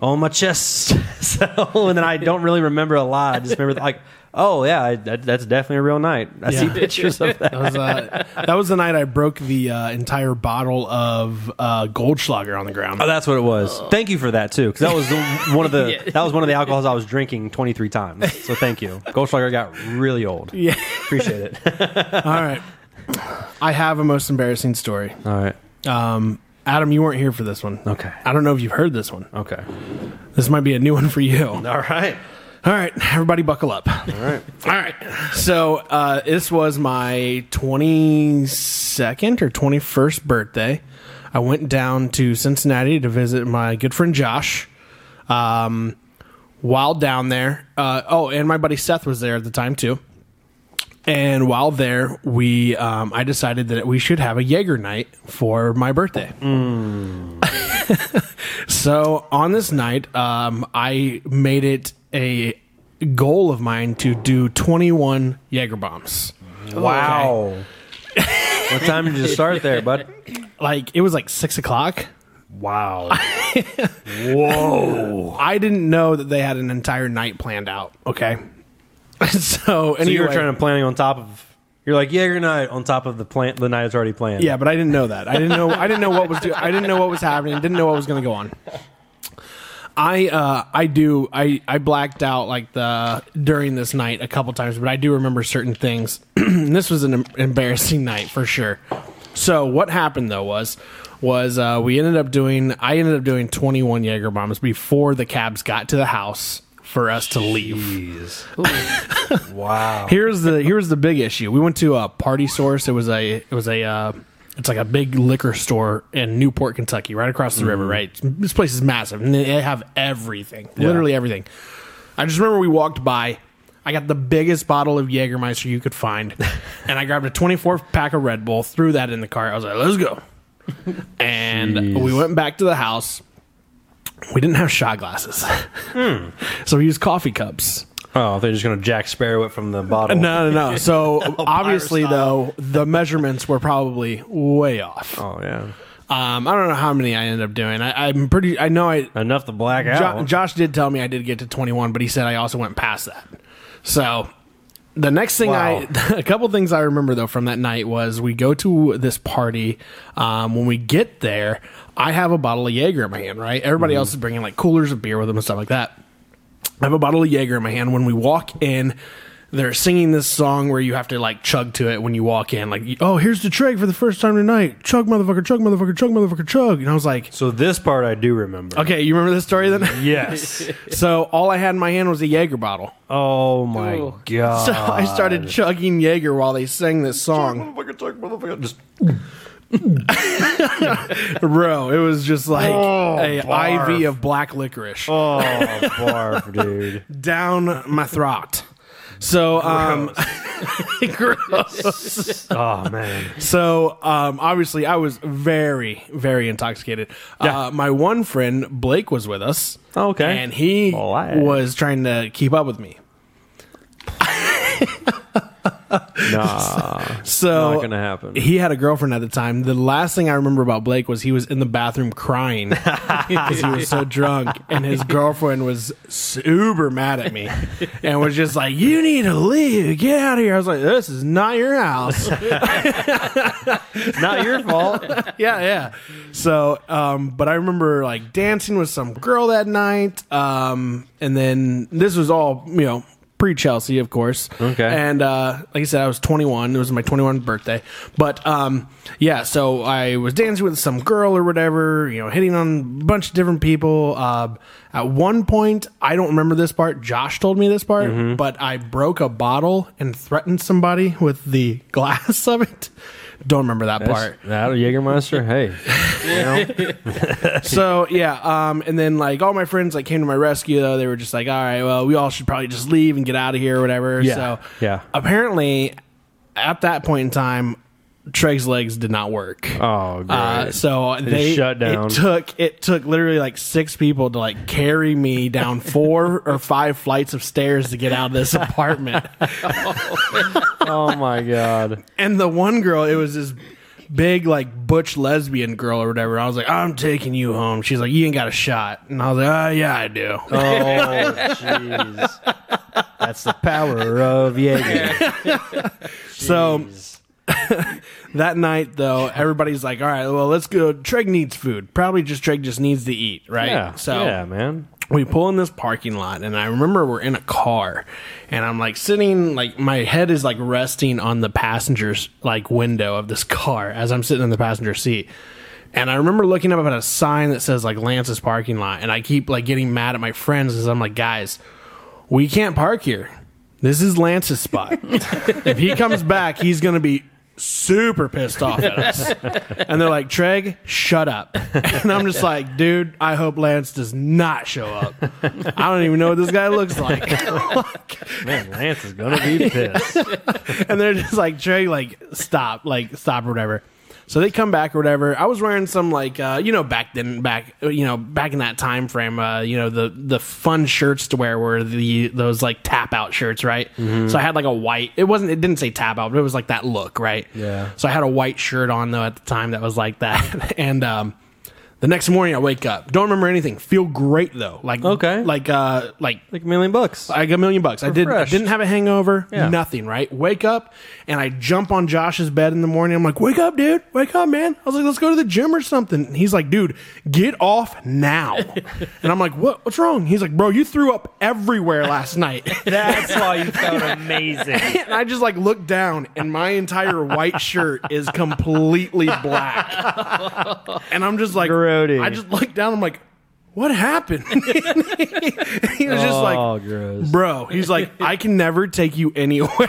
on my chest. <laughs> So, and then I don't really remember a lot. I just remember like, oh yeah, I, that, that's definitely a real night. I see
Yeah.
pictures of that.
That was, uh, that was the night I broke the uh, entire bottle of uh, Goldschlager on the ground.
Oh, that's what it was. Thank you for that too, because that was the- one of <laughs> the
Yeah.
that was one of the alcohols I was drinking 23 times. So thank you. Goldschlager got really old.
Yeah.
Appreciate it. <laughs>
All right. I have a most embarrassing story.
All right.
Um, Adam, you weren't here for this one.
Okay.
I don't know if you've heard this one.
Okay.
This might be a new one for you. All
All right.
right, everybody, buckle up. All
right.
All right. So uh, this was my 22nd or 21st birthday. I went down to Cincinnati to visit my good friend Josh. Um, while down there, uh, oh, and my buddy Seth was there at the time too. And while there, we um, I decided that we should have a Jaeger night for my birthday. <laughs> So on this night, um, I made it a goal of mine to do 21 Jaeger bombs.
Wow. what time did you start there, bud?
Like it was like six o'clock. <laughs>
Wow.
I didn't know that they had an entire night planned out. Okay. <laughs> so anyway,
<laughs> So you were trying to planning on top of. You're like, yeah, your night on top of the plan. The night is already planned.
Yeah, but I didn't know that. I didn't know. I didn't know what was. Do- I didn't know what was happening. Didn't know what was going to go on. I uh, I do. I I blacked out like the during this night a couple times, but I do remember certain things. <clears throat> And this was an em- embarrassing night for sure. So what happened though was was uh, we ended up doing. I ended up doing 21 Jaeger bombs before the cabs got to the house for us to leave.
Jeez. wow.
Here's the here's the big issue. We went to a party source. It was a it was a uh, it's like a big liquor store in Newport, Kentucky, right across the river. Right, this place is massive, and they have everything, literally everything. I just remember we walked by. I got the biggest bottle of Jägermeister you could find, and I grabbed a 24 pack of Red Bull, threw that in the car. I was like, "Let's go," and we went back to the house. We didn't have shot glasses, <laughs> so we used coffee cups.
Oh, they're just gonna Jack Sparrow it from the bottle.
No, no, no. So obviously, though, the measurements were probably way off.
Oh yeah.
Um, I don't know how many I ended up doing. I, I'm pretty. I know I.
Enough to black
Jo-
out.
Josh did tell me I did get to 21, but he said I also went past that. So the next thing
Wow.
I, <laughs> a couple things I remember though from that night was we go to this party. Um, when we get there, I have a bottle of Jaeger in my hand. Right, everybody else is bringing like coolers of beer with them and stuff like that. I have a bottle of Jaeger in my hand. When we walk in, they're singing this song where you have to like chug to it when you walk in. Like, oh, here's the trig for the first time tonight. Chug, motherfucker, chug, motherfucker, chug, motherfucker, chug. And I was like,
so this part I do remember.
okay, you remember this story then? <laughs>
Yes.
So all I had in my hand was a Jaeger bottle.
<laughs>
<laughs>
oh my
Ooh.
god.
So I
Uh,
started chugging Jaeger while they sang this song.
Just
Bro, it was just like a
Oh, barf.
IV of black licorice
oh barf, dude.
down my throat. So um gross.
Oh man.
So um, obviously, I was very, very intoxicated.
Yeah. Oh,
Uh, my one friend Blake was with us.
Okay.
and he
Blake.
was trying to keep up with me.
Nah.
So
Not gonna happen.
He had a girlfriend at the time. The last thing I remember about Blake was he was in the bathroom crying because he was so drunk, and his girlfriend was super mad at me and was just like, "You need to leave. Get out of here." I was like, "This is not your house."
Not your fault.
yeah, yeah. So, um, but I remember like dancing with some girl that night. Um, and then this was all, you know, pre Chelsea, of course.
Okay.
And uh, like I said, I was 21. It was my 21st birthday. But um, yeah, so I was dancing with some girl or whatever, you know, hitting on a bunch of different people. Uh, at one point, I don't remember this part. Josh told me this part, but I broke a bottle and threatened somebody with the <laughs> glass of it Don't remember that <laughs> part.
That Jägermeister. Hey,
<laughs> So yeah, um, and then like all my friends like came to my rescue though. They were just like, all right, well, we all should probably just leave and get out of here or whatever.
Yeah,
So
yeah.
apparently at that point in time, Treg's legs did not work.
oh, great.
Uh, so they
shut down.
It took it took literally like six people to like carry me
<laughs>
down four or five flights of stairs to get out of this apartment.
oh my god.
and the one girl, it was this big like butch lesbian girl or whatever. I was like, I'm taking you home. She's like, you ain't got a shot. And I was like, oh yeah, I do.
Oh jeez. That's the power of Jaeger.
<laughs> So <laughs> that night, though, everybody's like, all right, well, let's go. Treg needs food. Probably just Treg just needs to eat, right?
Yeah.
So
yeah, man.
we pull in this parking lot, and I remember we're in a car, and I'm like sitting, like my head is like resting on the passenger's like window of this car as I'm sitting in the passenger seat. And I remember looking up at a sign that says like Lance's parking lot, and I keep like getting mad at my friends because I'm like, guys, we can't park here. This is Lance's spot. if he comes back, he's going to be super pissed off at us. And they're like, Treg, shut up. <laughs> And I'm just like, dude, I hope Lance does not show up. I don't even know what this guy looks like. <laughs>
Man, Lance is gonna be pissed.
and they're just like, Treg, like, stop, like, stop or whatever. So they come back or whatever. I was wearing some like uh, you know back then back you know back in that time frame uh, you know the the fun shirts to wear were the those like tap out shirts right.
Mm-hmm.
So I had like a white. It wasn't it didn't say tap out, but it was like that look right.
Yeah.
So I had a white shirt on though at the time that was like that, <laughs> and um, the next morning I wake up, don't remember anything, feel great though, like
Okay.
like uh like
Like a million bucks.
I got a million bucks. I did. I
Refreshed.
didn't have a hangover.
Yeah.
Nothing. Right. Wake up, and I jump on Josh's bed in the morning. I'm like, "Wake up, dude! Wake up, man!" I was like, "Let's go to the gym or something." And he's like, "Dude, get off
<laughs>
now!" and I'm like, "What? What's wrong?" He's like, "Bro, you threw up everywhere last night." <laughs>
That's why you felt amazing.
and I just like look down, and my entire white shirt is completely
<laughs>
black. and I'm just like,
Grody.
I just look down. I'm like, "What happened?" <laughs> he was just like.
oh, gross.
Bro, he's like, I can never take you anywhere.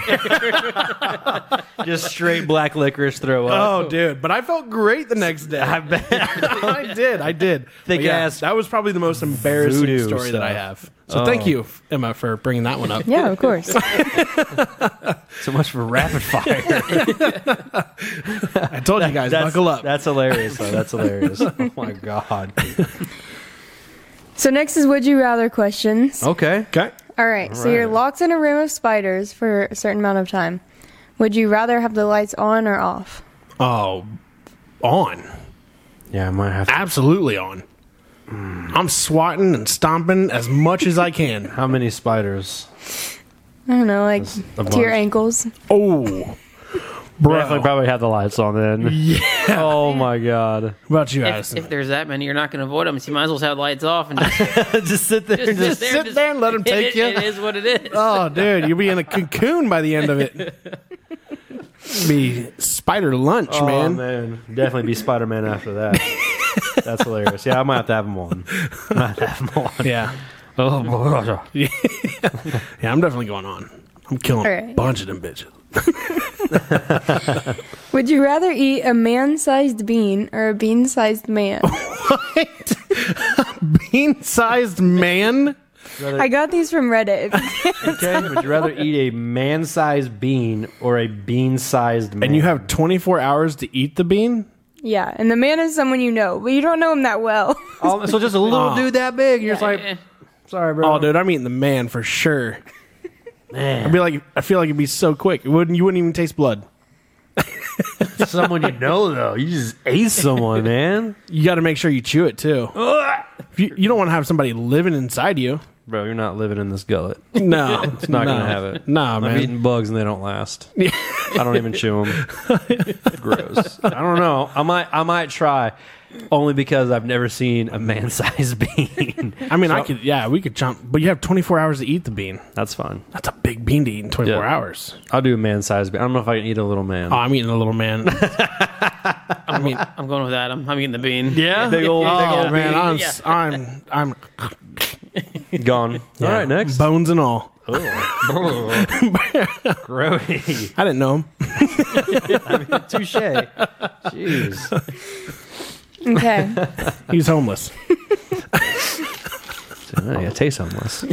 Just straight black licorice throw
<laughs>
up.
<laughs> oh, dude. But I felt great the next day. I bet. <laughs> I did. I <laughs> did.
Thick
But yeah,
ass
That was probably the most embarrassing
voodoo
story that I
stuff.
have. So thank you, Emma, for bringing that one up. <laughs>
Yeah, of course.
So much for rapid fire.
<laughs> I told you guys, buckle up.
That's hilarious, though. That's hilarious. <laughs> oh my god.
<laughs> so next is would you rather questions.
Okay.
okay.
All right. So you're
right.
locked in a room of spiders for a certain amount of time. Would you rather have the lights on or off?
Oh, on.
Yeah, I might have. to.
Absolutely on. I'm swatting and stomping as much as I can.
How many spiders?
I don't know, like
That's a
to your
bunch.
ankles.
<laughs> Oh. Bro, how
probably have the lights on then. Yeah. <laughs> Oh my god.
about you,
<laughs> If,
Addison?
if there's that many, you're not going to avoid them, so you might as well have lights
<laughs>
off and just,
<laughs>
just
just sit there. and just-
sit there and let 'em
<laughs> it-
take
it-
you.
It is what it is.
Oh, dude, you'll be in a cocoon by the end of it. <laughs> Be spider lunch,
<laughs> Oh,
man.
Definitely be Spider Man after that. <laughs> That's hilarious. Yeah, I might have to have them on. I might have to have 'em on.
Yeah, <laughs>
Oh boy.
yeah, I'm definitely going on. I'm killing
All right.
a bunch of them bitches.
Would you rather eat a man-sized bean or a
<laughs>
bean-sized man?
<laughs> Bean-sized man.
I got these
<laughs>
from Reddit. If-
Okay. Would you rather eat a man sized bean or a bean sized man?
And you have 24 hours to eat the bean.
yeah, and the man is someone you know, but you don't know him
<laughs>
that well.
Oh, so just a little
Oh.
dude that big. You're just
Eh,
like, sorry, bro.
Oh, dude, I'm eating the man for sure. I'd
Man,
be like, I feel like it'd be so quick. It wouldn't you? Wouldn't even taste blood.
someone you know though. You just ate <laughs> someone, man.
You got to make sure you chew it too. If you, you don't want to have somebody living inside you.
Bro, you're not living in this gullet. <laughs>
No, it's
not gonna have it.
Nah,
I'm
man.
eating bugs and they don't <laughs> last. I don't even chew <laughs> them. Gross. I don't know. I might. I might try, only because I've never seen a man-sized <laughs> bean.
I mean, I could. Yeah, we could chomp, but you have 24 hours to eat the bean.
That's fine.
That's a big bean to eat in 24
Yeah.
hours.
I'll do a man-sized bean. I don't know if I can eat a little man.
Oh, I'm eating a little
<laughs>
man.
I mean, I'm going with Adam. I'm eating the bean.
Yeah,
Big old- big
oh,
old
man.
bean.
I'm,
Yeah.
I'm, I'm,
Gone. <laughs> All right, next.
Bones and all.
Gross.
I didn't know him.
<laughs> Touche. <laughs> Jeez.
Okay.
He's
<laughs>
homeless.
Yeah, taste homeless.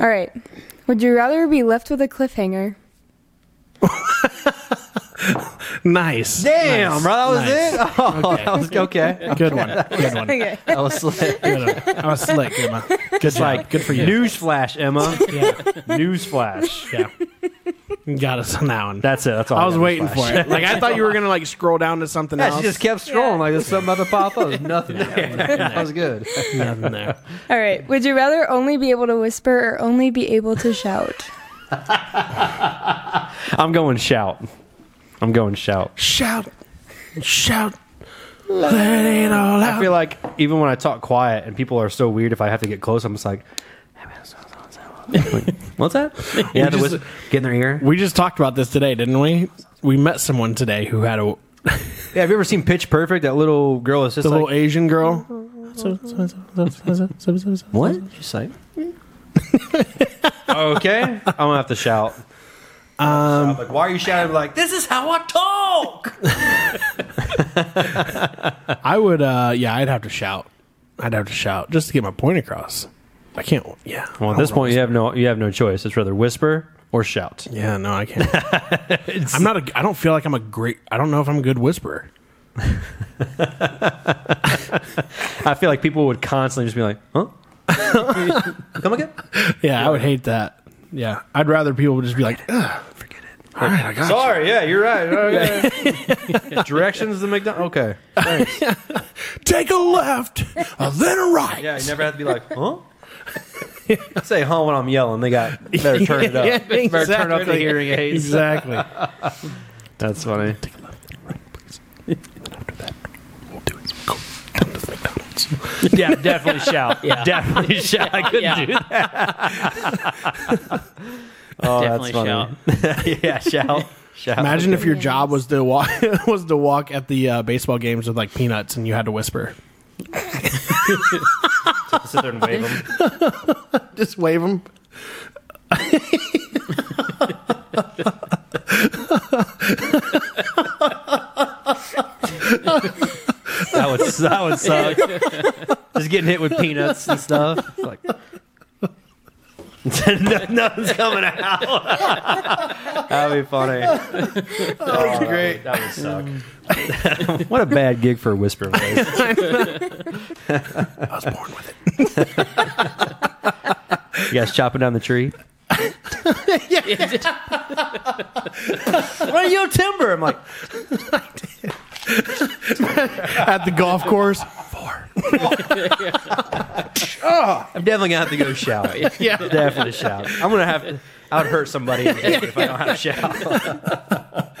All right. Would you rather be left with a cliffhanger?
nice.
Damn,
Nice.
bro, that was
Nice.
it. <laughs> Oh, that was okay.
<laughs> Good one. Good
<laughs>
one.
Okay.
That was slick.
Good one. I was slick, Emma. Good
It's like
like good for you.
Newsflash, Emma.
yeah.
Newsflash.
yeah. Got us on that one.
That's it. That's all.
I was waiting for it. Like I thought you were gonna like scroll down to something
<laughs> Yeah,
else.
she just kept scrolling like there's something about to pop up. There's nothing there. That was good.
Nothing there.
All right. Would you rather only be able to whisper or only be able to shout?
I'm going shout. I'm going shout.
Shout, shout, let it all
I
out.
feel like even when I talk quiet and people are so weird, if I have to get close, I'm just like, what's that? Yeah, the
just-
whisper. Get in their ear.
we just talked about this today, didn't we? We met someone today who had a
Yeah, have you ever seen Pitch Perfect? That little girl is just
the
like,
little Asian girl.
what? She's like, <laughs> okay, I'm gonna have to shout. Um, like, why are you shouting? Like, this is how I
<laughs>
talk.
I would, uh, yeah, I'd have to shout. I'd have to shout just to get my point across. I can't. Yeah.
Well, at this point, you have no you have no choice. It's rather whisper or shout.
Yeah, no, I <laughs> can't. I'm not a. I don't feel like I'm a great. I don't know if I'm a good whisperer.
I feel like people would constantly just be like, huh? <laughs> Come again?
Yeah, I would hate that. Yeah, I'd rather people would just be like, Ugh, forget it. All right, I got you.
Sorry, yeah, you're right. Okay. <laughs> Directions to McDonald's. Okay.
Take a left, uh, then a right.
Yeah, you never have to be like, huh? I say huh when I'm yelling. They got better turn <laughs> it up.
Yeah,
Better turn up the
exactly.
hearing aids.
<laughs> Exactly.
That's funny.
we'll do it. Go down to McDonald's.
<laughs> Yeah, definitely shout. Definitely shout. I couldn't
Yeah.
do that. <laughs> oh,
Definitely
that's funny. yeah, <laughs> shout. Shout.
Imagine if your job was to walk <laughs> was to walk at the uh, baseball games with like peanuts, and you had to whisper.
you sit there and wave them.
Just wave them.
That would, that would suck. <laughs> Just getting hit with peanuts and stuff. It's Like, <laughs> No- nothing's coming out. <laughs> That'd be funny. That would be great. That would suck. <laughs> what a bad gig for a whisper voice.
I was born with it.
You guys chopping down the tree?
<laughs>
<laughs>
Where your timber? I'm like,
At the golf course. Four.
I'm definitely gonna have to go shout. <laughs>
Yeah.
Definitely shout. I'm gonna have to. I would hurt somebody in the head if I don't have to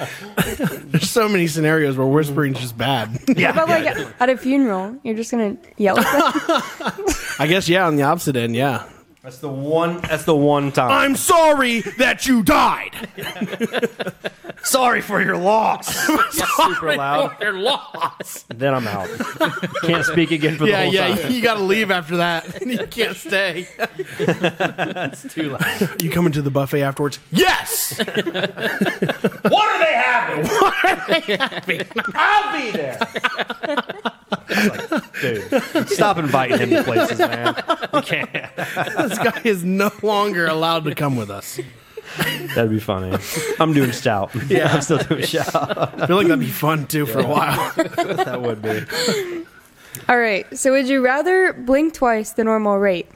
shout.
There's so many scenarios where whispering's just <laughs> bad.
<laughs> But like at a funeral, you're just gonna yell. At them.
I guess yeah. On the opposite end, yeah.
That's the one. That's the one time.
I'm sorry that you <laughs> died.
sorry for your loss. Super
<laughs>
loud.
They're <laughs> lost.
Then I'm out. Can't speak again for
Yeah,
the whole
yeah.
time.
You got to leave after that. <laughs> You can't stay.
It's too loud.
You coming to the buffet afterwards?
<laughs>
Yes.
What are
<laughs>
they having? What are they having? I'll be there. dude, stop inviting him to places, man. You can't.
this guy is no longer allowed to come with us.
That'd be funny. I'm doing stout. Yeah, I'm still doing stout.
I feel like that'd be fun too for a while.
That would be.
<laughs> All right. So would you rather blink twice the normal rate,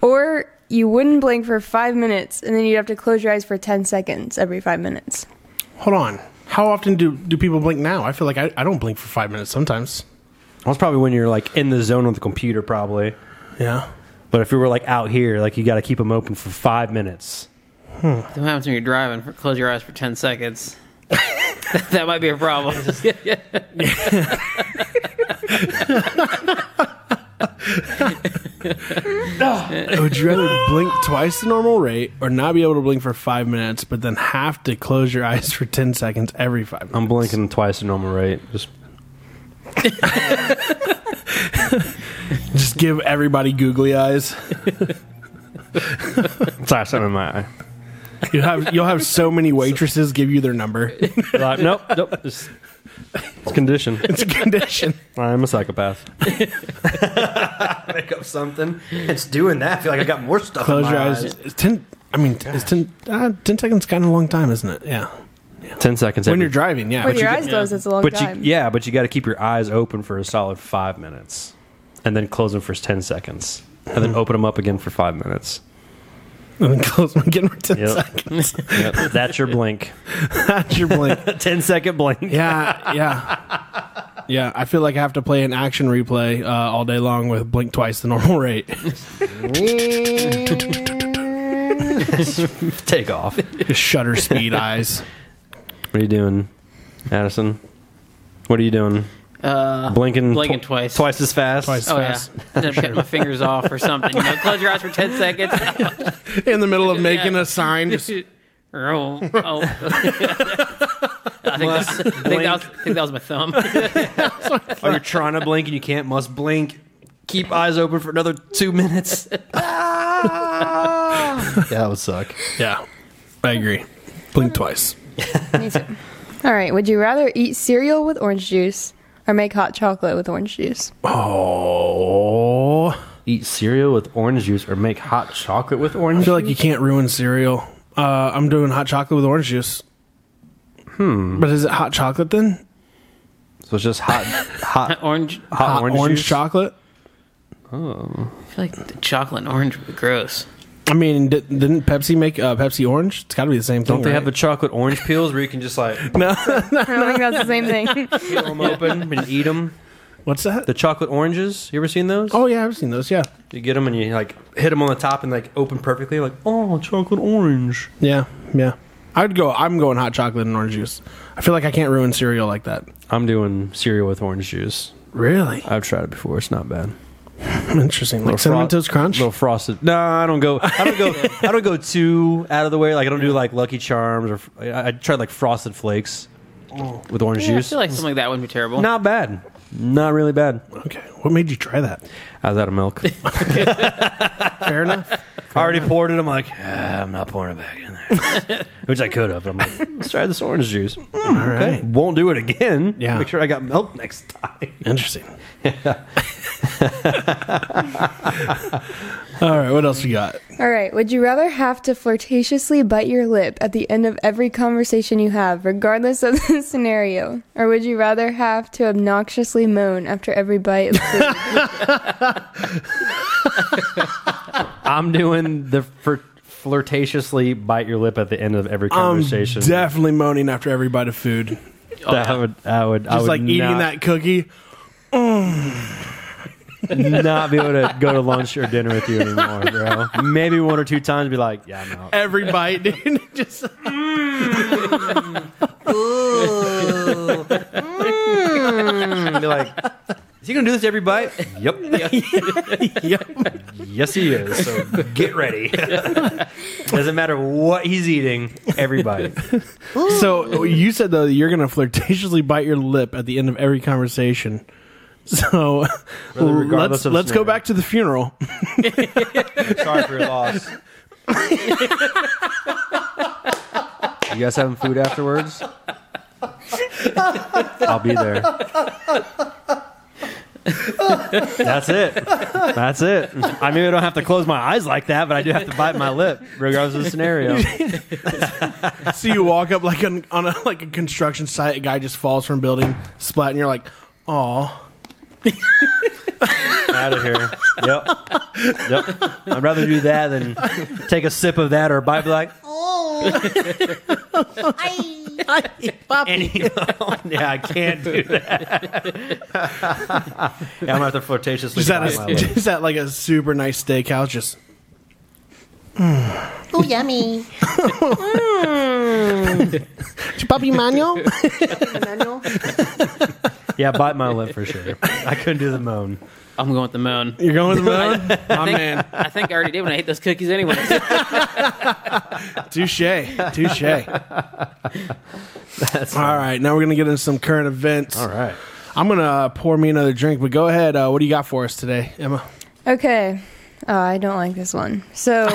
or you wouldn't blink for five minutes and then you'd have to close your eyes for ten seconds every five minutes?
Hold on. How often do, do people blink now? I feel like I, I don't blink for five minutes sometimes.
That's probably when you're like in the zone with the computer, probably.
Yeah.
But if you were like out here, like you got to keep them open for five minutes.
What happens when you're driving? For, close your eyes for 10 seconds. <laughs> that might be a problem. <laughs>
Would you rather blink twice the normal rate or not be able to blink for five minutes, but then have to close your eyes for 10 seconds every five minutes?
I'm blinking twice the normal rate. Just
Just give everybody googly eyes.
It's like something in my eye.
You'll have you'll have so many waitresses give you their number.
Like, nope, nope. It's, it's conditioned.
It's a condition.
I'm a
<laughs>
psychopath.
Pick up something. It's doing that. I feel like I got more stuff.
<laughs> Close
in
your
my
eyes. It's ten. I mean, it's ten. Uh, ten seconds kind of a long time, isn't it? Yeah.
Ten seconds.
When
every-
you're driving, yeah.
When
But
your
you-
eyes closed, it's a long
but
time.
you, yeah, but you got to keep your eyes open for a solid five minutes, and then close them for ten seconds, and then open them up again for five
<laughs>
minutes.
and then close them again for ten
Yep.
seconds.
Yep. That's your blink.
That's your blink. <laughs>
A ten second blink.
Yeah, yeah, yeah. I feel like I have to play an action replay uh, all day long with blink twice the normal <laughs> rate.
<laughs> Take off. What
Just shutter speed eyes.
are you doing, Addison? What are you doing?
Uh,
Blinking,
Blinking
tw-
twice.
twice as fast.
Twice.
oh
fast.
yeah, Then I cut my fingers off or something. You know, close your eyes for ten seconds.
In the middle of making a sign, <laughs> just
Or, oh, oh. I, think that's- I think that was, I think that was my thumb. <laughs>
Or you're trying to blink and you can't. Must blink. Keep eyes open for another two <laughs> minutes. Ah! yeah, that would suck.
yeah. I agree. Blink twice.
Me too. All right. Would you rather eat cereal with orange juice or make hot chocolate with orange
<laughs>
juice?
Oh,
Eat cereal with orange juice or make hot chocolate with
I
orange.
feel like you can't ruin cereal. Uh, I'm doing hot chocolate with orange juice. Hmm. But is it hot chocolate then?
So it's just hot, hot,
Orange.
hot,
Hot
orange,
orange,
juice.
chocolate.
I feel like the chocolate and orange would be gross.
I mean, di- didn't Pepsi make uh, Pepsi orange? It's got to be the same thing.
Don't they have the
right?
chocolate orange pills where you can just like
I don't think that's the same
<laughs>
thing.
peel them open and eat them?
What's that?
The chocolate oranges. You ever seen those?
oh yeah, I've seen those. Yeah,
You get them and you like hit them on the top and like open perfectly. Like oh, chocolate orange.
yeah, yeah. I would go. I'm going hot chocolate and orange juice. I feel like I can't ruin cereal like that.
I'm doing cereal with orange juice.
Really
I've tried it before. It's not bad.
<laughs> interesting. Like cinnamon
Fro-
toast crunch.
Little frosted. No, I don't go. I don't <laughs> go. I don't go too out of the way. Like I don't do like Lucky Charms or I, I tried like frosted flakes with orange
Yeah, I
juice.
feel like something like that wouldn't be terrible.
not bad. Not really bad.
Okay, what made you try that?
<laughs> I was out of milk.
Fair
<laughs>
enough.
I already poured it. I'm like, "Ah, I'm not pouring it back in there, <laughs> which I could have. But I'm like, let's try this orange <laughs> juice. Mm, okay,
right.
won't do it again.
Yeah.
make sure I got milk next time.
Interesting. <laughs> All right, what else we got?
All right. Would you rather have to flirtatiously bite your lip at the end of every conversation you have, regardless of <laughs> the scenario, or would you rather have to obnoxiously moan after every bite? Of food?
<laughs> I'm doing the fr- flirtatiously bite your lip at the end of every
I'm
conversation.
definitely moaning after every bite of food.
Oh,
that would, I would, I
Just
would
like eating
not,
that cookie.
<laughs> not be able to go to lunch or dinner with you anymore, bro. Maybe one or two times, be like, yeah, I'm out.
Every bite, dude. <laughs> Just
And Mm, be like, is he gonna do this every bite? <laughs> yep. Yes, he is. So get ready. <laughs> Doesn't matter what he's eating, every bite.
So you said though that you're gonna flirtatiously bite your lip at the end of every conversation. So let's
regardless of
let's go
scenario.
back to the <laughs> funeral.
Sorry for your loss. <laughs> you guys having food afterwards? I'll be there. That's it. That's it. I mean, I don't have to close my eyes like that, but I do have to bite my lip, regardless of the scenario.
so you walk up like on, on a like a construction site, a guy just falls from a building, splat, and you're like, "Oh,
out of here. Yep. Yep. I'd rather do that than take a sip of that or bite be like, oh.
<laughs>
And- yeah, I can't do that. <laughs> yeah, I'm gonna have to flirtatiously
is that
bite my lip.
a, <laughs> is that like a super nice steakhouse?" Just
Oh, yummy.
puppy manual.
Yeah, bite my lip for sure. I couldn't do the moan.
I'm going with the moon.
You're going <laughs> with the moon, my man.
I think I already did when I ate those cookies <laughs> anyway.
Touche, <laughs> touche. All right, now we're gonna get into some current events.
All right.
I'm gonna uh, pour me another drink, but go ahead. Uh, what do you got for us today, Emma?
Okay. Oh, I don't like this one. So,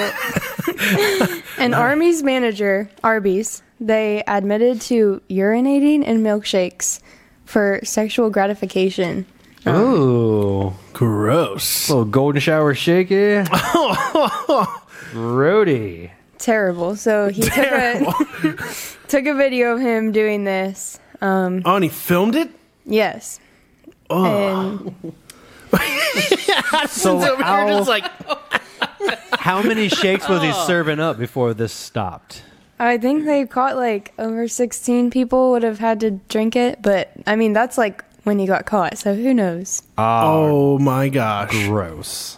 an Arby's manager, Arby's, they admitted to urinating in milkshakes for sexual gratification.
Ooh,
Gross. <laughs>
little golden shower shaky. Grody.
Terrible. So he took a, <laughs> took a video of him doing this.
Oh, and he filmed it?
Yes.
Oh.
And
<laughs> So
Over here,
how,
just like,
how many shakes was he serving up before this stopped?
I think they caught like over 16 people would have had to drink it, but I mean, that's like when he got caught, so who knows?
oh my gosh.
Gross.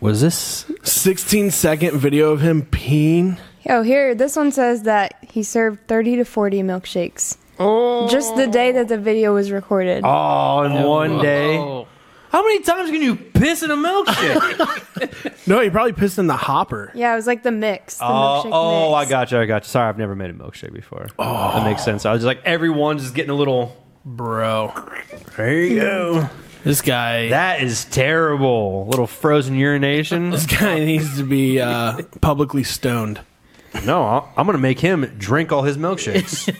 Was this
16 second video of him peeing.
Oh, here, this one says that he served 30 to 40 milkshakes. Oh. Just the day that the video was recorded.
Oh, in one day?
Oh.
How many times can you piss in a milkshake?
No, he probably pissed in the hopper.
Yeah, it was like the mix. The
<laughs> oh,
milkshake
oh, I
mix.
got you. I got you. Sorry, I've never made a milkshake before. That makes sense. I was just like, everyone's just getting a little.
Bro. There you go. This guy.
<laughs> That is terrible. little frozen <laughs>
<laughs>
urination.
this guy needs to be uh, publicly <laughs> stoned.
no, I- I'm going to make him drink all his <laughs> milkshakes.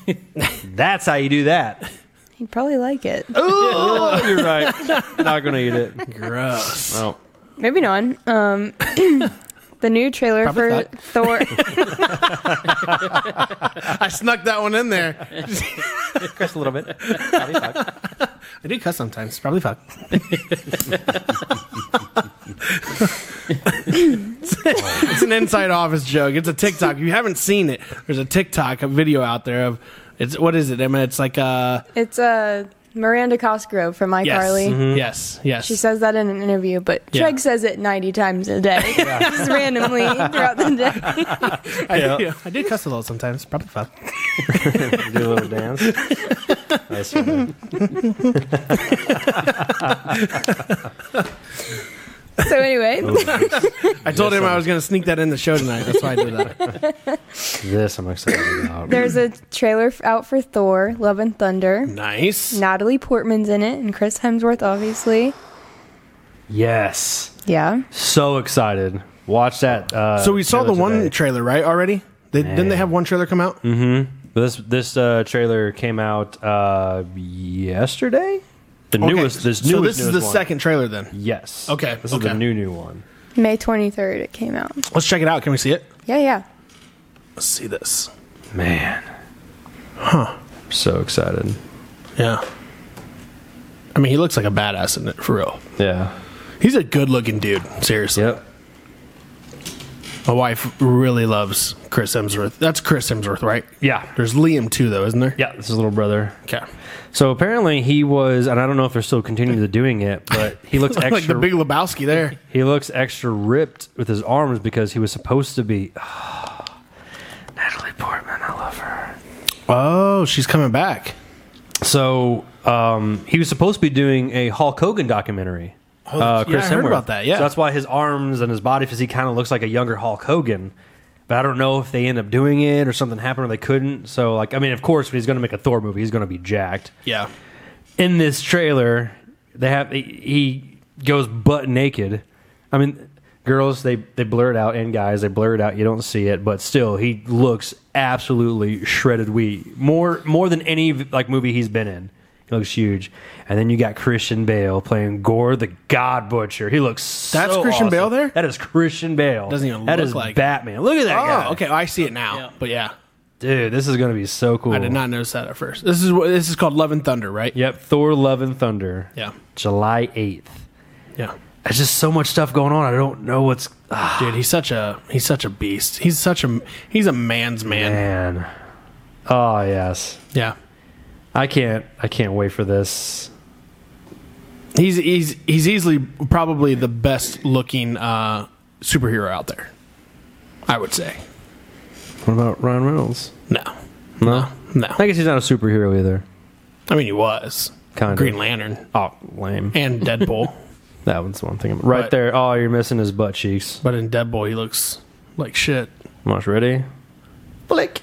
That's how you do that.
He'd probably like it.
<laughs> Oh, you're right. Not going to eat it.
Gross.
Oh.
Moving on. Um, <coughs> the new trailer
Probably
for Thor.
I snuck that one in there.
Just a little bit.
I do cuss sometimes. Probably fuck. <laughs> it's an inside office joke. It's a TikTok. If you haven't seen it, there's a TikTok a video out there of it's what is it? I mean, it's like uh
it's uh, Miranda Cosgrove from iCarly.
yes, Mm-hmm. yes, yes.
She says that in an interview, but
Yeah.
Craig says it 90 times a day,
<laughs>
just randomly throughout the day.
<laughs> I,
Yeah.
do, I do cuss a little sometimes. Probably fuck.
<laughs> Do a little dance. Nice one.
So anyway,
I told him I was going to sneak that in the show tonight. That's why I did that.
This I'm excited about.
there's a trailer f- out for Thor: Love and
<laughs>
Thunder.
Nice.
Natalie Portman's in it, and Chris Hemsworth, obviously.
Yes.
Yeah.
So excited. Watch that. Uh,
So we saw the
trailer
one
today.
trailer, right? Already? They, didn't they have one trailer come out?
this this uh, trailer came out uh, yesterday. The
Okay.
newest. This newest.
so this is
newest
the
one.
second trailer then.
Yes.
Okay,
This is
okay.
the new new one.
May 23rd it came out.
Let's check it out. Can we see it?
Yeah, yeah.
Let's see this.
Man. Huh. So excited.
Yeah. I mean, he looks like a badass in it for real.
Yeah.
He's a good-looking dude. Seriously,
Yep.
my wife really loves Chris Hemsworth. That's Chris Hemsworth, right?
Yeah.
There's Liam too, though, isn't there?
Yeah. This is little brother.
Okay.
So apparently he was, and I don't know if they're still continuing to doing it, but <laughs> he looks extra.
like the Big Lebowski
<laughs>
there.
He looks extra ripped with his arms because he was supposed to be. <sighs> Natalie Portman, I love her.
Oh, she's coming back.
So um, he was supposed to be doing a Hulk Hogan documentary. uh,
yeah, I heard about that, yeah.
So that's why his arms and his body physique kind of looks like a younger Hulk Hogan. But I don't know if they end up doing it or something happened or they couldn't. So like, I mean, of course, when he's going to make a Thor movie, he's going to be jacked.
Yeah.
in this trailer, they have he- he goes butt naked. I mean, girls they they blur it out, and guys they blur it out. You don't see it, but still, he looks absolutely shredded. Wheat more more than any like movie he's been in. He looks huge, and then you got Christian Bale playing Gore the God Butcher. He looks
That's
so
Christian
awesome.
Bale there?
That is Christian Bale.
Doesn't even
That
look
is
like-
Batman. Look at that
oh,
guy.
okay. I see it now. But yeah,
dude, this is gonna be so cool.
I did not notice that at first. This is what this is called Love and Thunder, right?
Yep, Thor: Love and Thunder.
Yeah.
July eighth.
Yeah.
There's just so much stuff going on. I don't know what's ah,
Dude, he's such a he's such a beast. He's such a he's a man's man.
man. Oh yes,
Yeah.
I can't. I can't wait for this.
He's he's he's easily probably the best looking uh superhero out there. I would say.
What about Ryan Reynolds?
No.
No,
No.
I guess he's not a superhero either.
I mean he was.
Kinda.
Green Lantern
Oh, lame.
and Deadpool.
<laughs> That one's one thing. Right
But-
there. Oh, you're missing his butt cheeks.
but in Deadpool he looks like shit.
Much ready? Flick.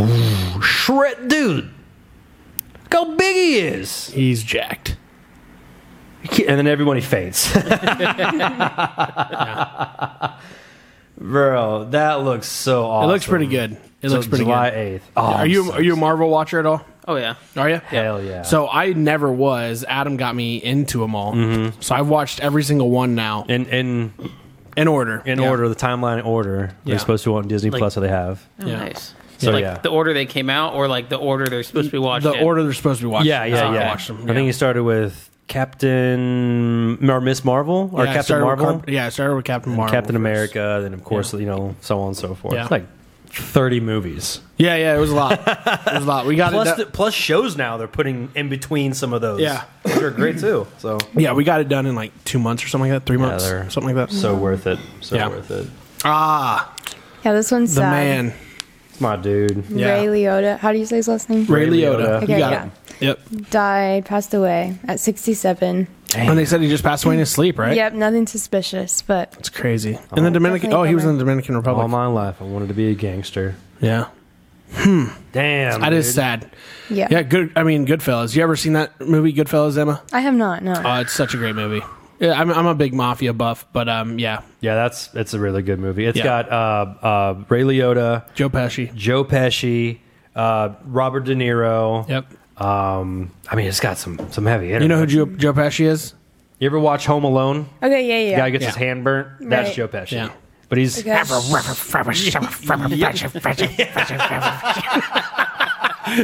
Ooh, shred, dude. Look how big he is.
He's jacked.
and then everybody <laughs> faints. Bro, that looks so awesome.
It looks pretty good. It
So
looks pretty
July
good.
8th. Oh,
Are
I'm
you
so
are you a Marvel watcher at all?
Oh yeah.
Are you?
Hell yeah.
So I never was. Adam got me into them all. So I've watched every single one now
Mm-hmm. in in
in order.
in
Yeah.
order, the timeline in order
Yeah.
they're supposed to want Disney
Like-
Plus, so they have.
Oh,
Yeah.
Nice.
So,
like
yeah.
the order they came out, or like the order they're supposed to be watched.
The
in?
order they're supposed to be watching.
Yeah,
That's
yeah,
how I
yeah.
watched 'em.
I think he started with Captain or Miss Marvel or
Yeah, I
Captain
started with
Marvel,
Cap- yeah, I started with Captain Marvel.
Captain
first.
America, then of course you know so on and so forth.
Yeah.
It's like thirty movies
Yeah, yeah, it was a
<laughs>
lot. it was a lot. We got
plus
it.
the,
Done,
plus shows now they're putting in between some of those.
Yeah.
which are great too. So
yeah, we got it done in like two months or something like that. Three months,
they're-
something like that.
so worth it. So
Yeah.
worth it.
ah,
Yeah, this one's
the
sad.
man,
It's my dude.
Yeah.
Ray Liotta. How do you say his last name?
Ray
Ray
Liotta.
Liotta.
you
Okay,
got
yeah.
it. Yep.
Died, passed away at 67.
And they said he just passed away in his sleep, right?
Yep, nothing suspicious, but
It's crazy. And the Dominican. Oh,
Definitely
he was
bummer.
in the Dominican
All
Republic.
my life I wanted to be a gangster.
yeah,
Damn,
that is
dude.
sad.
yeah.
Yeah, good. I mean, Goodfellas. You ever seen that movie, Goodfellas, Emma?
I have not, no.
Uh, it's such a great movie. Yeah, I'm, I'm a big mafia buff, but um, yeah,
Yeah, that's it's a really good movie. It's
Yeah.
got uh, uh, Ray Liotta,
Joe Pesci.
Joe Pesci, uh, Robert De Niro.
Yep.
Um, I mean, it's got some some heavy hitters.
You know who Joe, Joe Pesci is?
You ever watch Home Alone?
okay, yeah, yeah.
The guy gets
Yeah.
his hand burnt. That's
Right.
Joe Pesci.
Yeah.
But he's
Okay.
<laughs>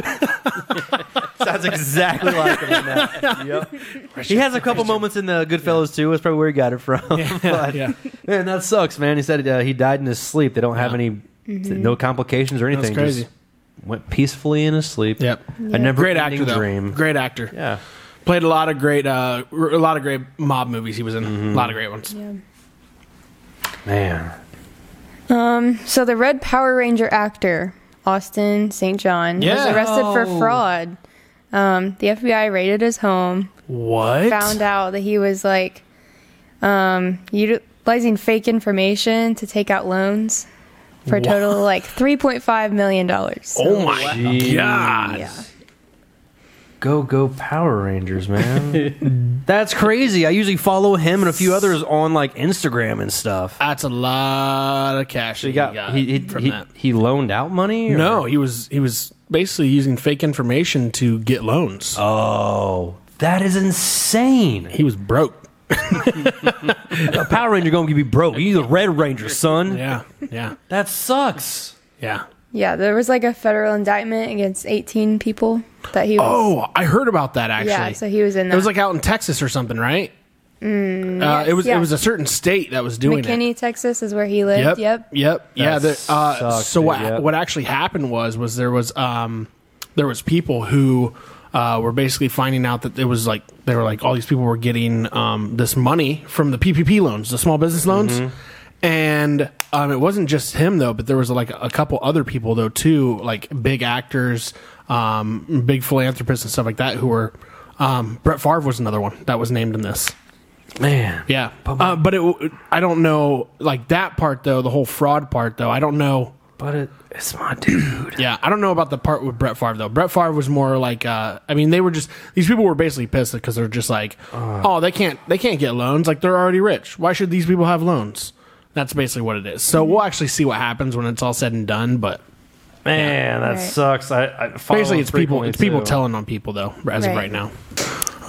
sounds exactly like him.
<laughs>
In that. yep. He has a couple moments in the Goodfellas too. That's probably where he got it from. <laughs> But,
<laughs> yeah.
Man, that sucks, man. He said uh, he died in his sleep. They don't have any,
Mm-hmm.
no complications or anything.
crazy.
Just went peacefully in his sleep.
Yep.
A never
Great actor, though.
dream.
Great actor.
Yeah.
Played a lot of great, uh, r- a lot of great mob movies. He was in
Mm-hmm.
a lot of great ones.
Yeah.
Man.
So the Red Power Ranger actor, Austin St. John,
Yeah.
was arrested for
Oh.
fraud. Um, the FBI raided his home,
What?
found out that he was like um, utilizing fake information to take out loans for a total of like $3.5 million.
oh my god!
Yeah.
Go go Power Rangers, man. That's crazy. I usually follow him and a few others on like Instagram and stuff.
That's a lot of cash.
He got, he, he,
from
he,
that.
he loaned out money? or-
No, he was he was basically using fake information to get loans.
Oh, that is insane.
he was broke.
<laughs> A Power Ranger going to be broke. He's a Red Ranger, son.
Yeah, yeah,
That sucks.
yeah.
Yeah, there was like a federal indictment against 18 people that he was.
Oh, I heard about that actually.
yeah, so he was in that. Mm,
it was like out in Texas or something, right? uh, it was
yeah.
it was a certain state that was doing it.
McKinney, Texas is where he lived.
Yep. Yep. yeah. The, uh,
sucks,
so
dude,
what
yep.
what actually happened was was there was um there was people who uh, were basically finding out that it was like they were like all these people were getting um, this money from the PPP loans, the small business loans.
Mm-hmm.
And um, it wasn't just him though, but there was like a couple other people though too, like big actors, um, big philanthropists and stuff like that, who were. Um, Brett Favre was another one that was named in this.
Man.
Yeah, uh, but it, I don't know. Like that part though, the whole fraud part though, I don't know.
But it, it's my <clears throat> dude.
Yeah, I don't know about the part with Brett Favre though. Brett Favre was more like, uh, I mean, they were just these people were basically pissed because they're just like, oh, they can't they can't get loans. Like they're already rich. Why should these people have loans? That's basically what it is. So we'll actually see what happens when it's all said and done. But
Man, that
Right.
sucks. I, I follow
basically,
him
it's people
frequently,
it's people
too.
telling on people though as of
Right.
right now.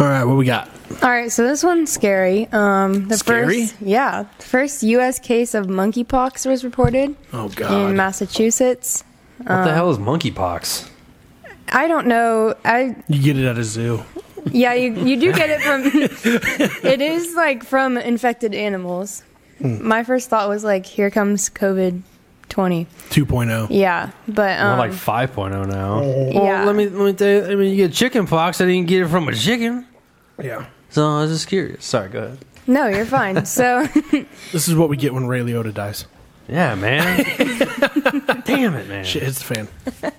All right, what we got?
All right, so this one's scary. Um, the
Scary?
first, yeah, the first U.S. case of monkeypox was reported
Oh
in
god,
Massachusetts.
What
Uh,
the hell is monkeypox?
I don't know. I
you get it at a zoo.
yeah, you you do get it from. <laughs> it is like from infected animals. My first thought was like, here comes COVID twenty.
2.0.
Yeah, but um,
More like 5.0 now.
yeah,
let me let me tell you. I mean, you get chicken pox. I didn't get it from a chicken,
Yeah,
so I was just curious. Sorry, go ahead.
no, you're fine. So
this is what we get when Ray Liotta dies.
Yeah, man. Damn it, man.
Shit hits the fan.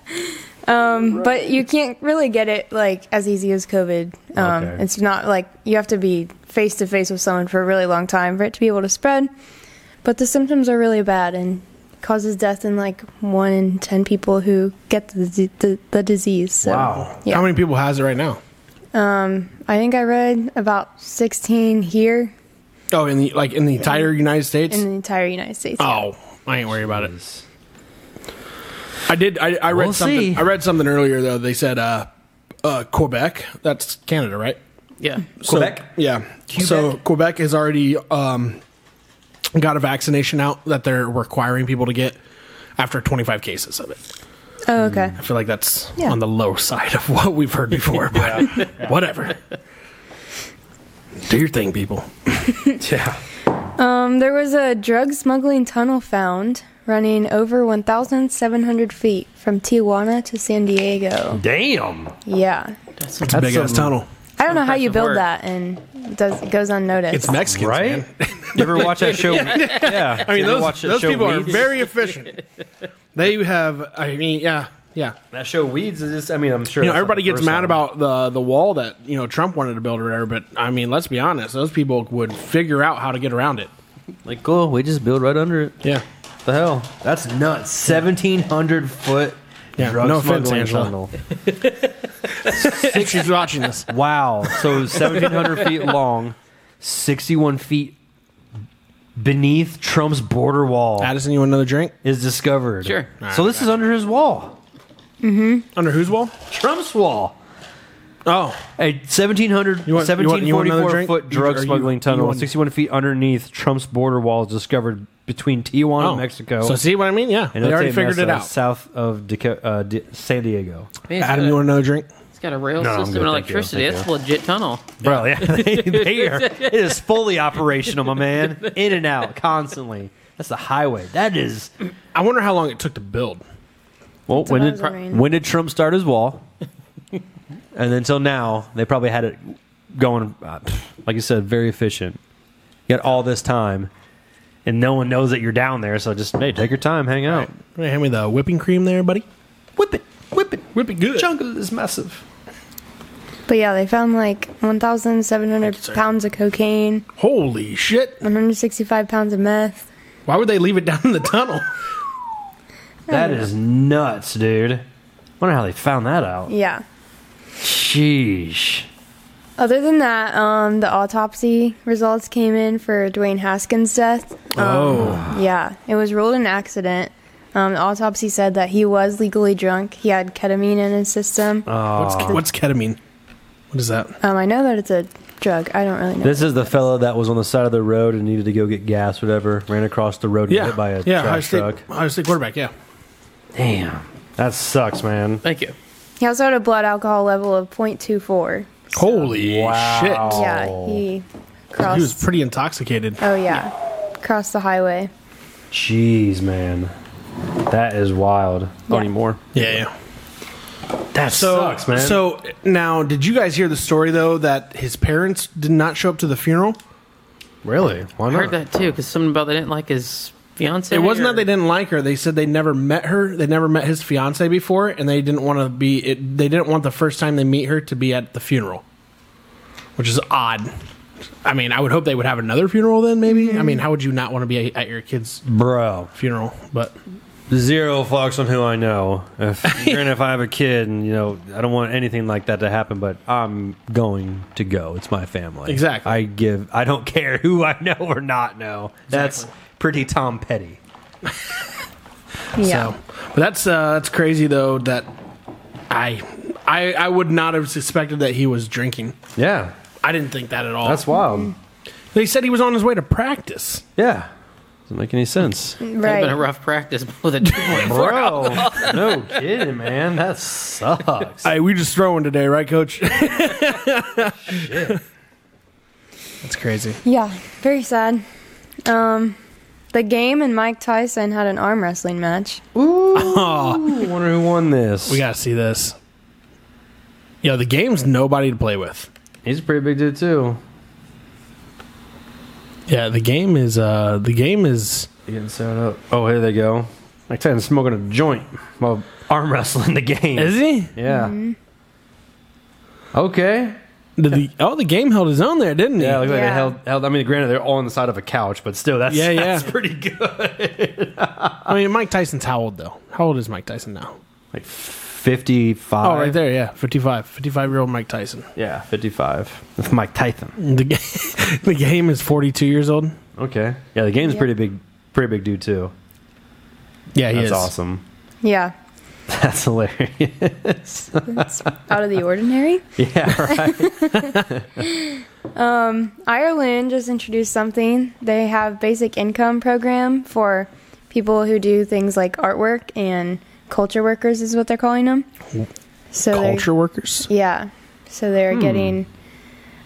But you can't really get it like as easy as COVID. Um,
Okay.
It's not like you have to be face to face with someone for a really long time for it to be able to spread. But the symptoms are really bad and causes death in like one in ten people who get the the, the disease. So,
Wow.
Yeah.
How many people has it right now?
I think I read about 16 here
Oh, in the like in the entire United States.
in the entire United States.
oh, I ain't worried about it. I did. I, I read
We'll
something.
see.
I read something earlier though. They said uh, uh, Quebec. That's Canada, right?
Yeah.
So-
Quebec?
yeah. So Quebec has already um, got a vaccination out that they're requiring people to get after 25 cases of it.
Oh, okay.
I feel like that's
Yeah.
on the low side of <laughs> what we've heard before, <laughs> but whatever. Do your thing, <laughs> people.
Yeah.
Um, there was a drug smuggling tunnel found running over 1,700 feet from Tijuana to San Diego.
Damn.
Yeah.
That's,
It's a big ass
some-
tunnel.
I don't know how you
Impressive work.
build that and it does it goes unnoticed.
It's Mexicans,
right?
man.
you ever watch that
<laughs>
show? yeah.
I mean,
you ever
those,
watch that
those
show
people
Weeds?
are very efficient. they have, I mean, yeah, yeah.
That show weeds is just, I mean, I'm sure.
You know,
that's not
everybody
the
gets
first
mad
time.
about the the wall that you know Trump wanted to build or whatever, but I mean, let's be honest, those people would figure out how to get around it.
like cool. We just build right under it.
Yeah,
The hell.
That's nuts. Seventeen hundred foot.
yeah.
Drug
no offense,
smuggling
Angela. <laughs>
tunnel.
If she's watching this,
Wow. So 1,700 feet long, 61 feet beneath Trump's border wall
Addison, you want another drink?
is discovered.
Sure.
So this is under his wall,
Under whose wall?
Trump's wall.
Oh,
A 1700,
You want- you want- you want another
1744
drink?
foot drug
Are you-
smuggling
you
tunnel,
want-
61 feet underneath Trump's border wall, is discovered between Tijuana,
oh.
Mexico.
So see what I mean? Yeah,
and
they already
Otay
figured it
Mesa,
out.
South of Deca- uh, D- San Diego.
Man, it's
Adam,
got a-
you want another drink?
it's got a rail
No, I'm
system
good,
and
thank you,
electricity.
thank
It's a
you.
legit tunnel.
<laughs>
Bro, <laughs> yeah, they, they are, it is fully operational, my man. In and out constantly. That's the highway. That is.
I wonder how long it took to build.
Well,
what
when
I
did
was wondering.
when did Trump start his <laughs> wall? and until now, they probably had it going. Uh, pff, like you said, very efficient. You got all this time, and no one knows that you're down there. So just hey, take your time, hang out,
Hey, hand me the whipping cream there, buddy.
whip it, whip it.
Whip it good.
Chunk of it is massive.
but yeah, they found like 1,700 pounds of cocaine,
Holy shit!
165 pounds of meth.
Why would they leave it down in the tunnel?
That is nuts, dude. Wonder how they found that out.
Yeah.
Sheesh.
Other than that, um, the autopsy results came in for Dwayne Haskins' death. Um,
Oh.
Yeah, it was ruled an accident. Um, the autopsy said that he was legally drunk. He had ketamine in his
<laughs>
system.
What's, what's ketamine? What is that?
Um, I know that it's a drug. I don't really know.
This is the fellow that was on the side of the road and needed to go get gas, whatever. Ran across the road and
Yeah,
hit by a
yeah. Ohio
trash
State,
truck.
Ohio State quarterback. Yeah.
Damn, that sucks, man.
Thank you.
he also had a blood alcohol level of 0.24.
Holy
Wow.
Yeah, he
shit!
crossed.
He was pretty intoxicated.
oh yeah, crossed the highway.
Jeez, man, that is wild.
Yeah.
anymore.
Yeah. yeah.
That
So,
sucks, man.
so now, did you guys hear the story though that his parents did not show up to the funeral?
really, why
I
not?
heard that too because something about they didn't like his fiance.
It wasn't
or-
that they didn't like her. They said they never met her. They never met his fiance before, and they didn't want to be. It, they didn't want the first time they meet her to be at the funeral, which is odd. I mean, I would hope they would have another funeral then. Maybe. I mean, how would you not want to be at, at your kid's
Bro,
funeral? But
zero fucks on who I know. If <laughs> granted, if I have a kid, and you know, I don't want anything like that to happen, but I'm going to go. It's my family.
Exactly.
I give. I don't care who I know or not know. That's pretty Tom Petty.
Yeah,
So, but that's uh, that's crazy though. That I I I would not have suspected that he was drinking.
Yeah,
I didn't think that at all.
that's wild.
they said he was on his way to practice.
Yeah, doesn't make any sense.
That'd have been a
right.
rough practice <laughs> with a two point four.
Bro, no kidding, man. That sucks.
Hey, we just throwing today, right, <laughs> Coach? That's crazy.
Yeah, very sad. Um, the game and Mike Tyson had an arm wrestling match.
I wonder who won this.
We gotta see this. Yo, the game's nobody to play with.
He's a pretty big dude too.
Yeah, the game is uh the game is
He getting set up. Oh, here they go. Like Titan smoking a joint while arm wrestling the game.
he?
yeah. Okay.
Did the, oh the game held his own there, didn't he?
Mm-hmm. Yeah, like they
Yeah.
held, held. I mean, granted, they're all on the side of a couch, but still, that's
Yeah, yeah.
that's pretty good.
I mean Mike Tyson's how old though? How old is Mike Tyson now?
Like 55.
Oh, right there, yeah. 55. 55 year old Mike Tyson.
Yeah, 55. That's Mike Tyson.
The, <laughs> ga- the game is 42 years old.
Okay. Yeah, the game's
Yeah.
pretty big, pretty big dude too.
Yeah, he
That's
is.
awesome. <laughs>
Yeah.
That's hilarious. <laughs>
<laughs>
That's out of the ordinary.
yeah, right.
Ireland just introduced something. They have basic income program for people who do things like artwork and culture workers is what they're calling them. So they're-
Culture workers.
yeah. So
Hmm.
they're getting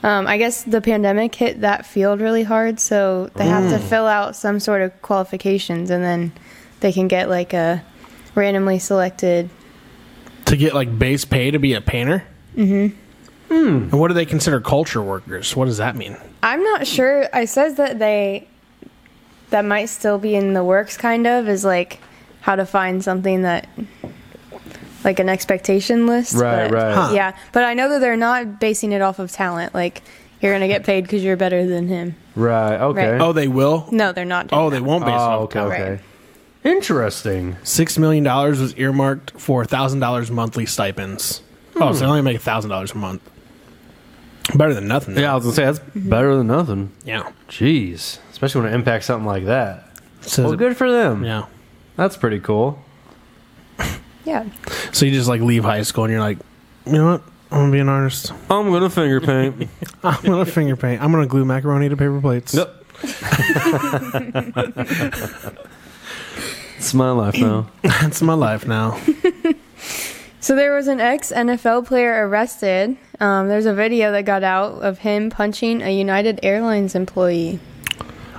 um, I guess the pandemic hit that field really hard, so they have
Hmm.
to fill out some sort of qualifications and then they can get like a randomly selected
To get like base pay to be a painter.
Hmm.
Mm-hmm. And what do they consider culture workers? What does that mean?
I'm not sure. I says that they that might still be in the works kind of is like how to find something that like an expectation list.
Right,
but-
right.
Huh.
Yeah, but I know that they're not basing it off of talent. Like you're going to get paid cuz you're better than him.
right. Okay.
Right.
Oh, they will?
No, they're not. Doing
Oh, they
that.
won't base
Oh,
off
okay.
Right.
Okay. Interesting.
Six million dollars was earmarked for thousand dollars monthly stipends.
Hmm.
Oh, so they only make thousand dollars a month. Better than nothing. though.
Yeah, I was gonna say that's
Mm-hmm.
better than nothing.
yeah.
Jeez, especially when it impacts something like that.
So
well, good for them.
Yeah.
That's pretty cool.
Yeah.
So you just like leave high school and you're like, you know what? I'm gonna be an artist. <laughs>
I'm gonna finger <laughs> paint.
I'm gonna finger paint. I'm gonna glue macaroni to paper plates.
Yep. it's my life now.
That's my life
<laughs>
now.
So there was an ex NFL player arrested. Um, there's a video that got out of him punching a United Airlines employee.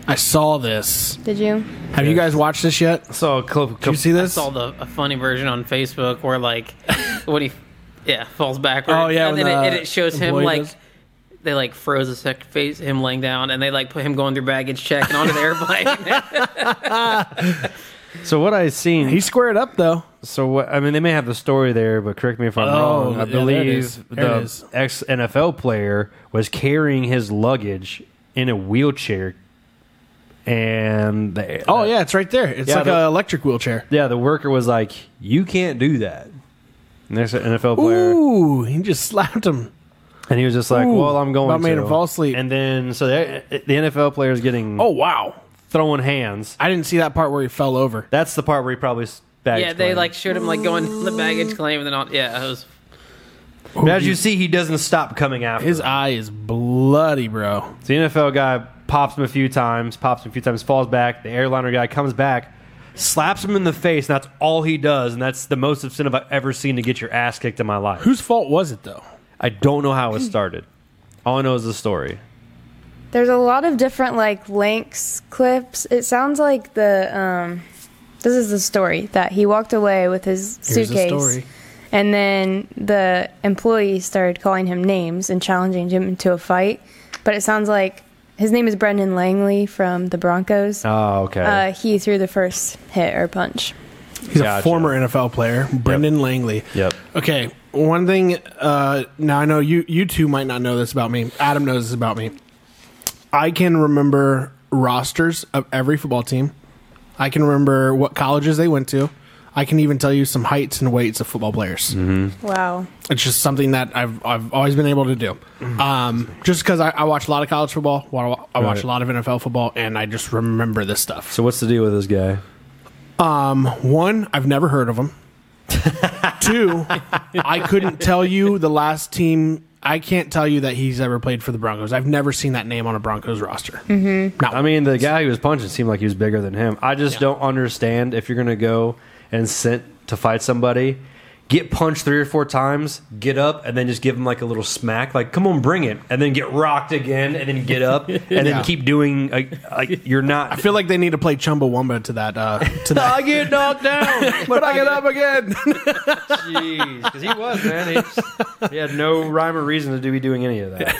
I saw this.
Did you?
Have you guys watched this yet?
So a couple,
Did you see
I
this?
saw the a funny version on Facebook
<laughs>
where like when he yeah falls backward.
Oh, yeah,
and
when
then
the
it, and it shows him
employee
like
does-
they like froze his sec- face, him laying down, and they like put him going through baggage check and
<laughs>
onto the airplane.
so what I seen.
he squared up though.
So what? I mean, they may have the story there, but correct me if I'm
Oh,
wrong. I
yeah, there it is.
believe
There it is.
the ex NFL player was carrying his luggage in a wheelchair, and the,
Oh yeah, it's right there. It's
Yeah,
like
the-
an electric wheelchair.
yeah, the worker was like, "You can't do that." And there's an NFL player,
Ooh, he just slapped him.
and he was just like,
Ooh,
"Well, I'm going."
about made
to."
him fall asleep.
And then, so the, the NFL player is getting
Oh wow.
throwing hands.
I didn't see that part where he fell over.
That's the part where he probably. s- baggage
yeah, they
claim.
like showed him like going to the baggage claim and then all. Yeah, it was
But as you see, he doesn't stop coming after.
His
him.
eye is bloody, bro.
So the NFL guy pops him a few times, pops him a few times, falls back. The airliner guy comes back, slaps him in the face, and that's all he does. And that's the most incentive I've ever seen to get your ass kicked in my life.
Whose fault was it though?
I don't know how it started. All I know is the story.
There's a lot of different like links, clips. It sounds like the um, this is the story that he walked away with his
Here's the
suitcase,
story.
and then the employees started calling him names and challenging him to a fight. But it sounds like his name is Brendan Langley from the Broncos.
Ah,
Oh, okay.
Uh, he threw the first hit or punch.
He's a
Gotcha.
former NFL player, Brendan Langley.
Yep.
Okay, one thing. Uh, now I know you. You two might not know this about me. Adam knows this about me. I can remember rosters of every football team. I can remember what colleges they went to. I can even tell you some heights and weights of football players.
Wow.
It's just something that I've I've always been able to do. Um, just because I, I watch a lot of college football, wa- I watch
Right.
a lot of NFL football, and I just remember this stuff.
so what's the deal with this guy?
One, I've never heard of <laughs> them. Two, I couldn't tell you the last team. I can't tell you that he's ever played for the Broncos. I've never seen that name on a Broncos roster. Mm-hmm. Not,
I mean, the guy who was punching seemed like he was bigger than him. I just
Yeah.
don't understand if you're going to go and sent to fight somebody, get punched three or four times, get up, and then just give him like a little smack, like "Come on, bring it," and then get rocked again, and then get up, and
Yeah.
then keep doing. Like, like you're not.
I feel like they need to play Chumbawamba to that. Uh, to <laughs> that. I
<laughs>
get knocked down, but I get up again.
Jeez, because he was man. He, just- he had no rhyme or reason to do- be doing any of <laughs> that.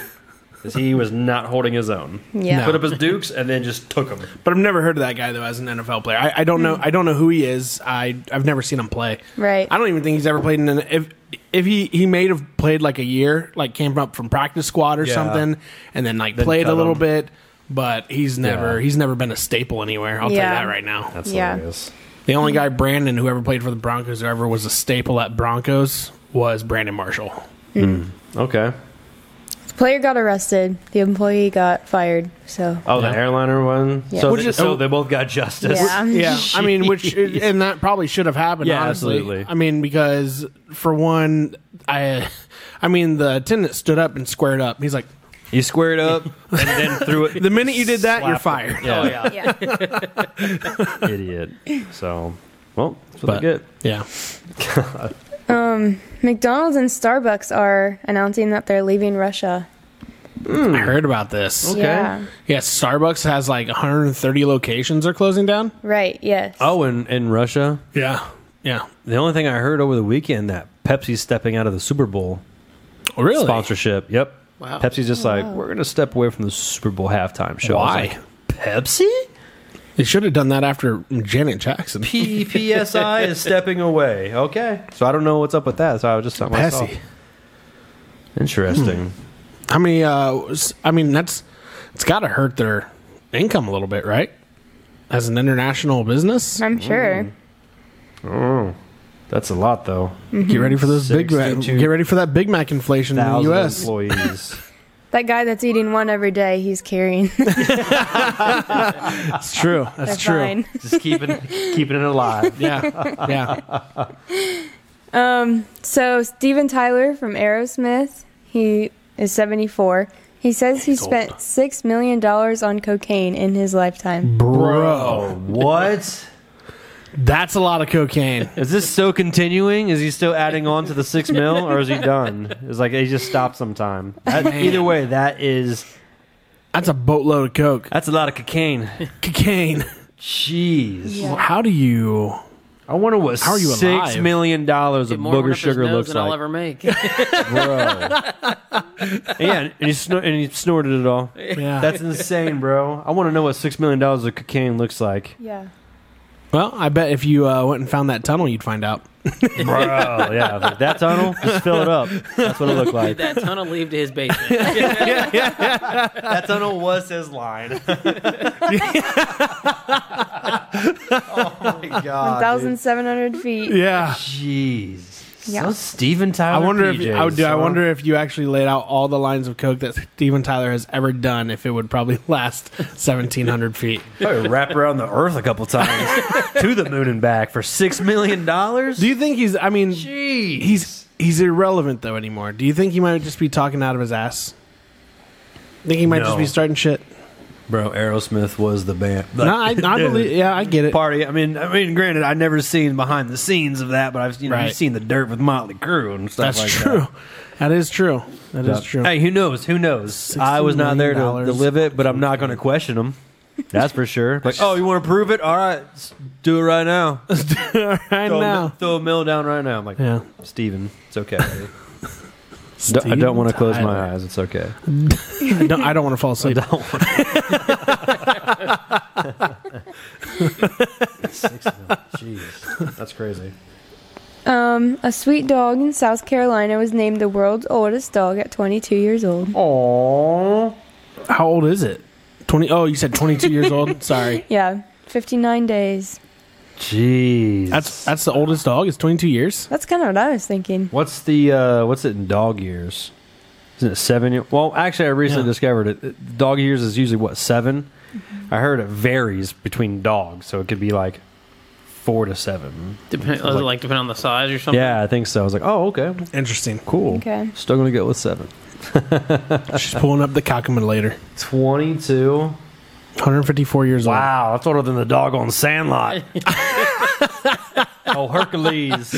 Because he was not holding his own.
Yeah.
Put up his dukes and then just took him.
but I've never heard of that guy though as an NFL player. I, I don't know. I don't know who he is. I I've never seen him play.
Mm. Right.
I don't even think he's ever played in an if if he he may have played like a year, like came up from practice squad or
Yeah.
something, and then like
Then
played a
cut
little
him.
bit. But he's never
Yeah.
he's never been a staple anywhere. I'll
Yeah.
tell you that right now.
That's
Yeah.
hilarious.
The only guy Brandon who ever played for the Broncos or ever was a staple at Broncos was Brandon Marshall.
Okay.
The player got arrested. The employee got fired. So
Oh,
Yeah.
the airliner one.
Yeah.
So,
Which
they,
is-
so they both got justice.
yeah,
Yeah, I mean, <laughs> which and that probably should have happened.
Yeah,
honestly.
absolutely.
I mean, because for one, I, I mean, the attendant stood up and squared up. He's like,
<laughs> You square it up and then threw it.
<laughs> the minute you did that, you're
Slap
fired. Oh,
Oh, yeah.
<laughs>
<laughs>
yeah.
Idiot. So, well, that's
But-
what they get.
<laughs> Yeah,
McDonald's and Starbucks are announcing that they're leaving Russia.
I heard about this.
Okay.
Yeah.
Hmm. Yeah, Starbucks has like 130 locations are closing down.
Right. Yes.
Oh, and in Russia,
Yeah, yeah.
the only thing I heard over the weekend that Pepsi's stepping out of the Super Bowl
Really?
sponsorship. Yep.
Wow.
Pepsi's just
Oh,
like we're gonna step away from the Super Bowl halftime show. I was
Why?
like, Pepsi?
They should have done that after Janet Jackson.
PPSI is stepping away. Okay.
So I don't know what's up with that. So I was just something I saw.
Pepsi.
Interesting.
How many? Uh, s- I mean, that's it's got to hurt their income a little bit, right? As an international business,
I'm sure.
Mm.
That's a lot, though.
get ready for those Big Mac.
62
Get ready for that Big Mac inflation in the
Thousand
U.S.
employees.
That guy that's eating one every day, he's carrying.
That's true.
<laughs> They're
That's true.
fine.
just keeping keeping it alive.
Yeah,
<laughs>
yeah.
So Steven Tyler from Aerosmith, he is 74. He says he
He's
spent
old. Mm.
six million dollars on cocaine in his lifetime.
Bro,
what?
that's a lot of cocaine.
Is this still continuing? Is he still adding on to the six mil, or is he done? It's like he just stopped sometime. That-
Man.
either way, that is
That's a boatload of coke.
that's a lot of cocaine.
Cocaine.
Jeez,
Yeah.
How do you?
I wonder what
How are you
six
alive?
million dollars of
Get more went
booger
up his
sugar
nose
looks
than I'll
like,
ever make.
bro. <laughs> yeah, and he, snor- and he snorted it all.
Yeah.
That's insane, bro. I want to know what six million dollars of cocaine looks like,
Yeah.
well, I bet if you uh, went and found that tunnel, you'd find out.
bro. Yeah, like that tunnel, just fill it up. That's what it looked like.
that tunnel lead to his
<laughs>
basement.
That tunnel was his line. <laughs> oh my god.
1,700 feet.
Yeah.
Jeez.
Yeah.
So Steven
I
Tyler.
wonder if
PJs,
I, would- do, I
huh?
wonder if you actually laid out all the lines of coke that Steven Tyler has ever done, if it would probably <laughs> last seventeen hundred feet.
Probably wrap around the earth a couple times to the moon and back for six million dollars.
Do you think he's? I mean,
Jeez.
he's he's irrelevant though anymore. Do you think he might just be talking out of his ass? Think he might just
No.
be starting shit?
bro. Aerosmith was the band.
No, I, I
<laughs>
believe. Yeah, I get it.
Party. I mean, I mean, granted, I've never seen behind the scenes of that, but I've you know,
Right.
you've seen the dirt with Motley Crue and stuff
That's
like that.
true. that is true. That is
Yeah.
true.
Hey, who knows? Who knows? I was not there to,
million
to live it, but I'm not going to question <laughs> him. That's for sure. Like, oh, you want to prove it? All right, s- do it right now.
I
<laughs> throw, A,
know.
mi- throw a mill down right now. I'm like,
Yeah.
Steven, it's okay. <laughs> D- I don't want to close my eyes. It's <laughs> okay.
I don't, I don't want to fall
<laughs>
asleep.
Jeez, that's crazy.
Um, a sweet dog in South Carolina was named the world's oldest dog at 22 years old.
Aww.
How old is it? Twenty. Oh, you said twenty-two years
<laughs>
old. Sorry,
Yeah, 59 days.
Jeez.
that's that's the oldest dog. It's twenty-two years.
That's kind of what I was thinking.
what's the uh, what's it in dog years? Isn't it seven? Year- well, actually, I recently
Yeah.
discovered it- it. Dog years is usually what 7 I heard it varies between dogs, so it could be like four to seven.
Depend, does it like depend on the size or something?
Yeah, I think so. I was like, oh, okay,
Interesting.
cool.
Okay.
Still gonna go with seven.
She's pulling up the cockaman later.
Twenty-two.
154 years old.
Wow, that's older than the dog on Sandlot. oh, Hercules.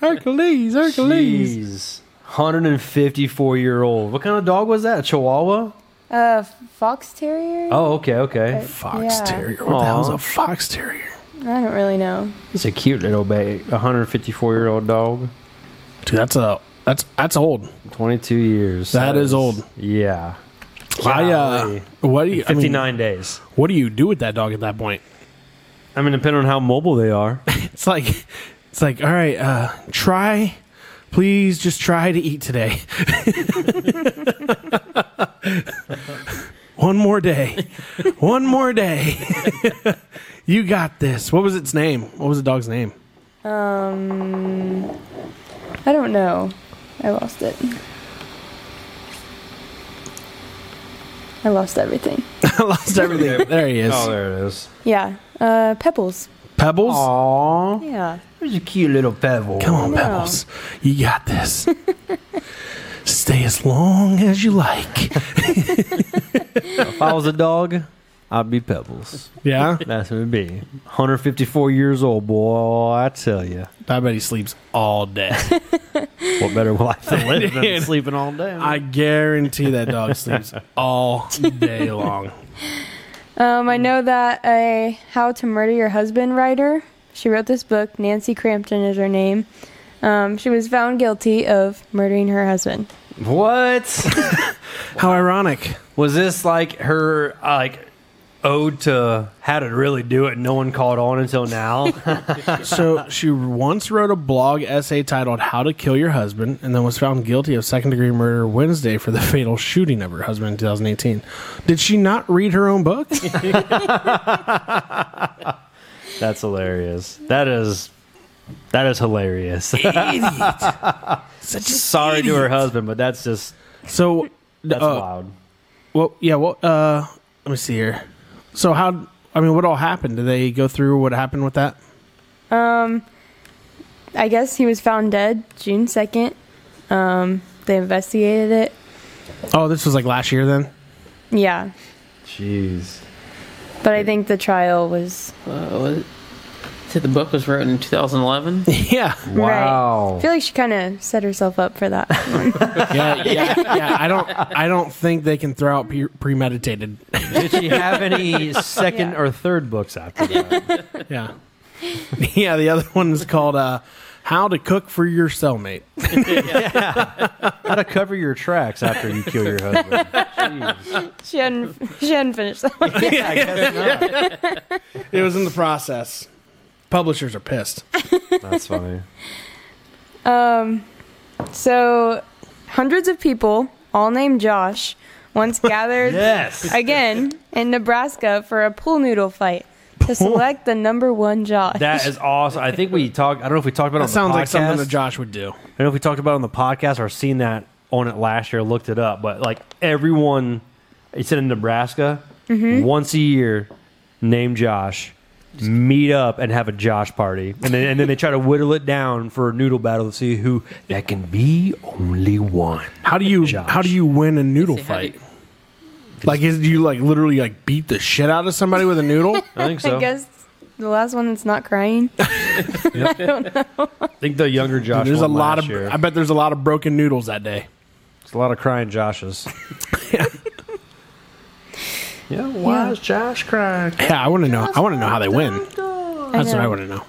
Hercules,
Hercules. 154 year old. What kind of dog was that? A Chihuahua?
Uh, fox terrier?
Oh, okay, okay.
Fox
Yeah.
terrier. What the hell's a
Aw.
fox terrier?
I don't really know.
It's a cute little baby. 154 year old dog.
Dude, that's a that's that's old.
22 years.
That is old.
Yeah.
I, uh,
Golly.
what do you I mean,
59 days.
what do you do with that dog at that point?
I mean, depending on how mobile they are.
It's like it's like all right, uh, try, please just try to eat today. <laughs> One more day. One more day. <laughs> you got this. What was its name? What was the dog's name?
Um, I don't know. I lost it. I lost everything.
I <laughs> lost everything. There he is.
<laughs> Oh, there it is.
Yeah. Uh, Pebbles.
Pebbles?
Aww.
Yeah.
There's a cute little pebble.
Come on,
No.
Pebbles. You got this. <laughs> Stay as long as you like.
If I was a dog, I'd be Pebbles.
Yeah?
That's what it'd be. 154 years old, boy. I tell you,
I bet he sleeps all <laughs> day.
what better life
<laughs>
to live than
Dude.
sleeping all day?
I guarantee that dog sleeps all day long.
Um, I know that a How to Murder Your Husband writer, she wrote this book. Nancy Crampton is her name. Um, she was found guilty of murdering her husband.
what
How ironic.
was this like her uh, like ode to how to really do it? and No one caught on until now.
So she once wrote a blog essay titled "How to Kill Your Husband" and then was found guilty of second-degree murder Wednesday for the fatal shooting of her husband in 2018. Did she not read her own <laughs> book?
That's hilarious. That is that is hilarious. <laughs> Sorry to her husband, but that's just
So,
that's
uh,
wild.
well, yeah. Well, uh, let me see here. So how? I mean, what all happened? Did they go through what happened with that?
Um, I guess he was found dead June 2nd. Um, they investigated it.
Oh, this was like last year then.
Yeah.
Jeez.
But I think the trial was.
Uh, was it- said the book was written in 2011.
<laughs> yeah.
Right. I feel like she kind of set herself up for that.
Yeah, yeah, yeah. I don't. I don't think they can throw out pre- premeditated. <laughs>
Did she have <laughs> any second
Yeah.
or third books after that?
Yeah. Yeah, the other one is called uh, How to Cook for Your Cellmate.
How to cover your tracks after you kill your husband?
she hadn't. She hadn't finished that one.
I guess not.
It was in the process. Publishers are pissed.
That's funny.
Um, so hundreds of people, all named Josh, once gathered
Yes.
again in Nebraska for a pool noodle fight to select the number one Josh.
That is awesome. I think we talked. I don't know if we talked about it on
That sounds
the podcast.
like something that Josh would do.
I don't know if we talked about it on the podcast or seen that on it last year, looked it up, but like everyone, it's in Nebraska,
Mm-hmm.
once a year, name Josh, meet up and have a Josh party. And then, and then they try to whittle it down for a noodle battle to see who that can be only one.
How do you
Josh.
how do you win a noodle
Say, how do
fight?
you-
Like is do you like literally like beat the shit out of somebody with a noodle?
I think so.
<laughs> I guess the last one that's
<laughs>
not crying.
I think the younger Josh.
there's a
won
lot
last
of
year.
I bet there's a lot of broken noodles that day. <laughs>
It's a lot of crying <laughs> Joshes. yeah. Why is Josh crying?
Yeah, I want to know. I want to know how they win. That's what I want to know.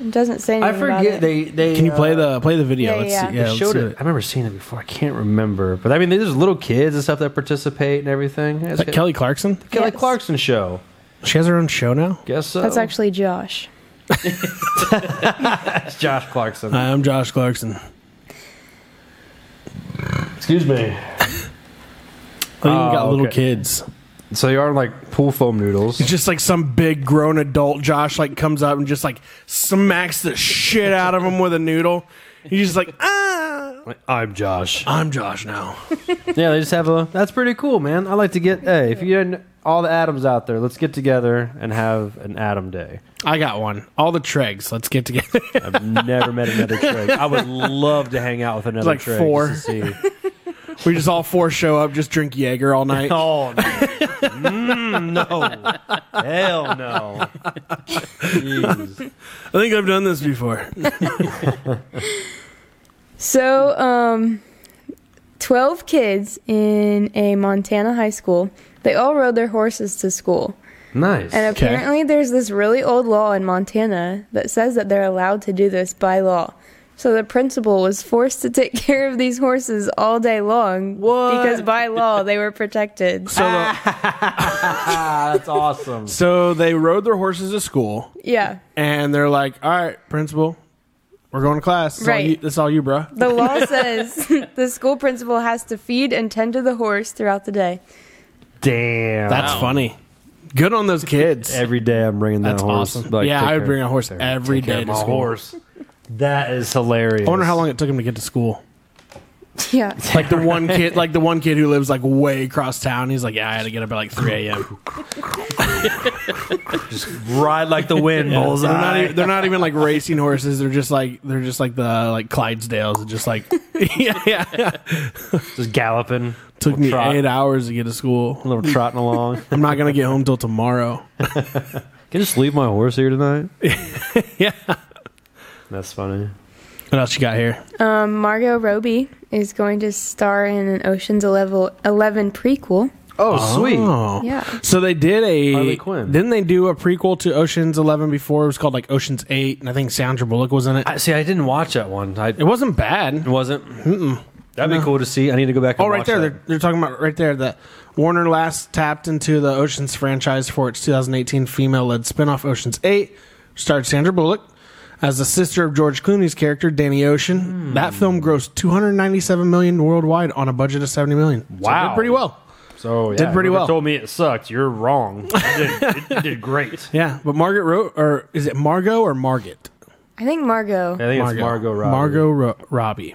It doesn't say
I
anything about
forget
it.
they they
Can you
uh,
play the play the video?
yeah,
let's
yeah.
see.
They
Yeah, let's
showed
see
it. I remember seeing it before. I can't remember, but I mean, there's little kids and stuff that participate and everything. It's
Is that Kelly Clarkson?
Kelly
Yes.
Clarkson show.
She has her own show now.
Guess so.
That's actually Josh.
That's Josh Clarkson.
Hi, I'm Josh Clarkson.
<laughs>
Oh,
Excuse me.
I think we got
Oh,
little
okay.
kids.
So you are like pool foam noodles.
It's just like some big grown adult Josh like comes up and just like smacks the shit out of him with a noodle. He's just like, ah,
<laughs> I'm Josh.
I'm Josh now.
yeah, they just have a. That's pretty cool, man. I like to get. Hey, if you didn't, all the Adams out there, let's get together and have an Adam day.
I got one. All the tregs. Let's get together. <laughs>
I've never met <laughs> another Trey. I would love to hang out with another
like
Trey
four.
just to see.
we just all four show up, just drink Jaeger all night.
<laughs> Oh mm, no! Hell no! Jeez.
I think I've done this before.
So, um, 12 kids in a Montana high school, they all rode their horses to school.
Nice.
And
Okay.
apparently, there's this really old law in Montana that says that they're allowed to do this by law. So the principal was forced to take <laughs> care of these horses all day long because by law they were protected.
So, the,
ah, that's awesome.
so they rode their horses to school,
Yeah.
and they're like, "All right, principal, we're going to class. That's all
Right.
you, that's all you, bro."
The <laughs> law says the school principal has to feed and tend to the horse throughout the day.
<laughs> Damn.
That's
Wow.
funny. Good on those kids.
every day I'm bringing that
That's
horse.
awesome.
like,
yeah,
take
I would
care-
bring a horse
take care
every
of
day to
my
school.
horse. That is hilarious.
I wonder how long it took him to get to school.
Yeah.
Like the one kid, like the one kid who lives like way across town. He's like, yeah, I had to get up at like three
<laughs>
a.m.
ride like the wind,
They're not,
bullseye.
even, they're not even
<laughs>
like racing horses. They're just like they're just like the like Clydesdales. They're Just like <laughs> yeah, yeah,
<laughs>
yeah. <laughs>
Just galloping.
Took
Little
me
trot,
eight hours to get to school.
little trotting along.
I'm not gonna get home till tomorrow.
Can you just leave my horse here tonight?
<laughs> yeah.
That's funny.
What else you got here?
Um, Margot Robbie is going to star in an Ocean's Eleven, 11 prequel.
Oh, sweet.
Oh.
Yeah.
So they did a
Harley Quinn.
Didn't they do a prequel to Ocean's Eleven before? It was called like Ocean's Eight, and I think Sandra Bullock was in it.
I, see, I didn't watch that one. I,
it wasn't bad.
It wasn't. That'd be cool to see. I need to go back. And
Oh, right
watch
there.
that.
They're, they're talking about right there that Warner last tapped into the Ocean's franchise for its 2018 female-led spinoff Ocean's Eight, starred Sandra Bullock as the sister of George Clooney's character Danny
Hmm.
Ocean. That film grossed 297 million worldwide on a budget of 70 million. So it did
Wow.
pretty well.
So yeah,
Did pretty
whoever
well.
Told me it sucked. You're wrong. It did, it
<laughs>
did great.
Yeah, but Margaret Ro- or is it Margot or Margot?
I think Margot.
I think it's Margot Robbie.
Margot Ro- Robbie.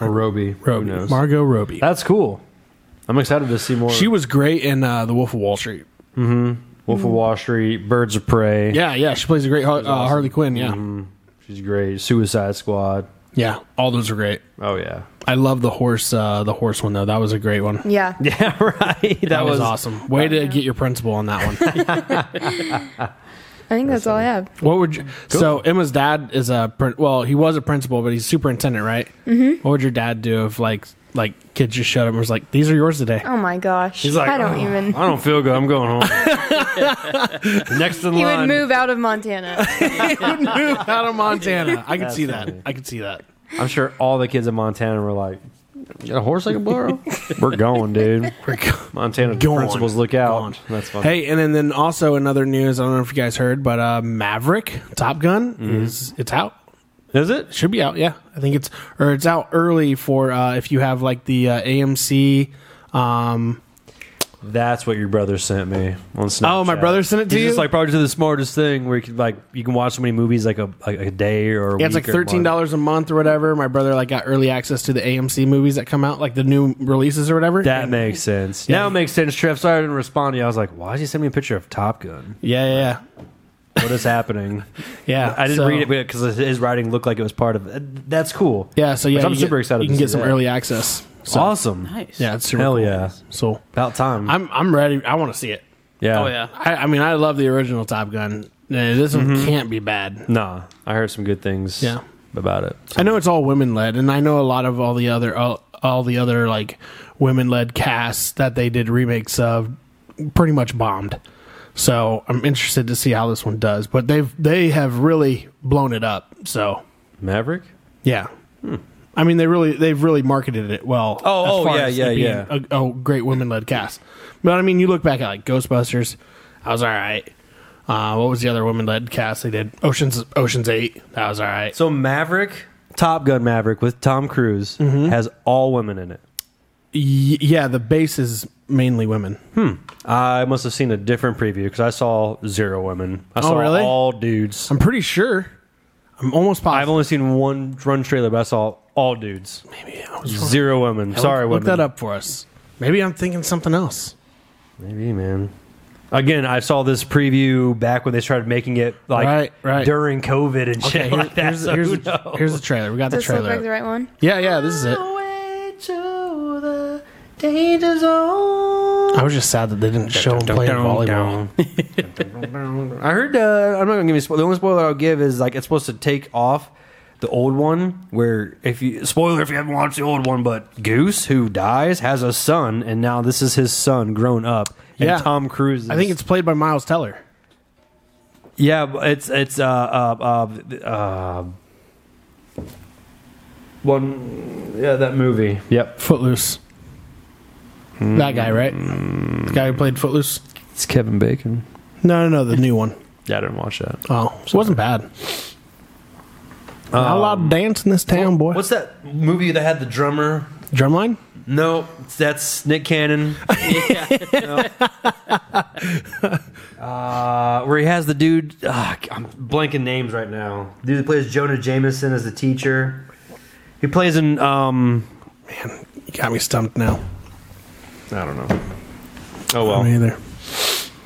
or Robbie. Who
Roby.
knows?
Margot Robbie.
That's cool. I'm excited to see more.
She was great in uh, The Wolf of Wall Street.
Wolf of Wall Street, Birds of Prey.
Yeah, yeah, she plays a great Har- uh, Harley Quinn. Yeah,
Mm-hmm. she's great. Suicide Squad.
yeah, all those are great.
Oh yeah,
I love the horse, uh, the horse one though. That was a great one. That,
Yeah.
<laughs> yeah, right. That,
was, awesome. Way to get your principal on that one.
I think that's all I have.
what would you, so Emma's dad is a prin- well, he was a principal, but he's superintendent, right? Mm-hmm. What would your dad do if like like kids just showed up and was like, "These are yours today"?
Oh my gosh. I don't
"Oh,
even.
I don't feel good. I'm going home. <laughs> Next in
He would
line.
move out of Montana.
Move <laughs> out of Montana. I could see
funny.
that. I could see that.
I'm sure all the kids in Montana were like, "You got a horse I can <laughs> borrow? We're going, dude. Montana
Going.
principals, look out.
Going.
That's funny.
Hey, and then, then also another news. I don't know if you guys heard, but uh, Maverick Top Gun
Mm-hmm.
is it's out.
is it?
Should be out. Yeah, I think it's or it's out early for uh, if you have like the uh, AMC. Um,
That's what your brother sent me on Snapchat.
Oh, my brother sent it to
He's
you?
Just like probably the smartest thing where you can like you can watch so many movies like a like a day or a
yeah, it's like
week or a month.
thirteen dollars a month or whatever. My brother like got early access to the AMC movies that come out, like the new releases or whatever.
That makes sense. Now it makes sense, Trev. Sorry I didn't respond to you. I was like, why did you send me a picture of Top Gun?
yeah, yeah,
What is happening?
yeah. <laughs> yeah
I didn't
so-
read it because his writing looked like it was part of. uh, That's cool.
Yeah, so yeah,
Which I'm
you
super
get-
excited
You can
to
get
see
some
that.
early access. So,
awesome.
Nice.
Yeah, it's super
Hell
cool.
yeah.
So
About time.
I'm I'm ready. I want to see it.
yeah.
Oh yeah.
I, I mean, I love the original Top Gun. Uh, This one can't be bad.
Nah, I heard some good things.
Yeah.
About it.
I know it's all women led, and I know a lot of all the other all, all the other like women led casts that they did remakes of pretty much bombed. So I'm interested to see how this one does. But they've they have really blown it up. So
Maverick.
yeah. I mean, they really they've really marketed it well.
Oh,
as
oh,
far
yeah,
as
yeah,
it being
yeah.
A, oh, great women led cast. But I mean, you look back at like Ghostbusters. I was all right. Uh, what was the other women led cast they did? Oceans Oceans Eight. That was all right.
So Maverick, Mm-hmm. Top Gun Maverick with Tom Cruise has all women in it.
Y- yeah, the base is mainly women.
I must have seen a different preview because I saw zero women. I saw
Oh, really?
all dudes.
I'm pretty sure. I'm almost
i have
positive.
only seen one run trailer, but I saw all dudes.
Maybe I was wrong.
Zero women. Sorry,
look,
women.
look that up for us. Maybe I'm thinking something
<laughs>
else.
Maybe, man. Again, I saw this preview back when they started making it like
Right, right.
during COVID and shit
Okay, here-
like that.
here's,
so
here's,
who
the,
knows?
here's the trailer. We got the
Does this look
trailer.
like the right Oh. one?
yeah, yeah, this is it. I was just sad that they didn't show him playing volleyball.
<laughs> I heard. Uh, I'm not gonna give you spo- the only spoiler I'll give is like it's supposed to take off the old one. Where if you spoiler if you haven't watched the old one, but Goose who dies has a son, and now this is his son grown up. And
Yeah.
Tom Cruise. Is,
I think it's played by Miles Teller.
yeah. but It's it's uh uh uh. uh one, yeah, that movie. Yep,
Footloose. That guy, right? The guy who played Footloose.
it's Kevin Bacon.
No, no, no, the new one.
Yeah, I didn't watch that.
Oh, it wasn't bad.
Um,
Not a lot of dance in this town, boy.
What's that movie that had the drummer
Drumline?
No,
That's
<laughs>
Nick Cannon. uh, where he has the dude. ah, I'm blanking names right now. Dude that plays Jonah Jameson as the teacher. He plays in. Um,
You got me stumped now.
I don't know. Oh
I
well.
don't either.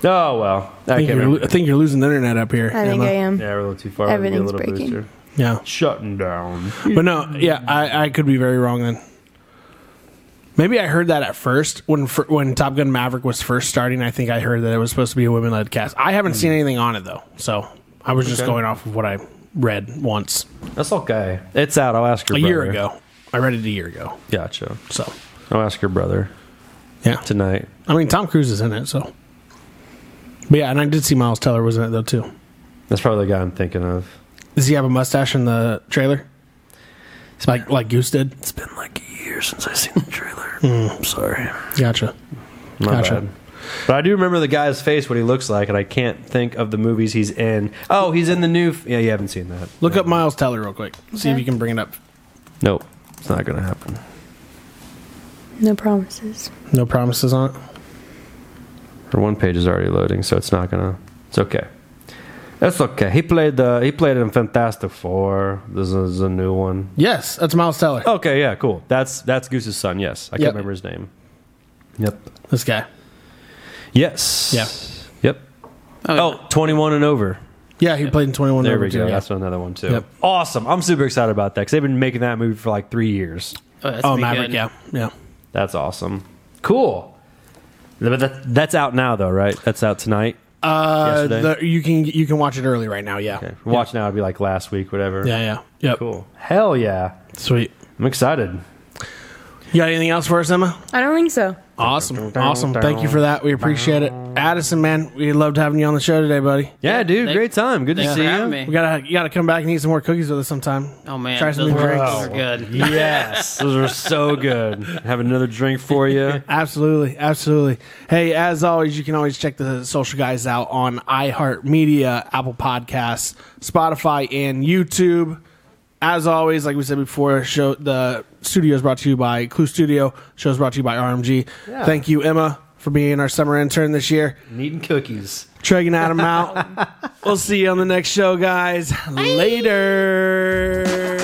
Oh well.
I
I
think,
can't
you're, lo- I
remember.
think you're losing the internet up here.
I think I
Emma.
am.
Yeah, we're a little too far.
Everything's
We'll give you a little
breaking.
booster.
Yeah.
Shutting down.
But no, yeah, I, I could be very wrong then. Maybe I heard that at first when fir- when Top Gun Maverick was first starting. I think I heard that it was supposed to be a women led cast. I haven't seen anything on it though, so I was just
Hmm. Okay.
going off of what I read once
That's okay. It's out. I'll ask
a
your
year
brother.
ago. I read it a year ago,
Gotcha.
so
I'll ask your brother
yeah.
tonight.
I mean, Tom Cruise is in it, so. But yeah, and I did see Miles Teller was in it though too.
That's probably the guy I'm thinking of.
Does he have a mustache in the trailer? It's like like Goose did. Hmm.
It's been like a year since I've seen
<laughs>
the trailer. I'm sorry.
Gotcha.
My
Gotcha.
bad. But I do remember the guy's face, what he looks like, and I can't think of the movies he's in. Oh, he's in the new. F- yeah, you haven't seen that.
Look up Miles Teller real quick. See if
Okay.
you can bring it up.
Nope, it's not going to happen.
No promises.
No promises on it.
Her one page is already loading, so it's not going to. It's okay. That's okay. He played the. He played in Fantastic Four. This is a new one.
Yes, that's Miles Teller.
Okay, yeah, cool. That's that's Goose's son. Yes, I can't
Yep.
remember his name. Yep.
This guy.
Yes.
Yeah.
Yep.
Oh,
Oh, 21 and over.
Yeah, he played in 21
There
Over
we
too,
go.
yeah.
That's another one too.
Yep.
Awesome. I'm super excited about that because they've been making that movie for like three years.
oh, that's
Oh,
pretty
Maverick,
good.
yeah. Yeah.
That's awesome. Cool. But that, that's out now though, right? That's out tonight.
Uh,
Yesterday?
the, you can you can watch it early right now, yeah.
Okay. We're Watching now would be like last week, whatever.
Yeah, yeah. Yep.
Cool. Hell yeah.
Sweet.
I'm excited.
You got anything else for us, Emma?
I don't think so.
Awesome. Awesome. Thank you for that. We appreciate it. Addison, man, we loved having you on the show today, buddy.
Yeah, dude.
thank-
great time. Good to
thanks
see
for
you.
having me.
We gotta you gotta come back and eat some more cookies with us sometime.
Oh man,
Try some
those
new
were-
drinks.
those were good.
Yes, those are so good. <laughs> Have another drink for <laughs> you.
Absolutely, absolutely. Hey, as always, you can always check the social guys out on iHeartMedia, Apple Podcasts, Spotify, and YouTube. As always, like we said before, show the studio is brought to you by Clue Studio. Show is brought to you by RMG. Thank you, Emma, for being our summer intern this year.
Needing cookies.
Treg and Adam out. we'll see you on the next show, guys. Later.